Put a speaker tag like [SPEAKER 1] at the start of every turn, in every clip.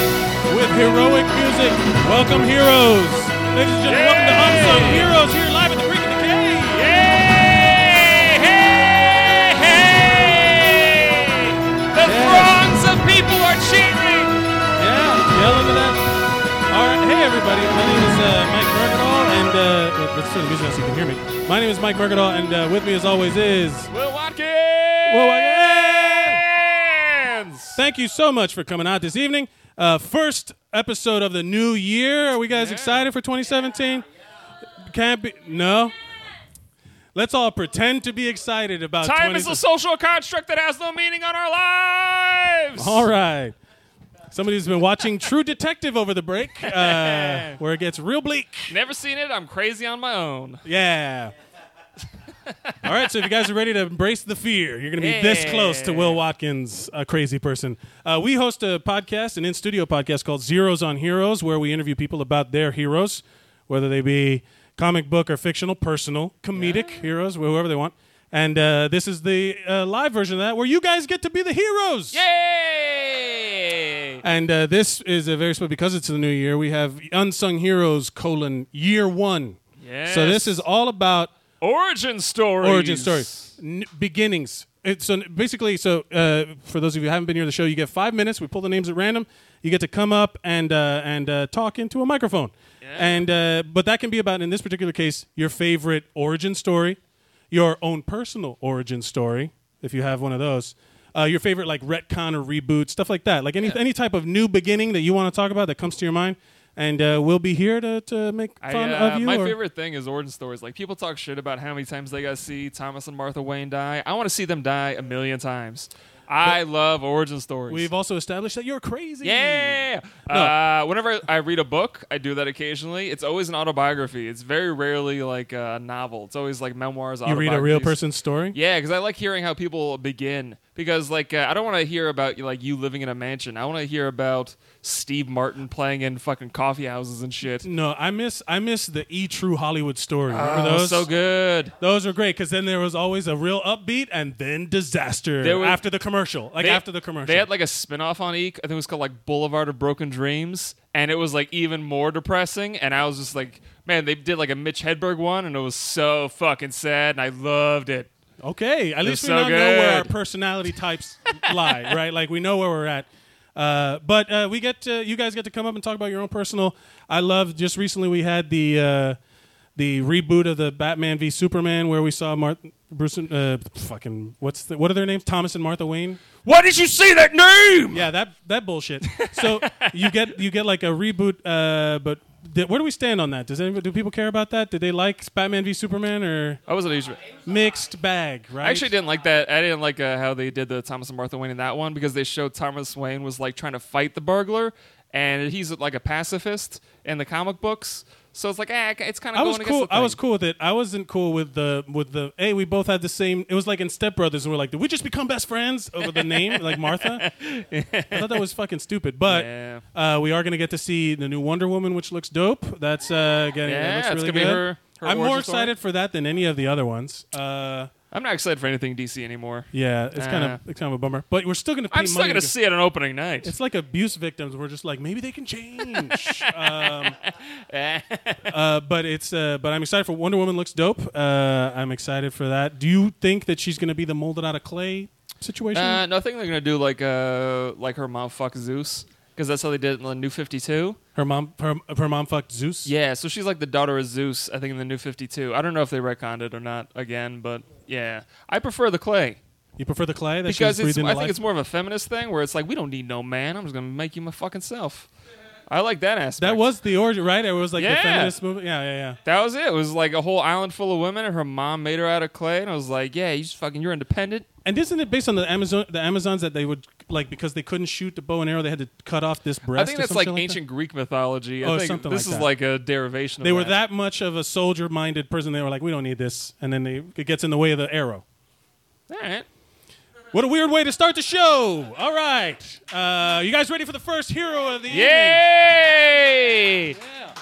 [SPEAKER 1] of heroic music. Welcome, heroes. Ladies and gentlemen, welcome to Unsung Heroes here live at the Creek in the Cave.
[SPEAKER 2] Hey, hey, hey! The
[SPEAKER 1] Yeah.
[SPEAKER 2] throngs of people are cheering.
[SPEAKER 1] Yeah, yell into that. All right, hey everybody. My name is uh, Mike Mercadal, and uh, let's turn the music off so you can hear me. My name is Mike Mercadal, and uh, with me, as always, is
[SPEAKER 2] Will Watkins.
[SPEAKER 1] Will Watkins. Thank you so much for coming out this evening. Uh, first episode of the new year. Are we guys excited for 2017? Can't be. No. Let's all pretend to be excited about
[SPEAKER 2] Time
[SPEAKER 1] 20
[SPEAKER 2] is a social construct that has no meaning on our lives.
[SPEAKER 1] All right. Somebody who's been watching True Detective over the break, uh, where it gets real bleak.
[SPEAKER 2] Never seen it. I'm crazy on my own.
[SPEAKER 1] Yeah. All right, so if you guys are ready to embrace the fear, you're going to be this close to Will Watkins, a crazy person. Uh, we host a podcast, an in studio podcast called Zeros on Heroes, where we interview people about their heroes, whether they be comic book or fictional, personal, comedic heroes, whoever they want. And uh, this is the uh, live version of that, where you guys get to be the heroes.
[SPEAKER 2] Yay!
[SPEAKER 1] And uh, this is a very special because it's the new year. We have unsung heroes colon year one.
[SPEAKER 2] Yes.
[SPEAKER 1] So this is all about
[SPEAKER 2] Origin stories.
[SPEAKER 1] origin stories, n- beginnings. It's so basically, so uh, for those of you who haven't been here to the show, you get five minutes. We pull the names at random. You get to come up and uh, and uh, talk into a microphone. And uh, but that can be about in this particular case your favorite origin story, your own personal origin story if you have one of those. Uh, your favorite like retcon or reboot stuff like that, like any any type of new beginning that you want to talk about that comes to your mind, and uh, we'll be here to, to make
[SPEAKER 2] I,
[SPEAKER 1] fun
[SPEAKER 2] uh,
[SPEAKER 1] of you.
[SPEAKER 2] my
[SPEAKER 1] or-
[SPEAKER 2] favorite thing is origin stories. Like people talk shit about how many times they got to see Thomas and Martha Wayne die. I want to see them die a million times. I love origin stories.
[SPEAKER 1] We've also established that you're crazy.
[SPEAKER 2] yeah. Uh, whenever I read a book, I do that occasionally. It's always an autobiography. It's very rarely like a novel. It's always like memoirs.
[SPEAKER 1] You read a real person's story?
[SPEAKER 2] Yeah, because I like hearing how people begin. Because like uh, I don't want to hear about like you living in a mansion. I want to hear about Steve Martin playing in fucking coffee houses and shit.
[SPEAKER 1] No, I miss I miss the E True Hollywood story. Remember
[SPEAKER 2] Oh,
[SPEAKER 1] those?
[SPEAKER 2] so good.
[SPEAKER 1] Those were great because then there was always a real upbeat and then disaster
[SPEAKER 2] There was-
[SPEAKER 1] after the commercial. Like
[SPEAKER 2] They-
[SPEAKER 1] after the commercial.
[SPEAKER 2] They had like a spin-off on Eek. I think it was called like Boulevard of Broken Dreams, and it was like even more depressing. And I was just like, man, they did like a Mitch Hedberg one, and it was so fucking sad, and I loved it.
[SPEAKER 1] okay, at least we
[SPEAKER 2] so
[SPEAKER 1] now know where our
[SPEAKER 2] good.
[SPEAKER 1] personality types lie, right? Like we know where we're at. Uh, but uh, we get to, you guys get to come up and talk about your own personal. I love just recently we had the uh, the reboot of the Batman v Superman where we saw Martin Bruce and uh, fucking what's the, what are their names Thomas and Martha Wayne
[SPEAKER 2] Why did you say that name?
[SPEAKER 1] Yeah, that that bullshit. So you get you get like a reboot, uh, but th- where do we stand on that? Does anybody, do people care about that? Did they like Batman v Superman or
[SPEAKER 2] I wasn't a huge.
[SPEAKER 1] mixed bag? Right.
[SPEAKER 2] I actually didn't like that. I didn't like uh, how they did the Thomas and Martha Wayne in that one because they showed Thomas Wayne was like trying to fight the burglar, and he's like a pacifist in the comic books. So it's like, eh, it's kind of.
[SPEAKER 1] I was
[SPEAKER 2] going against
[SPEAKER 1] cool.
[SPEAKER 2] the
[SPEAKER 1] I was
[SPEAKER 2] thing.
[SPEAKER 1] cool with it. I wasn't cool with the with the. Hey, we both had the same. It was like in Step Brothers, and we're like, did we just become best friends over the name, like Martha? I thought that was fucking stupid. But
[SPEAKER 2] Yeah.
[SPEAKER 1] uh, we are gonna get to see the new Wonder Woman, which looks dope. That's uh, getting. that
[SPEAKER 2] Yeah,
[SPEAKER 1] looks
[SPEAKER 2] it's
[SPEAKER 1] really
[SPEAKER 2] gonna be
[SPEAKER 1] good.
[SPEAKER 2] her- her
[SPEAKER 1] I'm more
[SPEAKER 2] origin story.
[SPEAKER 1] excited for that than any of the other ones. Uh,
[SPEAKER 2] I'm not excited for anything DC anymore.
[SPEAKER 1] Yeah, it's kind
[SPEAKER 2] Uh.
[SPEAKER 1] of it's kind of a bummer, but we're still going to pay
[SPEAKER 2] I'm still
[SPEAKER 1] money.
[SPEAKER 2] gonna see it on opening night.
[SPEAKER 1] it's like abuse victims. We're just like maybe they can change. um,
[SPEAKER 2] Eh.
[SPEAKER 1] uh, but it's uh, but I'm excited for Wonder Woman. Looks dope. Uh, I'm excited for that. Do you think that she's going to be the molded out of clay situation?
[SPEAKER 2] Uh, no, I think they're gonna do like uh like her mom fuck Zeus because that's how they did it in the New Fifty Two.
[SPEAKER 1] her mom her, her mom fucked Zeus.
[SPEAKER 2] Yeah, so she's like the daughter of Zeus, I think in the New Fifty Two. I don't know if they retconned it or not again, but yeah, I prefer the clay
[SPEAKER 1] You prefer the clay that she was
[SPEAKER 2] because it's,
[SPEAKER 1] breathed
[SPEAKER 2] I
[SPEAKER 1] into
[SPEAKER 2] think
[SPEAKER 1] life?
[SPEAKER 2] it's more of a feminist thing where it's like we don't need no man. I'm just gonna make you my fucking self. I like that aspect.
[SPEAKER 1] that was the origin, right? It was like the
[SPEAKER 2] Yeah.
[SPEAKER 1] feminist movement. Yeah, yeah, yeah.
[SPEAKER 2] that was it. It was like a whole island full of women, and her mom made her out of clay, and I was like, yeah, you just fucking you're independent.
[SPEAKER 1] And isn't it based on the Amazon the Amazons that they would like because they couldn't shoot the bow and arrow, they had to cut off this breast?
[SPEAKER 2] I think
[SPEAKER 1] or
[SPEAKER 2] that's
[SPEAKER 1] some
[SPEAKER 2] like
[SPEAKER 1] shit that?
[SPEAKER 2] ancient Greek mythology.
[SPEAKER 1] Oh,
[SPEAKER 2] I think
[SPEAKER 1] something
[SPEAKER 2] this
[SPEAKER 1] like
[SPEAKER 2] is
[SPEAKER 1] that.
[SPEAKER 2] like a derivation. of
[SPEAKER 1] They were that much of a soldier minded person. They were like, we don't need this. And then they, it gets in the way of the arrow.
[SPEAKER 2] All right.
[SPEAKER 1] What a weird way to start the show. All right. Uh, you guys ready for the first hero of the evening?
[SPEAKER 2] Yay!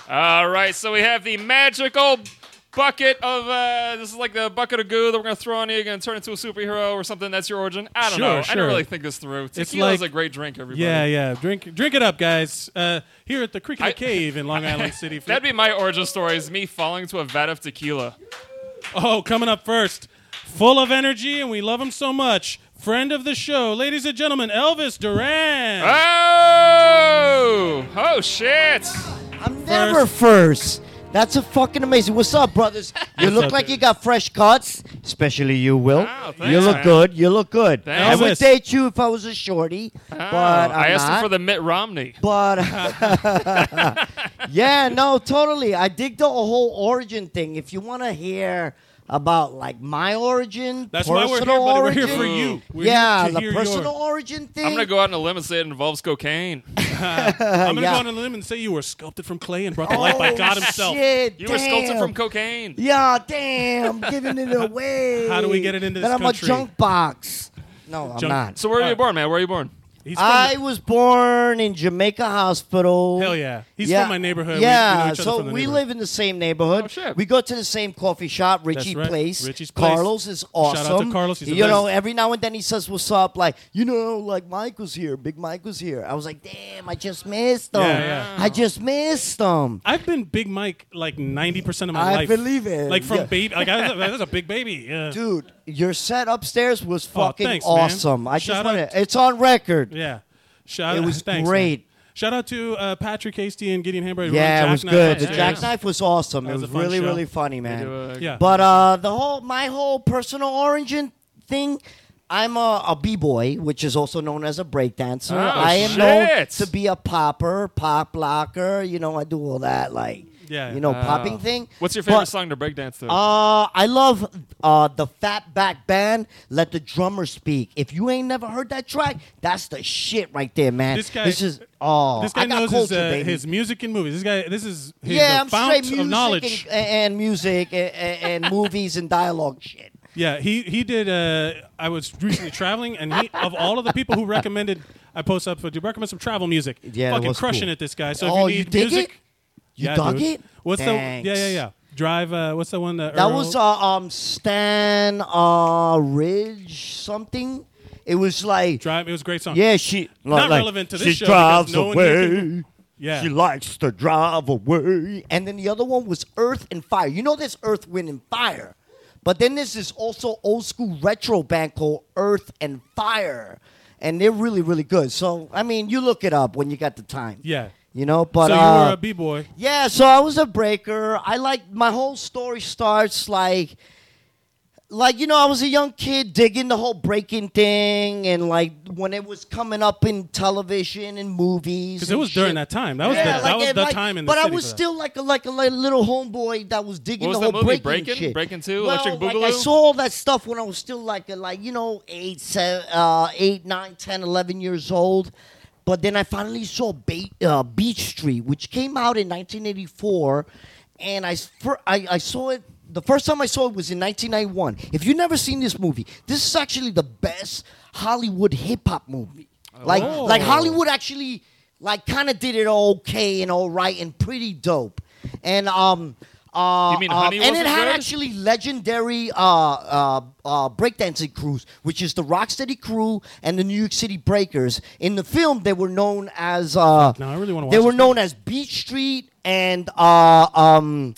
[SPEAKER 2] All right, so we have the magical bucket of uh, this is like the bucket of goo that we're gonna throw on you. You're gonna turn into a superhero or something. That's your origin. I don't
[SPEAKER 1] Sure,
[SPEAKER 2] know. I
[SPEAKER 1] sure.
[SPEAKER 2] didn't really think this through.
[SPEAKER 1] It's
[SPEAKER 2] Tequila's
[SPEAKER 1] like-
[SPEAKER 2] a great drink, everybody.
[SPEAKER 1] Yeah, yeah. Drink, drink it up, guys. Uh, here at the Creek in the
[SPEAKER 2] I-
[SPEAKER 1] Cave in Long Island City.
[SPEAKER 2] That'd be my origin story: is me falling into a vat of tequila.
[SPEAKER 1] Oh, coming up first, full of energy, and we love him so much. Friend of the show, ladies and gentlemen, Elvis Duran.
[SPEAKER 2] Oh! Oh shit!
[SPEAKER 3] I'm never first. That's a fucking amazing. What's up, brothers? You
[SPEAKER 1] up,
[SPEAKER 3] look like
[SPEAKER 1] dude?
[SPEAKER 3] you got fresh cuts, especially you, Will.
[SPEAKER 2] Wow, thanks,
[SPEAKER 3] you look
[SPEAKER 2] man.
[SPEAKER 3] good. You look good.
[SPEAKER 2] Thanks.
[SPEAKER 3] I would
[SPEAKER 1] Elvis. Ah,
[SPEAKER 3] date you if I was a shorty, but I'm
[SPEAKER 2] I asked
[SPEAKER 3] not.
[SPEAKER 2] him for the Mitt Romney.
[SPEAKER 3] But yeah, no, totally. I dig the whole origin thing. If you want to hear about like my origin,
[SPEAKER 1] That's why
[SPEAKER 3] personal
[SPEAKER 1] we're here, buddy. We're here
[SPEAKER 3] origin,
[SPEAKER 1] for you. We're
[SPEAKER 3] yeah,
[SPEAKER 1] here to
[SPEAKER 3] the
[SPEAKER 1] hear
[SPEAKER 3] personal
[SPEAKER 1] yours.
[SPEAKER 3] origin thing.
[SPEAKER 2] I'm gonna go out on a limb and say it involves cocaine.
[SPEAKER 1] I'm gonna
[SPEAKER 3] yeah.
[SPEAKER 1] go on a limb and say you were sculpted from clay and brought to life by
[SPEAKER 3] Oh,
[SPEAKER 1] God Himself.
[SPEAKER 3] Shit,
[SPEAKER 2] You were sculpted
[SPEAKER 3] damn.
[SPEAKER 2] from cocaine.
[SPEAKER 3] Yeah, damn, giving it away.
[SPEAKER 1] How do we get it into
[SPEAKER 3] that
[SPEAKER 1] this
[SPEAKER 3] I'm
[SPEAKER 1] country?
[SPEAKER 3] a junk box. No, I'm
[SPEAKER 1] Junk-
[SPEAKER 3] not.
[SPEAKER 2] So where are you born, man? Where are you born?
[SPEAKER 1] He's from
[SPEAKER 3] I was born in Jamaica Hospital.
[SPEAKER 1] Hell yeah. He's from my neighborhood. We-
[SPEAKER 3] Yeah,
[SPEAKER 1] we know each other
[SPEAKER 3] so
[SPEAKER 1] from the
[SPEAKER 3] we
[SPEAKER 1] neighborhood.
[SPEAKER 3] live in the same neighborhood.
[SPEAKER 2] Oh, shit.
[SPEAKER 3] We go to the same coffee shop, Richie
[SPEAKER 1] right.
[SPEAKER 3] Place.
[SPEAKER 1] Richie's Place.
[SPEAKER 3] Carlos is
[SPEAKER 1] out to
[SPEAKER 3] awesome.
[SPEAKER 1] Carlos, he's the
[SPEAKER 3] you know,
[SPEAKER 1] best.
[SPEAKER 3] every now and then he says, "What's up?" Like, you know, like Mike was here, Big Mike was here. I was like, "Damn, I just missed him.
[SPEAKER 1] Yeah, yeah.
[SPEAKER 3] I just missed him."
[SPEAKER 1] I've been Big Mike like 90% of my
[SPEAKER 3] I
[SPEAKER 1] life.
[SPEAKER 3] believe it.
[SPEAKER 1] Like from
[SPEAKER 3] Yeah.
[SPEAKER 1] baby. Like, I was, I was a big baby. Yeah.
[SPEAKER 3] Dude, your set upstairs was
[SPEAKER 1] Oh,
[SPEAKER 3] fucking
[SPEAKER 1] thanks, man.
[SPEAKER 3] awesome. I
[SPEAKER 1] Shout
[SPEAKER 3] just want
[SPEAKER 1] out
[SPEAKER 3] to. It's on record.
[SPEAKER 1] Yeah. Shout
[SPEAKER 3] It
[SPEAKER 1] out.
[SPEAKER 3] was
[SPEAKER 1] Thanks,
[SPEAKER 3] great.
[SPEAKER 1] man. Shout out to uh, Patrick Hasty and Gideon Hambright. who
[SPEAKER 3] Yeah,
[SPEAKER 1] run
[SPEAKER 3] it was
[SPEAKER 1] Jackknife
[SPEAKER 3] good. The
[SPEAKER 1] upstairs.
[SPEAKER 3] jackknife was awesome. It
[SPEAKER 1] was
[SPEAKER 3] was,
[SPEAKER 1] a fun
[SPEAKER 3] really,
[SPEAKER 1] show.
[SPEAKER 3] really funny,
[SPEAKER 2] Do
[SPEAKER 3] man.
[SPEAKER 2] a-
[SPEAKER 1] Yeah.
[SPEAKER 3] But uh, the whole my whole personal origin thing. I'm a, a b-boy, which is also known as a breakdancer.
[SPEAKER 2] Oh,
[SPEAKER 3] I am
[SPEAKER 2] shit.
[SPEAKER 3] known to be a popper, pop locker. You know, I do all that, like,
[SPEAKER 1] Yeah,
[SPEAKER 3] you know,
[SPEAKER 2] Oh.
[SPEAKER 3] popping thing.
[SPEAKER 2] What's your favorite
[SPEAKER 3] But-
[SPEAKER 2] song to breakdance to?
[SPEAKER 3] Uh, I love uh, the Fatback Band. Let the drummer speak. If you ain't never heard that track, that's the shit right there, man.
[SPEAKER 1] This guy-
[SPEAKER 3] is oh,
[SPEAKER 1] This guy
[SPEAKER 3] I got
[SPEAKER 1] knows his,
[SPEAKER 3] culture,
[SPEAKER 1] uh,
[SPEAKER 3] baby.
[SPEAKER 1] his music and movies. This guy, this is his
[SPEAKER 3] yeah,
[SPEAKER 1] uh,
[SPEAKER 3] I'm
[SPEAKER 1] fount
[SPEAKER 3] straight music
[SPEAKER 1] of knowledge.
[SPEAKER 3] and, and music and, and, and movies and dialogue shit.
[SPEAKER 1] Yeah, he he did. Uh, I was recently traveling, and he of all of the people who recommended I post up, but you recommend some travel music.
[SPEAKER 3] Yeah, it
[SPEAKER 1] fucking
[SPEAKER 3] was
[SPEAKER 1] crushing
[SPEAKER 3] cool.
[SPEAKER 1] it, this guy. So
[SPEAKER 3] Oh,
[SPEAKER 1] if you
[SPEAKER 3] you
[SPEAKER 1] need
[SPEAKER 3] dig
[SPEAKER 1] music,
[SPEAKER 3] it? You
[SPEAKER 1] yeah,
[SPEAKER 3] dug
[SPEAKER 1] dude.
[SPEAKER 3] it?
[SPEAKER 1] What's
[SPEAKER 3] Thanks.
[SPEAKER 1] the? Yeah, yeah, yeah. Drive. Uh, what's the one that?
[SPEAKER 3] That
[SPEAKER 1] Earl-
[SPEAKER 3] was uh, um Stan uh, Ridge something. It was like
[SPEAKER 1] Drive. It was a great song.
[SPEAKER 3] yeah, she
[SPEAKER 1] Not
[SPEAKER 3] like,
[SPEAKER 1] relevant to this
[SPEAKER 3] she
[SPEAKER 1] show
[SPEAKER 3] drives
[SPEAKER 1] because no one
[SPEAKER 3] away.
[SPEAKER 1] here can- Yeah.
[SPEAKER 3] She likes to drive away. And then the other one was Earth and Fire. You know there's Earth, Wind, and Fire. But then this is also old school retro band called Earth and Fire. And they're really, really good. So, I mean, you look it up when you got the time.
[SPEAKER 1] Yeah.
[SPEAKER 3] You know, but.
[SPEAKER 1] so
[SPEAKER 3] uh,
[SPEAKER 1] you were a b boy.
[SPEAKER 3] yeah, so I was a breaker. I like my whole story starts like like you know, I was a young kid digging the whole breaking thing and like when it was coming up in television and movies.
[SPEAKER 1] Because it
[SPEAKER 3] and
[SPEAKER 1] was during
[SPEAKER 3] shit.
[SPEAKER 1] that time. That was
[SPEAKER 3] yeah, like,
[SPEAKER 1] the, that was
[SPEAKER 3] and,
[SPEAKER 1] the
[SPEAKER 3] like-
[SPEAKER 1] time in the
[SPEAKER 3] But I
[SPEAKER 1] city
[SPEAKER 3] was
[SPEAKER 1] for that.
[SPEAKER 3] still like a like a like, little homeboy that was digging
[SPEAKER 2] What
[SPEAKER 3] the
[SPEAKER 2] was
[SPEAKER 3] whole
[SPEAKER 2] that movie,
[SPEAKER 3] breaking,
[SPEAKER 2] Breakin'?
[SPEAKER 3] shit.
[SPEAKER 2] Breakin' 2,
[SPEAKER 3] Well,
[SPEAKER 2] Electric
[SPEAKER 3] like, I
[SPEAKER 2] Boogaloo?
[SPEAKER 3] saw all that stuff when I was still like a, like you know eight, seven, uh, eight, nine, ten, eleven years old. But then I finally saw ba- uh, Beach Street, which came out in 1984, and I, s- fir- I I saw it. The first time I saw it was in 1991. If you've never seen this movie, this is actually the best Hollywood hip hop movie. Like like
[SPEAKER 2] Oh.
[SPEAKER 3] Hollywood. Hollywood actually like kind of did it okay and all right and pretty dope. And um uh,
[SPEAKER 2] You mean
[SPEAKER 3] um,
[SPEAKER 2] Honey
[SPEAKER 3] and it
[SPEAKER 2] wasn't
[SPEAKER 3] had
[SPEAKER 2] good?
[SPEAKER 3] actually legendary uh, uh, uh, breakdancing crews, which is the Rocksteady crew and the New York City Breakers. In the film, they were known as uh,
[SPEAKER 1] now I really wanna
[SPEAKER 3] they
[SPEAKER 1] watch
[SPEAKER 3] were
[SPEAKER 1] this
[SPEAKER 3] known as Beach Street and uh, um,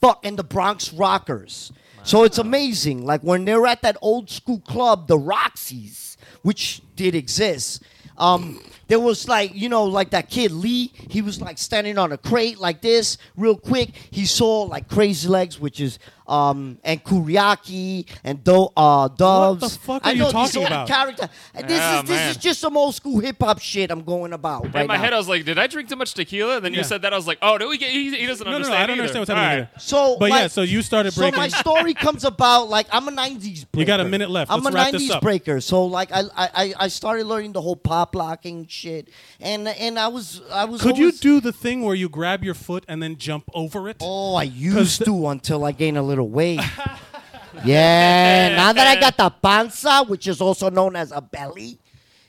[SPEAKER 3] fuck and the Bronx Rockers. So it's amazing. Like when they were at that old school club, the Roxy's, which did exist. Um, there was like you know like that kid Lee. He was like standing on a crate like this, real quick. He saw like Crazy Legs, which is um, and Kuriaki and Do- uh, Doves.
[SPEAKER 1] fuck
[SPEAKER 3] I
[SPEAKER 1] are you
[SPEAKER 3] know these
[SPEAKER 1] talking
[SPEAKER 3] old
[SPEAKER 1] about?
[SPEAKER 3] Character. This
[SPEAKER 2] Yeah,
[SPEAKER 3] is this
[SPEAKER 2] man.
[SPEAKER 3] is just some old school hip hop shit I'm going about right
[SPEAKER 2] in my
[SPEAKER 3] now.
[SPEAKER 2] head, I was like, "Did I drink too much tequila?" And then
[SPEAKER 1] Yeah.
[SPEAKER 2] you said that, I was like, "Oh, do we get? He, he doesn't
[SPEAKER 1] No, no, no.
[SPEAKER 2] understand."
[SPEAKER 1] I don't
[SPEAKER 2] either.
[SPEAKER 1] understand what's
[SPEAKER 2] All
[SPEAKER 1] happening.
[SPEAKER 2] right.
[SPEAKER 1] either.
[SPEAKER 3] So,
[SPEAKER 1] but yeah,
[SPEAKER 3] like-
[SPEAKER 1] so you started
[SPEAKER 3] So
[SPEAKER 1] breaking.
[SPEAKER 3] my story comes about like I'm a '90s. Breaker.
[SPEAKER 1] got a minute left.
[SPEAKER 3] I'm
[SPEAKER 1] Let's
[SPEAKER 3] a
[SPEAKER 1] wrap this
[SPEAKER 3] '90s
[SPEAKER 1] up.
[SPEAKER 3] breaker. So like I, I I- I started learning the whole pop locking shit, and and I was I was.
[SPEAKER 1] Could you
[SPEAKER 3] always-
[SPEAKER 1] do the thing where you grab your foot and then jump over it?
[SPEAKER 3] Oh, I used to until I gained a little weight. yeah, now that I got the panza, which is also known as a belly.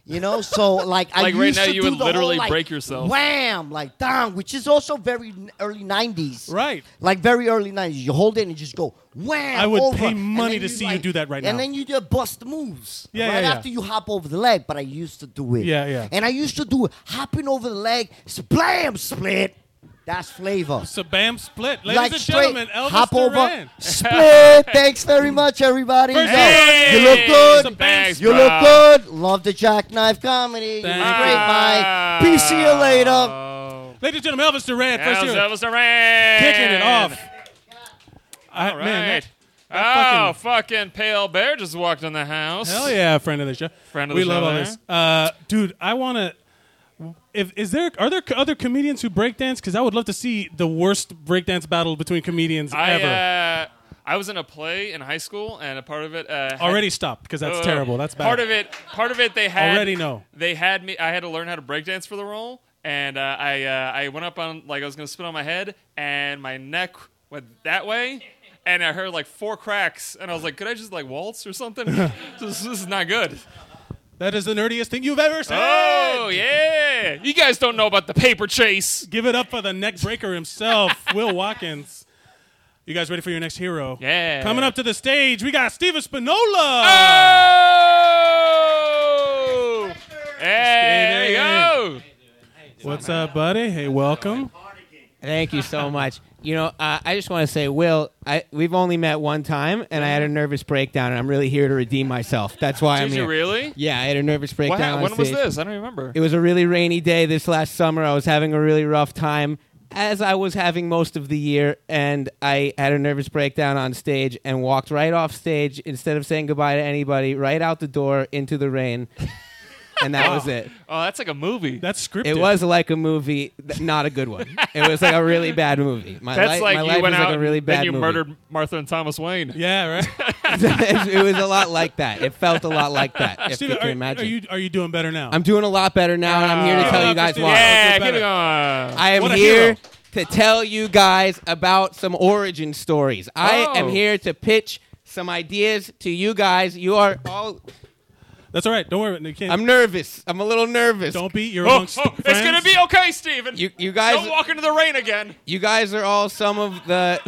[SPEAKER 3] You know, so like I
[SPEAKER 2] Like, right
[SPEAKER 3] used
[SPEAKER 2] now,
[SPEAKER 3] to
[SPEAKER 2] you
[SPEAKER 3] do
[SPEAKER 2] would
[SPEAKER 3] the
[SPEAKER 2] literally
[SPEAKER 3] whole, like,
[SPEAKER 2] break yourself.
[SPEAKER 3] Wham, like down, which is also very n- early '90s.
[SPEAKER 1] Right.
[SPEAKER 3] Like very early '90s. You hold it and you just go wham.
[SPEAKER 1] I would
[SPEAKER 3] over,
[SPEAKER 1] pay
[SPEAKER 3] and
[SPEAKER 1] money
[SPEAKER 3] then
[SPEAKER 1] to see you do that right
[SPEAKER 3] And
[SPEAKER 1] now.
[SPEAKER 3] then you just bust the moves.
[SPEAKER 1] Yeah,
[SPEAKER 3] Right
[SPEAKER 1] yeah, yeah.
[SPEAKER 3] after you hop over the leg, but I used to do it.
[SPEAKER 1] Yeah, yeah.
[SPEAKER 3] And I used to do it hopping over the leg, splam split. That's flavor.
[SPEAKER 1] So bam split, ladies
[SPEAKER 3] like
[SPEAKER 1] and
[SPEAKER 3] straight
[SPEAKER 1] gentlemen, Elvis
[SPEAKER 3] hop
[SPEAKER 1] Duran.
[SPEAKER 3] over, split. Thanks very much, everybody.
[SPEAKER 1] First
[SPEAKER 3] Yo,
[SPEAKER 1] of
[SPEAKER 3] you look
[SPEAKER 2] Hey,
[SPEAKER 3] good.
[SPEAKER 1] Some
[SPEAKER 2] thanks,
[SPEAKER 3] You
[SPEAKER 2] bro.
[SPEAKER 3] look good. Love the jackknife comedy. You
[SPEAKER 1] Thank
[SPEAKER 3] look great,
[SPEAKER 2] Ah.
[SPEAKER 3] Mike. Peace. See you later.
[SPEAKER 1] Ladies and gentlemen, Elvis Duran,
[SPEAKER 2] That
[SPEAKER 1] first
[SPEAKER 2] was
[SPEAKER 1] year,
[SPEAKER 2] Elvis Duran.
[SPEAKER 1] kicking it off. I,
[SPEAKER 2] All right.
[SPEAKER 1] man, that-
[SPEAKER 2] oh, fucking Pale Bear just walked in the house.
[SPEAKER 1] Hell yeah, friend of the show.
[SPEAKER 2] Friend of
[SPEAKER 1] we
[SPEAKER 2] the
[SPEAKER 1] love
[SPEAKER 2] show eh?
[SPEAKER 1] all
[SPEAKER 2] there.
[SPEAKER 1] this, uh, dude. I want to. If is there are there co- other comedians who breakdance? Because I would love to see the worst breakdance battle between comedians
[SPEAKER 2] I,
[SPEAKER 1] ever.
[SPEAKER 2] uh, I was in a play in high school, and a part of it uh, had-
[SPEAKER 1] Already stopped because that's
[SPEAKER 2] uh,
[SPEAKER 1] terrible. That's bad.
[SPEAKER 2] Part of it. Part of it. They had
[SPEAKER 1] Already know.
[SPEAKER 2] They had me. I had to learn how to breakdance for the role, and uh, I uh, I went up on like I was gonna spit on my head, and my neck went that way. And I heard like four cracks, and I was like, "Could I just like waltz or something? this, this is not good."
[SPEAKER 1] That is the nerdiest thing you've ever said.
[SPEAKER 2] Oh yeah, you guys don't know about the paper chase.
[SPEAKER 1] Give it up for the neck breaker himself, Will Watkins. You guys ready for your next hero?
[SPEAKER 2] Yeah.
[SPEAKER 1] Coming up to the stage, we got Steven Spinola.
[SPEAKER 2] Oh! Hey, there you go.
[SPEAKER 1] What's up, buddy? Hey, welcome.
[SPEAKER 4] Thank you so much. You know, uh, I just want to say, Will, I, we've only met one time, and I had a nervous breakdown, and I'm really here to redeem myself. That's why I'm
[SPEAKER 2] Did
[SPEAKER 4] here.
[SPEAKER 2] you really?
[SPEAKER 4] Yeah, I had a nervous
[SPEAKER 2] What,
[SPEAKER 4] breakdown.
[SPEAKER 2] hap-
[SPEAKER 4] on
[SPEAKER 2] when was
[SPEAKER 4] stage.
[SPEAKER 2] this? I don't remember.
[SPEAKER 4] It was a really rainy day this last summer. I was having a really rough time, as I was having most of the year, and I had a nervous breakdown on stage and walked right off stage instead of saying goodbye to anybody, right out the door into the rain, and that was it.
[SPEAKER 2] Oh, that's like a movie.
[SPEAKER 1] That's scripted.
[SPEAKER 4] It was like a movie, th- not a good one. It was like a really bad movie. My
[SPEAKER 2] That's
[SPEAKER 4] li-
[SPEAKER 2] like
[SPEAKER 4] my
[SPEAKER 2] you
[SPEAKER 4] life
[SPEAKER 2] went
[SPEAKER 4] is
[SPEAKER 2] out
[SPEAKER 4] like a really
[SPEAKER 2] and
[SPEAKER 4] bad
[SPEAKER 2] then you
[SPEAKER 4] movie.
[SPEAKER 2] murdered Martha and Thomas Wayne.
[SPEAKER 1] Yeah, right.
[SPEAKER 4] it was a lot like that. It felt a lot like that. If
[SPEAKER 1] Steven,
[SPEAKER 4] you can
[SPEAKER 1] are,
[SPEAKER 4] imagine,
[SPEAKER 1] are you are you doing better now?
[SPEAKER 4] I'm doing a lot better now, and I'm here to
[SPEAKER 1] Give it
[SPEAKER 4] tell
[SPEAKER 1] up
[SPEAKER 4] you
[SPEAKER 1] for
[SPEAKER 4] guys
[SPEAKER 1] Steve.
[SPEAKER 4] why.
[SPEAKER 2] Yeah,
[SPEAKER 1] Wow.
[SPEAKER 2] keep it
[SPEAKER 1] Better.
[SPEAKER 2] going.
[SPEAKER 4] I am
[SPEAKER 1] What a
[SPEAKER 4] here
[SPEAKER 1] hero.
[SPEAKER 4] to tell you guys about some origin stories. I
[SPEAKER 2] Oh.
[SPEAKER 4] am here to pitch some ideas to you guys. You are all.
[SPEAKER 1] That's all right. Don't worry. You can't.
[SPEAKER 4] I'm nervous. I'm a little nervous.
[SPEAKER 1] don't be. You're
[SPEAKER 2] Oh,
[SPEAKER 1] amongst
[SPEAKER 2] oh, it's
[SPEAKER 1] friends.
[SPEAKER 2] gonna be okay, Steven.
[SPEAKER 4] You, you guys.
[SPEAKER 2] don't walk into the rain again.
[SPEAKER 4] You guys are all some of the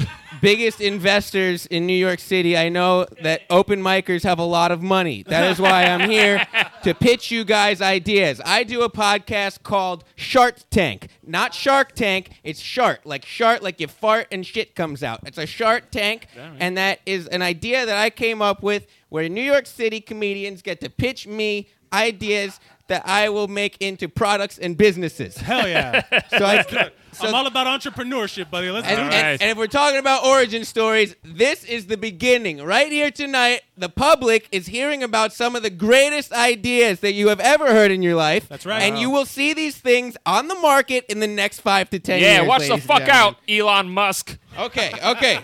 [SPEAKER 4] biggest investors in New York City. I know that open micers have a lot of money. That is why I'm here to pitch you guys ideas. I do a podcast called Shark Tank. Not Shark Tank, it's Shark. Like Shark, like you fart and shit comes out. It's a Shark Tank, and that is an idea that I came up with where New York City comedians get to pitch me ideas that I will make into products and businesses.
[SPEAKER 1] Hell yeah.
[SPEAKER 4] So I, so
[SPEAKER 1] I'm all about entrepreneurship, buddy. Let's
[SPEAKER 4] and,
[SPEAKER 1] do
[SPEAKER 2] All
[SPEAKER 1] it.
[SPEAKER 2] right.
[SPEAKER 4] and- and if we're talking about origin stories, this is the beginning. Right here tonight, the public is hearing about some of the greatest ideas that you have ever heard in your life.
[SPEAKER 1] That's right.
[SPEAKER 4] And
[SPEAKER 1] Wow.
[SPEAKER 4] you will see these things on the market in the next five to ten
[SPEAKER 2] Yeah,
[SPEAKER 4] years.
[SPEAKER 2] watch the
[SPEAKER 4] ladies and
[SPEAKER 2] fuck
[SPEAKER 4] gentlemen.
[SPEAKER 2] out, Elon Musk.
[SPEAKER 4] Okay, okay.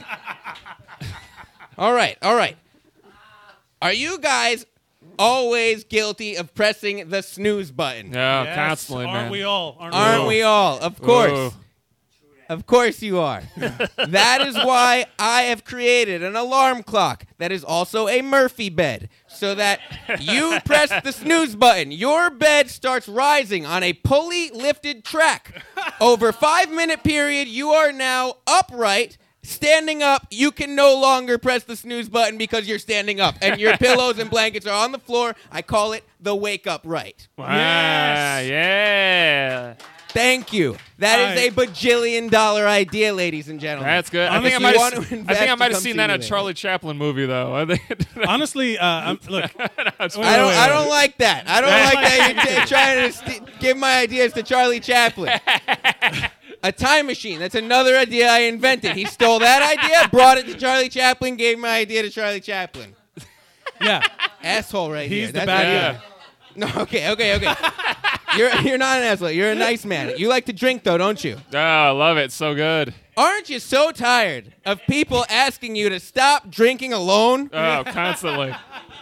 [SPEAKER 4] all right, all right. Are you guys always guilty of pressing the snooze button?
[SPEAKER 2] Yeah,
[SPEAKER 1] Yes,
[SPEAKER 2] constantly,
[SPEAKER 1] aren't
[SPEAKER 2] man.
[SPEAKER 1] we all? Aren't,
[SPEAKER 4] Aren't we all? Oh, Of course.
[SPEAKER 2] Ooh.
[SPEAKER 4] Of course you are. that is why I have created an alarm clock that is also a Murphy bed so that you press the snooze button. Your bed starts rising on a pulley lifted track. Over 5 minute period you are now upright. Standing up, you can no longer press the snooze button because you're standing up and your pillows and blankets are on the floor. I call it the wake up right.
[SPEAKER 2] Ah,
[SPEAKER 1] Yes.
[SPEAKER 2] yeah.
[SPEAKER 4] Thank you. That is
[SPEAKER 1] Alright.
[SPEAKER 4] a bajillion dollar idea, ladies and gentlemen.
[SPEAKER 2] That's good. I
[SPEAKER 1] Honestly,
[SPEAKER 2] think I
[SPEAKER 1] you
[SPEAKER 2] might.
[SPEAKER 4] want to
[SPEAKER 2] Have, I
[SPEAKER 4] invest,
[SPEAKER 2] think I might have
[SPEAKER 4] come
[SPEAKER 2] seen that
[SPEAKER 4] see me
[SPEAKER 2] in a
[SPEAKER 4] later.
[SPEAKER 2] Charlie Chaplin movie, though. I think-
[SPEAKER 1] Honestly, uh, I'm, look.
[SPEAKER 4] I don't. I don't like that. I don't like that you're t- trying to st- give my ideas to Charlie Chaplin. A time machine. That's another idea I invented. He stole that idea, brought it to Charlie Chaplin, gave my idea to Charlie Chaplin.
[SPEAKER 1] Yeah,
[SPEAKER 4] Asshole, right here.
[SPEAKER 1] he's the
[SPEAKER 4] That's
[SPEAKER 1] bad
[SPEAKER 4] what you
[SPEAKER 1] guy.
[SPEAKER 2] yeah.
[SPEAKER 4] are. No. Okay. Okay. Okay. You're, you're not an asshole. You're a nice man. You like to drink, though, don't you?
[SPEAKER 2] Oh, I love it. So good.
[SPEAKER 4] Aren't you so tired of people asking you to stop drinking alone?
[SPEAKER 2] Oh, constantly.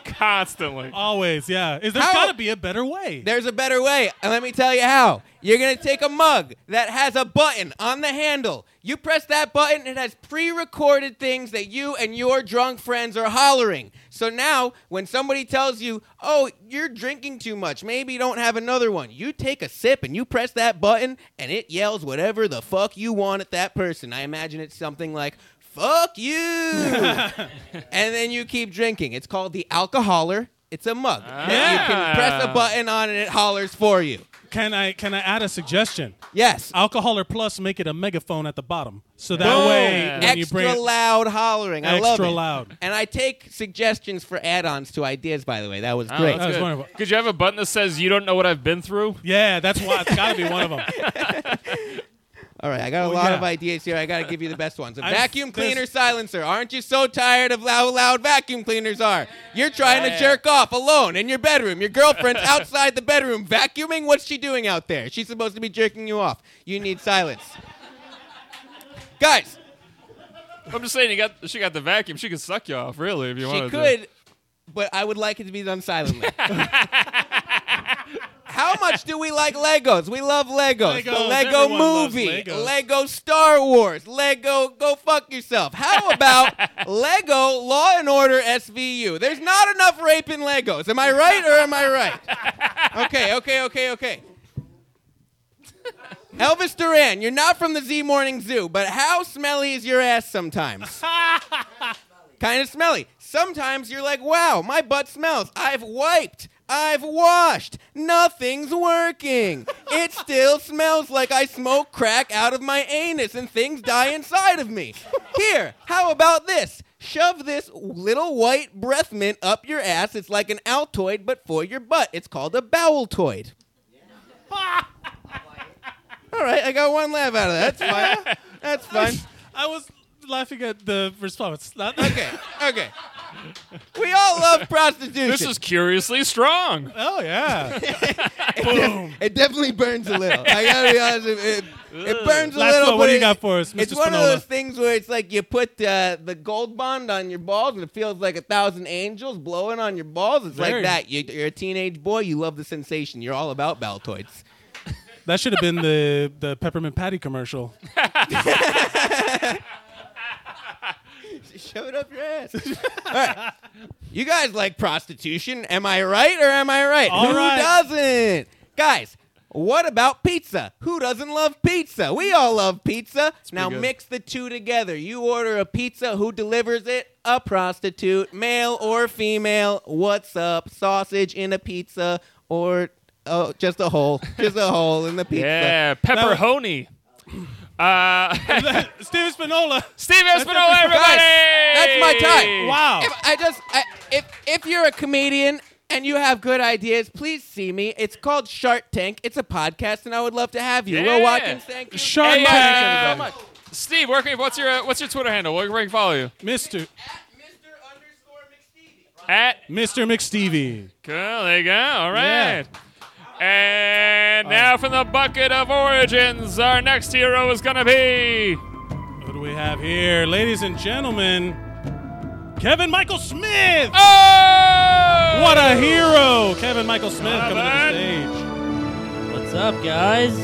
[SPEAKER 2] constantly.
[SPEAKER 1] Always, yeah. Is there's
[SPEAKER 4] How-
[SPEAKER 1] got to be a better way?
[SPEAKER 4] There's a better way, and let me tell you how. You're gonna take a mug that has a button on the handle. You press that button, it has pre-recorded things that you and your drunk friends are hollering. So now, when somebody tells you, "Oh, you're drinking too much. Maybe you don't have another one," you take a sip and you press that button, and it yells whatever the fuck you want at that person. I imagine it's something like. Fuck you! and then you keep drinking. It's called the alcoholer. It's a mug. that You can press a
[SPEAKER 2] Ah.
[SPEAKER 4] button button on and it hollers for you.
[SPEAKER 1] Can I can I add a suggestion?
[SPEAKER 4] Yes.
[SPEAKER 1] Alcohol or plus, make it a megaphone at the bottom, so that
[SPEAKER 2] Boom.
[SPEAKER 1] way when you
[SPEAKER 4] extra
[SPEAKER 1] bring it,
[SPEAKER 4] loud hollering. I love
[SPEAKER 1] Extra
[SPEAKER 4] it.
[SPEAKER 1] loud.
[SPEAKER 4] And I take suggestions for add-ons to ideas. By the way, that was
[SPEAKER 2] Oh,
[SPEAKER 4] great.
[SPEAKER 1] That was
[SPEAKER 2] good.
[SPEAKER 1] wonderful.
[SPEAKER 2] Could you have a button that says "You don't know what I've been through"?
[SPEAKER 1] yeah, that's why it's got to be one of them.
[SPEAKER 4] All right, I got a
[SPEAKER 1] Oh,
[SPEAKER 4] lot
[SPEAKER 1] yeah.
[SPEAKER 4] of ideas here. I got to give you the best ones. A
[SPEAKER 1] I-
[SPEAKER 4] vacuum
[SPEAKER 1] there's-
[SPEAKER 4] cleaner silencer. Aren't you so tired of how loud vacuum cleaners are? You're trying to jerk off alone in your bedroom. Your girlfriend's outside the bedroom vacuuming. What's she doing out there? She's supposed to be jerking you off. You need silence. Guys,
[SPEAKER 2] I'm just saying, you got she got the vacuum. She could suck you off, really, if you
[SPEAKER 4] She
[SPEAKER 2] wanted.
[SPEAKER 4] could, but I would like it to be done silently. How much do we like Legos? We love Legos. the
[SPEAKER 1] Legos,
[SPEAKER 4] Lego
[SPEAKER 1] everyone loves
[SPEAKER 4] movie,
[SPEAKER 1] Legos.
[SPEAKER 4] Lego Star Wars, Lego Go Fuck Yourself. How about Lego Law and Order SVU? There's not enough rape in Legos. Am I right or am I right? Okay, okay, okay, okay. Elvis Duran, you're not from the Z Morning Zoo, but how smelly is your ass sometimes? kind of smelly. Sometimes you're like, wow, my butt smells. I've wiped. I've washed. Nothing's working. It still smells like I smoke crack out of my anus and things die inside of me. Here, how about this? Shove this little white breath mint up your ass. It's like an Altoid, but for your butt. It's called a Boweltoid. All right, I got one laugh out of that. That's fine. That's fine.
[SPEAKER 1] I was laughing at the response. Not-
[SPEAKER 4] Okay, okay. We all love prostitution.
[SPEAKER 2] This is curiously strong.
[SPEAKER 1] oh yeah.
[SPEAKER 4] it definitely burns a little. I gotta be honest, with you, it, it burns a
[SPEAKER 1] Last
[SPEAKER 4] little.
[SPEAKER 1] one, what
[SPEAKER 4] but
[SPEAKER 1] do you
[SPEAKER 4] it-
[SPEAKER 1] got for us, Mr.
[SPEAKER 4] It's one of
[SPEAKER 1] Spinola?
[SPEAKER 4] those things where it's like you put uh, the gold bond on your balls, and it feels like a thousand angels blowing on your balls. It's
[SPEAKER 1] Very.
[SPEAKER 4] like that. You, you're a teenage boy. You love the sensation. You're all about Baltoids.
[SPEAKER 1] That should have been the the peppermint patty commercial.
[SPEAKER 4] Shove it up your ass. All right. You guys like prostitution. Am I right or am I right?
[SPEAKER 1] All
[SPEAKER 4] Who
[SPEAKER 1] right.
[SPEAKER 4] doesn't? Guys, what about pizza? Who doesn't love pizza? We all love pizza. now
[SPEAKER 2] good.
[SPEAKER 4] mix the two together. You order a pizza. Who delivers it? A prostitute, male or female. What's up? Sausage in a pizza or oh, just a hole. Just a hole in the pizza.
[SPEAKER 2] Yeah,
[SPEAKER 1] That
[SPEAKER 2] pepperoni. Uh,
[SPEAKER 1] Steven Spinola.
[SPEAKER 2] Steve Espinola, everybody.
[SPEAKER 4] Guys, that's my time.
[SPEAKER 1] Wow.
[SPEAKER 4] If I just I, if if you're a comedian and you have good ideas, please see me. It's called Shark Tank. It's a podcast, and I would love to have you.
[SPEAKER 2] Yeah.
[SPEAKER 4] Will Watkins, thank you.
[SPEAKER 1] Shark
[SPEAKER 2] Hey,
[SPEAKER 1] Tank,
[SPEAKER 2] uh,
[SPEAKER 1] everybody.
[SPEAKER 2] Steve, where can you, what's your uh, what's your Twitter handle? Where, where can we follow you?
[SPEAKER 1] Mr.
[SPEAKER 2] At
[SPEAKER 1] Mr. McStevie.
[SPEAKER 2] cool, there you go. All
[SPEAKER 1] Yeah.
[SPEAKER 2] right. And now from the bucket of origins, our next hero is gonna be
[SPEAKER 1] Who do we have here, ladies and gentlemen? Kevin Michael Smith.
[SPEAKER 2] Oh!
[SPEAKER 1] What a hero, Kevin Michael Smith
[SPEAKER 2] Come
[SPEAKER 1] coming
[SPEAKER 2] on.
[SPEAKER 1] to the stage.
[SPEAKER 5] What's up, guys?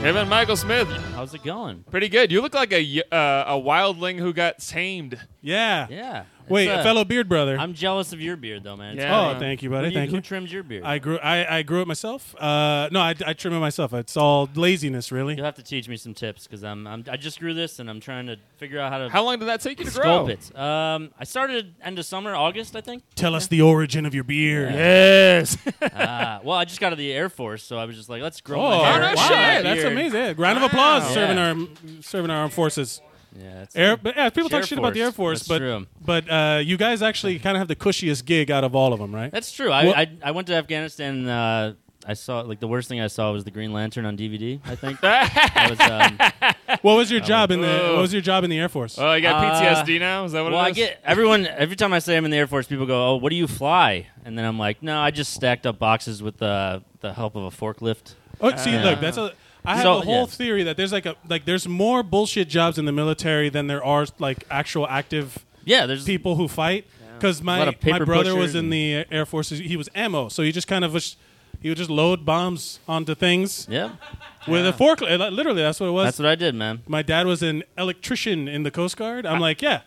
[SPEAKER 2] Kevin Michael Smith.
[SPEAKER 5] How's it going?
[SPEAKER 2] Pretty good. You look like a y- uh, a wildling who got tamed.
[SPEAKER 1] Yeah.
[SPEAKER 5] Yeah.
[SPEAKER 1] Wait,
[SPEAKER 5] It's,
[SPEAKER 1] a
[SPEAKER 5] uh,
[SPEAKER 1] fellow beard brother.
[SPEAKER 5] I'm jealous of your beard, though, man. It's
[SPEAKER 2] Yeah.
[SPEAKER 5] kinda-
[SPEAKER 1] oh, thank you, buddy.
[SPEAKER 5] Who do
[SPEAKER 1] thank you.
[SPEAKER 5] Who trimmed your beard?
[SPEAKER 1] I grew. I, I grew it myself. Uh, no, I, I trim it myself. It's all laziness, really.
[SPEAKER 5] You'll have to teach me some tips because I'm, I'm I just grew this and I'm trying to figure out how to
[SPEAKER 2] How long did that take you to grow?
[SPEAKER 5] sculpt it. Um, I started end of summer, August, I think.
[SPEAKER 1] Tell us the origin of your beard.
[SPEAKER 2] Yes.
[SPEAKER 5] uh, well, I just got out of the Air Force, so I was just like, let's grow.
[SPEAKER 1] Oh,
[SPEAKER 5] my hair.
[SPEAKER 2] no
[SPEAKER 1] wow,
[SPEAKER 2] shit.
[SPEAKER 1] That's
[SPEAKER 2] Beard.
[SPEAKER 1] amazing. Yeah, Round of applause,
[SPEAKER 5] Wow.
[SPEAKER 1] serving
[SPEAKER 5] Yeah.
[SPEAKER 1] our serving our armed forces.
[SPEAKER 5] Yeah, that's-
[SPEAKER 1] Air, but yeah, people talk
[SPEAKER 5] Air
[SPEAKER 1] shit about the Air Force,
[SPEAKER 5] Force.
[SPEAKER 1] but
[SPEAKER 5] That's
[SPEAKER 1] but uh, you guys actually kind of have the cushiest gig out of all of them, right?
[SPEAKER 5] That's true. I,
[SPEAKER 1] What-
[SPEAKER 5] I I went to Afghanistan. Uh, I saw like the worst thing I saw was the Green Lantern on DVD. I think that was. Um,
[SPEAKER 1] What was your job in the
[SPEAKER 2] Oh.
[SPEAKER 1] What was your job in the Air Force?
[SPEAKER 2] Oh, you got
[SPEAKER 5] Uh,
[SPEAKER 2] PTSD now? Is that what
[SPEAKER 5] well,
[SPEAKER 2] it
[SPEAKER 5] I
[SPEAKER 2] is?
[SPEAKER 5] get everyone every time I say I'm in the Air Force, people go, "Oh, what do you fly?" And then I'm like, "No, I just stacked up boxes with uh, the help of a forklift."
[SPEAKER 1] oh, see, look, that's a. I have
[SPEAKER 5] So,
[SPEAKER 1] a whole
[SPEAKER 5] yeah.
[SPEAKER 1] theory that there's like a like there's more bullshit jobs in the military than there are like actual active
[SPEAKER 5] Yeah, there's
[SPEAKER 1] people who fight. because
[SPEAKER 5] lot
[SPEAKER 1] my
[SPEAKER 5] of
[SPEAKER 1] my
[SPEAKER 5] paper
[SPEAKER 1] brother
[SPEAKER 5] butchers
[SPEAKER 1] was in
[SPEAKER 5] and-
[SPEAKER 1] the Air Force. He was ammo, so he just kind of was, he would just load bombs onto things
[SPEAKER 5] Yeah,
[SPEAKER 1] with a forklift. Like, Literally, that's what it was.
[SPEAKER 5] that's what I did, man.
[SPEAKER 1] my dad was an electrician in the Coast Guard. I'm like, yeah,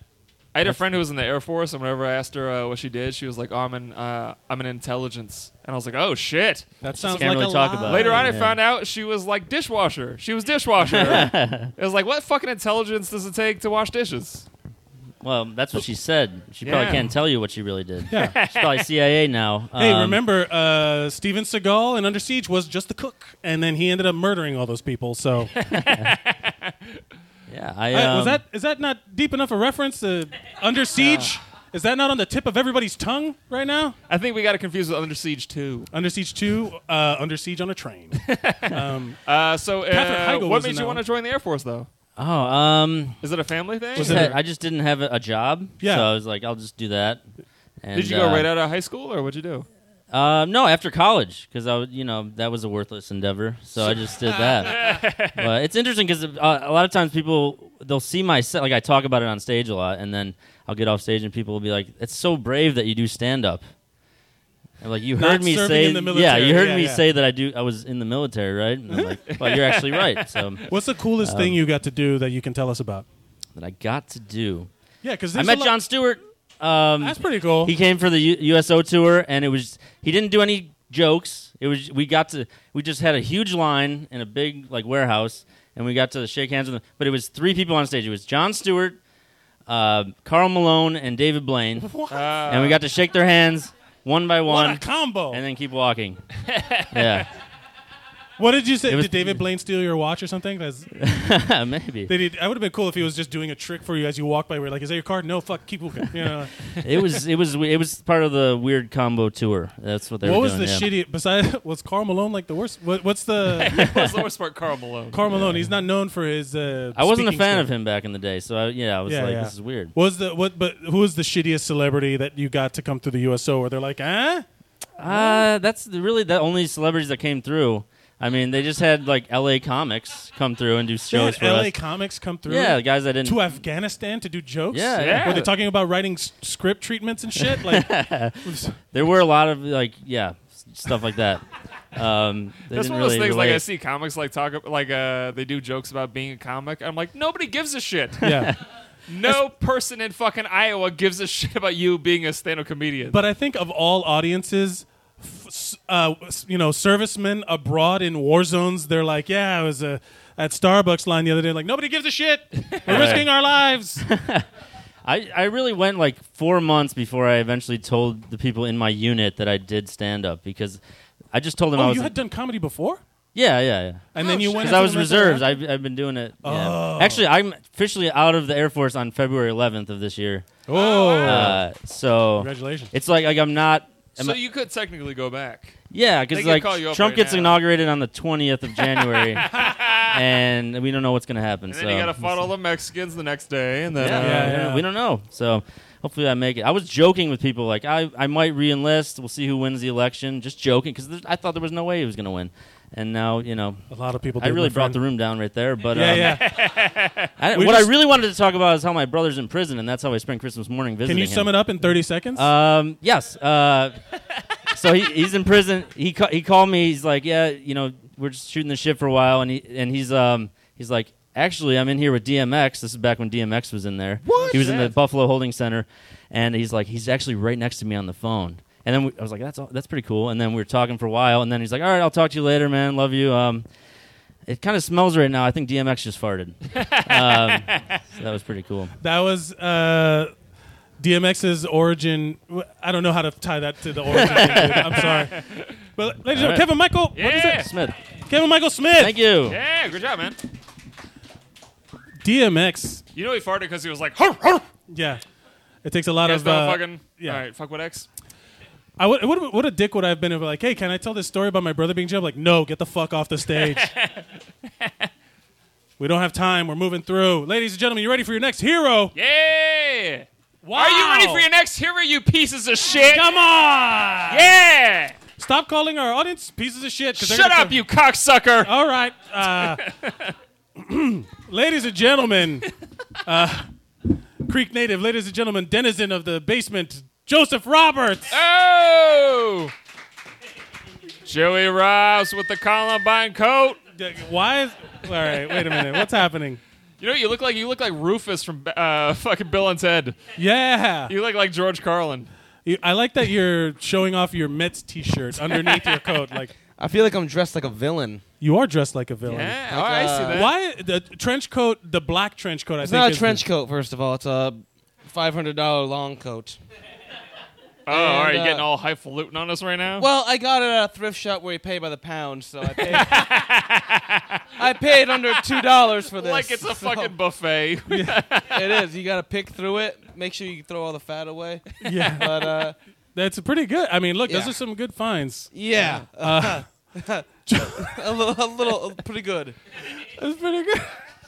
[SPEAKER 2] I had a friend who was in the Air Force, and whenever I asked her uh, what she did, she was like, oh, "I'm an uh, I'm an intelligence," and I was like, "Oh shit."
[SPEAKER 1] that sounds
[SPEAKER 5] can't
[SPEAKER 1] like
[SPEAKER 5] really
[SPEAKER 1] a
[SPEAKER 5] talk
[SPEAKER 1] lie.
[SPEAKER 5] about it.
[SPEAKER 2] Later on, I
[SPEAKER 5] yeah.
[SPEAKER 2] found out she was like dishwasher. She was dishwasher. it was like, what fucking intelligence does it take to wash dishes?
[SPEAKER 5] Well, that's what she said. She
[SPEAKER 2] Yeah.
[SPEAKER 5] probably can't tell you what she really did.
[SPEAKER 1] Yeah.
[SPEAKER 5] She's probably CIA now.
[SPEAKER 1] Hey,
[SPEAKER 5] Um,
[SPEAKER 1] remember uh, Steven Seagal in Under Siege was just the cook, and then he ended up murdering all those people. So
[SPEAKER 5] Yeah, I,
[SPEAKER 1] I-
[SPEAKER 5] um,
[SPEAKER 1] was that is that not deep enough a reference to Under Siege? Is that not on the tip of everybody's tongue right now?
[SPEAKER 2] I think we got it confused with Under Siege 2.
[SPEAKER 1] Under Siege Two, uh, Under Siege on a train.
[SPEAKER 2] Uh, so, uh,
[SPEAKER 1] Catherine Heigl
[SPEAKER 2] what
[SPEAKER 1] was in
[SPEAKER 2] made you
[SPEAKER 1] that
[SPEAKER 2] want to
[SPEAKER 1] one.
[SPEAKER 2] join the Air Force, though?
[SPEAKER 5] Oh, um,
[SPEAKER 2] Is it a family thing?
[SPEAKER 1] Was
[SPEAKER 5] I
[SPEAKER 1] it-
[SPEAKER 5] had- I just didn't have a, a job.
[SPEAKER 1] Yeah.
[SPEAKER 5] so I was like, I'll just do that. And,
[SPEAKER 2] Did you go
[SPEAKER 5] uh,
[SPEAKER 2] right out of high school, or what'd you do?
[SPEAKER 5] Uh, no, after college, because I, was- you know, that was a worthless endeavor, so I just did that. but it's interesting because uh, a lot of times people they'll see my set, like I talk about it on stage a lot, and then I'll get off stage and people will be like, "It's so brave that you do stand up." And like you
[SPEAKER 1] Not
[SPEAKER 5] heard me
[SPEAKER 1] serving
[SPEAKER 5] say,
[SPEAKER 1] in the
[SPEAKER 5] yeah,
[SPEAKER 1] military,
[SPEAKER 5] you heard
[SPEAKER 1] yeah,
[SPEAKER 5] me
[SPEAKER 1] yeah.
[SPEAKER 5] say that I do. I was in the military, right? And I'm like, well, you're actually right. So um,
[SPEAKER 1] What's the coolest
[SPEAKER 2] Um,
[SPEAKER 1] thing you got to do that you can tell us about?
[SPEAKER 5] that I got to do.
[SPEAKER 1] Yeah, because
[SPEAKER 5] I met John Stewart. Um,
[SPEAKER 1] That's pretty cool.
[SPEAKER 5] He came for the U- USO tour, and it was he didn't do any jokes. It was we got to we just had a huge line in a big like warehouse, and we got to shake hands with him. But it was three people on stage. It was John Stewart, uh, Carl Malone, and David Blaine,
[SPEAKER 2] Uh,
[SPEAKER 5] and we got to shake their hands one by
[SPEAKER 1] what
[SPEAKER 5] one,
[SPEAKER 1] a combo!
[SPEAKER 5] and then keep walking. yeah,
[SPEAKER 1] what did you say?
[SPEAKER 5] It was-
[SPEAKER 1] Did David Blaine steal your watch or something? 'Cause
[SPEAKER 5] maybe
[SPEAKER 1] They did. I would have been cool if he was just doing a trick for you as you walk by. We're like, "Is that your card? No, fuck, keep looking." You know,
[SPEAKER 5] it was it was it was part of the weird combo tour. That's what they
[SPEAKER 1] what
[SPEAKER 5] were
[SPEAKER 1] was
[SPEAKER 5] doing.
[SPEAKER 1] the
[SPEAKER 5] yeah.
[SPEAKER 1] shitty? Besides, was Carl Malone like the worst? What, what's the
[SPEAKER 2] what's the worst part, Carl Malone?
[SPEAKER 1] Carl Malone? He's not known for his. Uh,
[SPEAKER 5] I wasn't a
[SPEAKER 1] speaking
[SPEAKER 5] fan
[SPEAKER 1] skills.
[SPEAKER 5] of him back in the day, so I, yeah, I was
[SPEAKER 1] Yeah,
[SPEAKER 5] like,
[SPEAKER 1] yeah.
[SPEAKER 5] this is weird.
[SPEAKER 1] Was the what? But who was the shittiest celebrity that you got to come through the USO? Where they're like, "Ah,
[SPEAKER 5] Uh, that's the, really the only celebrities that came through. I mean, they just had like L.A. comics come through and do
[SPEAKER 1] they
[SPEAKER 5] shows
[SPEAKER 1] had
[SPEAKER 5] for
[SPEAKER 1] LA
[SPEAKER 5] us.
[SPEAKER 1] comics come through."
[SPEAKER 5] Yeah, the guys that didn't.
[SPEAKER 1] To Afghanistan to do jokes.
[SPEAKER 5] Yeah,
[SPEAKER 2] yeah.
[SPEAKER 1] Were they talking about writing s- script treatments and shit? Like,
[SPEAKER 5] There were a lot of like, yeah, s- stuff like that. Um, they
[SPEAKER 2] That's
[SPEAKER 5] didn't
[SPEAKER 2] one of those
[SPEAKER 5] really
[SPEAKER 2] things. Like I
[SPEAKER 5] relate.
[SPEAKER 2] see comics like talk ab- like uh, they do jokes about being a comic. I'm like, nobody gives a shit.
[SPEAKER 1] yeah.
[SPEAKER 2] No person in fucking Iowa gives a shit about you being a stand-up comedian.
[SPEAKER 1] But I think of all audiences, f- s- uh, s- you know, servicemen abroad in war zones, they're like, yeah, I was uh, at Starbucks line the other day, like, nobody gives a shit. We're risking our lives.
[SPEAKER 5] I, I really went like four months before I eventually told the people in my unit that I did stand up because I just told them I
[SPEAKER 1] oh,
[SPEAKER 5] was.
[SPEAKER 1] you had done comedy before?
[SPEAKER 5] yeah, yeah, yeah.
[SPEAKER 1] And
[SPEAKER 2] Oh,
[SPEAKER 1] then you went
[SPEAKER 5] Because I
[SPEAKER 1] into
[SPEAKER 5] was
[SPEAKER 1] the mental
[SPEAKER 5] reserves.
[SPEAKER 1] health-
[SPEAKER 5] I've, I've been doing it. yeah.
[SPEAKER 1] Oh.
[SPEAKER 5] Actually, I'm officially out of the Air Force on February 11th of this year.
[SPEAKER 1] Oh,
[SPEAKER 5] Uh, so
[SPEAKER 1] congratulations.
[SPEAKER 5] It's like like I'm not. am
[SPEAKER 2] so
[SPEAKER 5] I-
[SPEAKER 2] you could technically go back.
[SPEAKER 5] yeah,
[SPEAKER 2] they
[SPEAKER 5] because
[SPEAKER 2] could
[SPEAKER 5] like
[SPEAKER 2] call you up
[SPEAKER 5] Trump
[SPEAKER 2] right
[SPEAKER 5] gets
[SPEAKER 2] now.
[SPEAKER 5] inaugurated on the 20th of January, and we don't know what's gonna happen.
[SPEAKER 2] And
[SPEAKER 5] so
[SPEAKER 2] then you got to fight all the Mexicans the next day, and then
[SPEAKER 5] yeah,
[SPEAKER 2] uh,
[SPEAKER 1] Yeah, yeah.
[SPEAKER 5] we don't know. So hopefully I make it. I was joking with people like I I might reenlist. We'll see who wins the election. Just joking because I thought there was no way he was gonna win, and now you know.
[SPEAKER 1] A lot of people.
[SPEAKER 5] I
[SPEAKER 1] did, my
[SPEAKER 5] really brought
[SPEAKER 1] friend.
[SPEAKER 5] the room down right there, but
[SPEAKER 1] Yeah,
[SPEAKER 5] um,
[SPEAKER 1] yeah.
[SPEAKER 5] I,
[SPEAKER 1] We
[SPEAKER 5] what
[SPEAKER 1] just-
[SPEAKER 5] I really wanted to talk about is how my brother's in prison, and that's how I spent Christmas morning visiting.
[SPEAKER 1] Can you
[SPEAKER 5] him.
[SPEAKER 1] sum it up in 30 seconds?
[SPEAKER 5] Um, yes. Uh, so he, he's in prison. He ca- he called me. He's like, yeah, you know, we're just shooting the shit for a while, and he and he's um he's like, actually, I'm in here with DMX. This is back when DMX was in there.
[SPEAKER 3] What?
[SPEAKER 5] He was in the Buffalo Holding Center, and he's like, he's actually right next to me on the phone. And then we, I was like, that's all, that's pretty cool. And then we were talking for a while, and then he's like, all right, I'll talk to you later, man. Love you. Um, it kind of smells right now. I think DMX just farted. um, so that was pretty cool.
[SPEAKER 1] that was. Uh, DMX's origin. I don't know how to tie that to the origin. thing, dude. I'm sorry, but ladies and gentlemen,
[SPEAKER 5] right.
[SPEAKER 1] Kevin Michael. what is
[SPEAKER 2] yeah,
[SPEAKER 1] it?
[SPEAKER 5] Smith,
[SPEAKER 1] Kevin Michael Smith.
[SPEAKER 5] thank you.
[SPEAKER 2] yeah, good job, man.
[SPEAKER 1] DMX.
[SPEAKER 2] You know he farted because he was like, "Hur, hur."
[SPEAKER 1] Yeah, it takes a lot
[SPEAKER 2] You guys
[SPEAKER 1] of.
[SPEAKER 2] know
[SPEAKER 1] uh,
[SPEAKER 2] fucking.
[SPEAKER 1] yeah.
[SPEAKER 2] All right, fuck what X.
[SPEAKER 1] I would, what, what a dick would I have been if like, hey, can I tell this story about my brother being jailed? Like, no, get the fuck off the stage. we don't have time. We're moving through, ladies and gentlemen. You ready for your next hero?
[SPEAKER 2] Yeah.
[SPEAKER 1] Wow.
[SPEAKER 2] Are you ready for your next hero, you pieces of shit?
[SPEAKER 1] Come on!
[SPEAKER 2] Yeah.
[SPEAKER 1] Stop calling our audience pieces of shit. 'cause they're
[SPEAKER 2] Shut
[SPEAKER 1] gonna
[SPEAKER 2] up,
[SPEAKER 1] come-
[SPEAKER 2] you cocksucker.
[SPEAKER 1] All right, uh, ladies and gentlemen, uh, Creek native, ladies and gentlemen, denizen of the basement, Joseph Roberts.
[SPEAKER 2] Oh! Joey Rouse with the Columbine coat.
[SPEAKER 1] Why is? All right, wait a minute. What's happening?
[SPEAKER 2] You know what you look like? You look like Rufus from uh, fucking Bill and Ted.
[SPEAKER 1] Yeah,
[SPEAKER 2] You look like George Carlin.
[SPEAKER 1] You- I like that you're showing off your Mets T-shirt underneath your coat. Like
[SPEAKER 6] I feel like I'm dressed like a villain.
[SPEAKER 1] you are dressed like a villain.
[SPEAKER 2] Yeah,
[SPEAKER 6] Like,
[SPEAKER 2] all right, I see
[SPEAKER 6] uh,
[SPEAKER 2] that.
[SPEAKER 1] Why the trench coat? The black trench coat. I
[SPEAKER 6] It's
[SPEAKER 1] think
[SPEAKER 6] not a
[SPEAKER 1] is the-
[SPEAKER 6] trench coat, first of all. It's a $500 long coat.
[SPEAKER 2] Oh, all right,
[SPEAKER 6] And,
[SPEAKER 2] you
[SPEAKER 6] uh,
[SPEAKER 2] getting all highfalutin on us right now?
[SPEAKER 6] Well, I got it at a thrift shop where you pay by the pound, so I paid. I paid under two dollars for this.
[SPEAKER 2] like it's a
[SPEAKER 6] so
[SPEAKER 2] fucking buffet.
[SPEAKER 6] It is. You got to pick through it. Make sure you throw all the fat away.
[SPEAKER 1] Yeah,
[SPEAKER 6] But uh,
[SPEAKER 1] that's pretty good. I mean, look,
[SPEAKER 6] Yeah.
[SPEAKER 1] those are some good finds.
[SPEAKER 6] yeah,
[SPEAKER 1] Uh,
[SPEAKER 6] a little, a little, pretty good.
[SPEAKER 1] that's pretty good.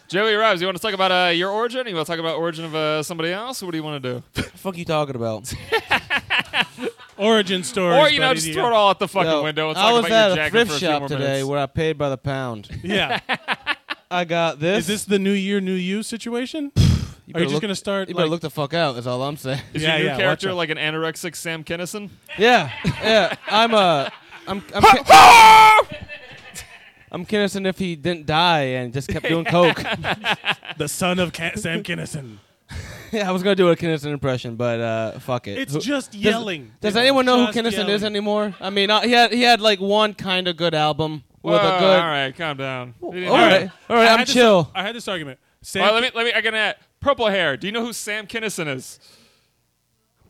[SPEAKER 2] Joey Rouse, you want to talk about uh, your origin? You want to talk about origin of uh, somebody else? What do you want to do?
[SPEAKER 6] fuck you talking about?
[SPEAKER 1] Origin story.
[SPEAKER 2] or you know, just throw it all out the fucking
[SPEAKER 6] No,
[SPEAKER 2] window. and
[SPEAKER 6] I
[SPEAKER 2] talk
[SPEAKER 6] was
[SPEAKER 2] about your
[SPEAKER 6] at a
[SPEAKER 2] jacket
[SPEAKER 6] thrift
[SPEAKER 2] for a few
[SPEAKER 6] shop
[SPEAKER 2] more
[SPEAKER 6] today
[SPEAKER 2] minutes.
[SPEAKER 6] where I paid by the pound.
[SPEAKER 1] Yeah.
[SPEAKER 6] I got this.
[SPEAKER 1] Is this the new year, new you situation?
[SPEAKER 6] You
[SPEAKER 1] Are you
[SPEAKER 6] better
[SPEAKER 1] just
[SPEAKER 6] look-
[SPEAKER 1] gonna start?
[SPEAKER 6] You better
[SPEAKER 1] like-
[SPEAKER 6] look the fuck out. That's all I'm saying.
[SPEAKER 2] Is
[SPEAKER 1] Yeah,
[SPEAKER 2] your new
[SPEAKER 1] yeah, watch
[SPEAKER 2] character
[SPEAKER 1] out.
[SPEAKER 2] like an anorexic Sam Kennison?
[SPEAKER 6] Yeah, yeah. I'm uh, I'm I'm, ki- I'm Kinnison if he didn't die and just kept doing coke.
[SPEAKER 1] the son of Ca- Sam Kinison.
[SPEAKER 6] Yeah, I was gonna do a Kinnison impression, but uh, fuck it.
[SPEAKER 1] It's
[SPEAKER 6] Who-
[SPEAKER 1] just yelling.
[SPEAKER 6] Does
[SPEAKER 1] It's
[SPEAKER 6] anyone know who
[SPEAKER 1] just
[SPEAKER 6] Kinnison is
[SPEAKER 1] yelling.
[SPEAKER 6] anymore? I mean, uh, he had he had like one kind of good album with
[SPEAKER 2] Whoa,
[SPEAKER 6] a good.
[SPEAKER 2] All right, calm down. You didn't
[SPEAKER 6] All
[SPEAKER 2] know
[SPEAKER 6] right,
[SPEAKER 2] that.
[SPEAKER 6] all right,
[SPEAKER 1] I
[SPEAKER 6] I'm
[SPEAKER 1] had this-
[SPEAKER 6] chill.
[SPEAKER 1] I had this argument. Sam,
[SPEAKER 2] All right, let me let me. I can add purple hair. Do you know who Sam Kinison is?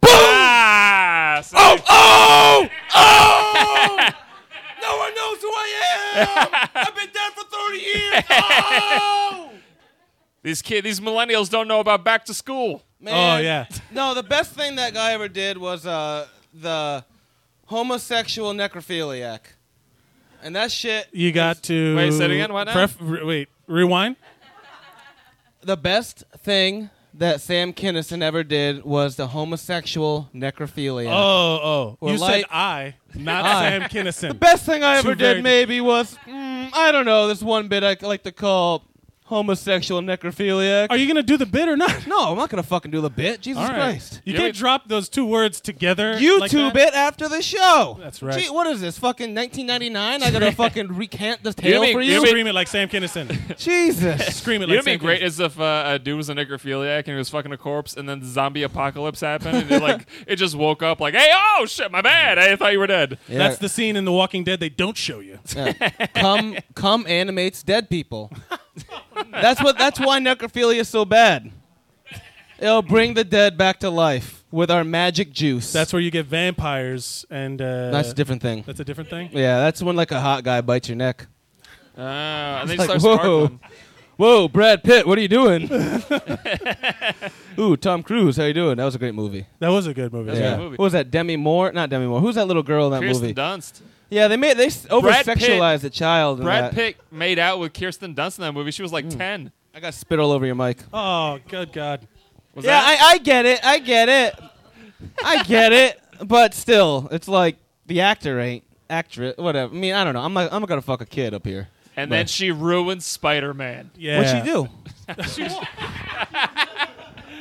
[SPEAKER 2] Ah, Sam-
[SPEAKER 6] Oh, oh! no one knows who I am. I've been dead for thirty years. Oh,
[SPEAKER 2] These kid, these millennials don't know about back to school.
[SPEAKER 1] oh yeah.
[SPEAKER 6] No, the best thing that guy ever did was uh, the homosexual necrophiliac, and that shit.
[SPEAKER 1] You got to
[SPEAKER 2] Wait, say it again, what now?
[SPEAKER 1] re- wait, rewind.
[SPEAKER 6] The best thing that Sam Kinison ever did was the homosexual necrophilia.
[SPEAKER 1] Oh, oh.
[SPEAKER 6] Well,
[SPEAKER 1] You said
[SPEAKER 6] like-
[SPEAKER 1] I, not Sam Kinison.
[SPEAKER 6] Best thing I
[SPEAKER 1] Two
[SPEAKER 6] ever
[SPEAKER 1] very-
[SPEAKER 6] did maybe was mm, I don't know this one bit I like to call homosexual necrophiliac.
[SPEAKER 1] Are you gonna do the bit or not?
[SPEAKER 6] no, I'm not gonna fucking do the bit. Jesus
[SPEAKER 1] All right.
[SPEAKER 6] Christ.
[SPEAKER 1] You
[SPEAKER 2] Yeah,
[SPEAKER 1] can't
[SPEAKER 2] we-
[SPEAKER 1] drop those two words together.
[SPEAKER 6] You
[SPEAKER 1] like
[SPEAKER 6] two
[SPEAKER 1] that.
[SPEAKER 6] bit after the show.
[SPEAKER 1] That's right.
[SPEAKER 6] Gee, what is this fucking 1999? I gotta fucking recant this
[SPEAKER 2] You
[SPEAKER 6] tale
[SPEAKER 2] mean-
[SPEAKER 6] for
[SPEAKER 1] You
[SPEAKER 6] you.
[SPEAKER 1] scream it like Sam Kinison.
[SPEAKER 6] Jesus.
[SPEAKER 1] Scream it
[SPEAKER 2] You know what'd
[SPEAKER 1] like
[SPEAKER 2] be
[SPEAKER 1] Sam
[SPEAKER 2] great
[SPEAKER 1] Kinison.
[SPEAKER 2] is if uh, a dude was a necrophiliac and he was fucking a corpse, and then the zombie apocalypse happened, and it, like it just woke up like, hey, oh shit, my bad, I thought you were dead.
[SPEAKER 1] That's the scene in The Walking Dead they don't show you.
[SPEAKER 6] cum cum animates dead people. that's what. That's why necrophilia is so bad. It'll Oh, bring the dead back to life with our magic juice.
[SPEAKER 1] That's where you get vampires and. Uh,
[SPEAKER 6] that's a different thing.
[SPEAKER 1] That's a different thing.
[SPEAKER 6] Yeah, that's when like a hot guy bites your neck.
[SPEAKER 2] Uh, and they
[SPEAKER 6] It's
[SPEAKER 2] start
[SPEAKER 6] like, whoa,
[SPEAKER 2] sparkling.
[SPEAKER 6] whoa, Brad Pitt, what are you doing? Ooh, Tom Cruise, how you doing? That was a great movie.
[SPEAKER 1] That was a good movie.
[SPEAKER 2] a
[SPEAKER 1] Yeah.
[SPEAKER 2] good movie.
[SPEAKER 6] What was that? Demi Moore? Not Demi Moore. Who's that little girl in that
[SPEAKER 2] Kirsten
[SPEAKER 6] movie?
[SPEAKER 2] Dunst.
[SPEAKER 6] yeah, they made they s- over
[SPEAKER 2] Brad Pitt-
[SPEAKER 6] sexualized a child. in
[SPEAKER 2] Brad
[SPEAKER 6] that.
[SPEAKER 2] Pitt made out with Kirsten Dunst in that movie. She was like
[SPEAKER 6] Hmm.
[SPEAKER 2] ten.
[SPEAKER 6] I got spit all over your mic.
[SPEAKER 1] Oh, good God.
[SPEAKER 2] Was
[SPEAKER 6] yeah,
[SPEAKER 2] that?
[SPEAKER 6] I, I get it. I get it. I get it. But still, it's like the actor ain't actress. Whatever. I mean, I don't know. I'm like I'm gonna fuck a kid up here.
[SPEAKER 2] and then she ruined Spider Man.
[SPEAKER 1] Yeah.
[SPEAKER 6] What'd she do?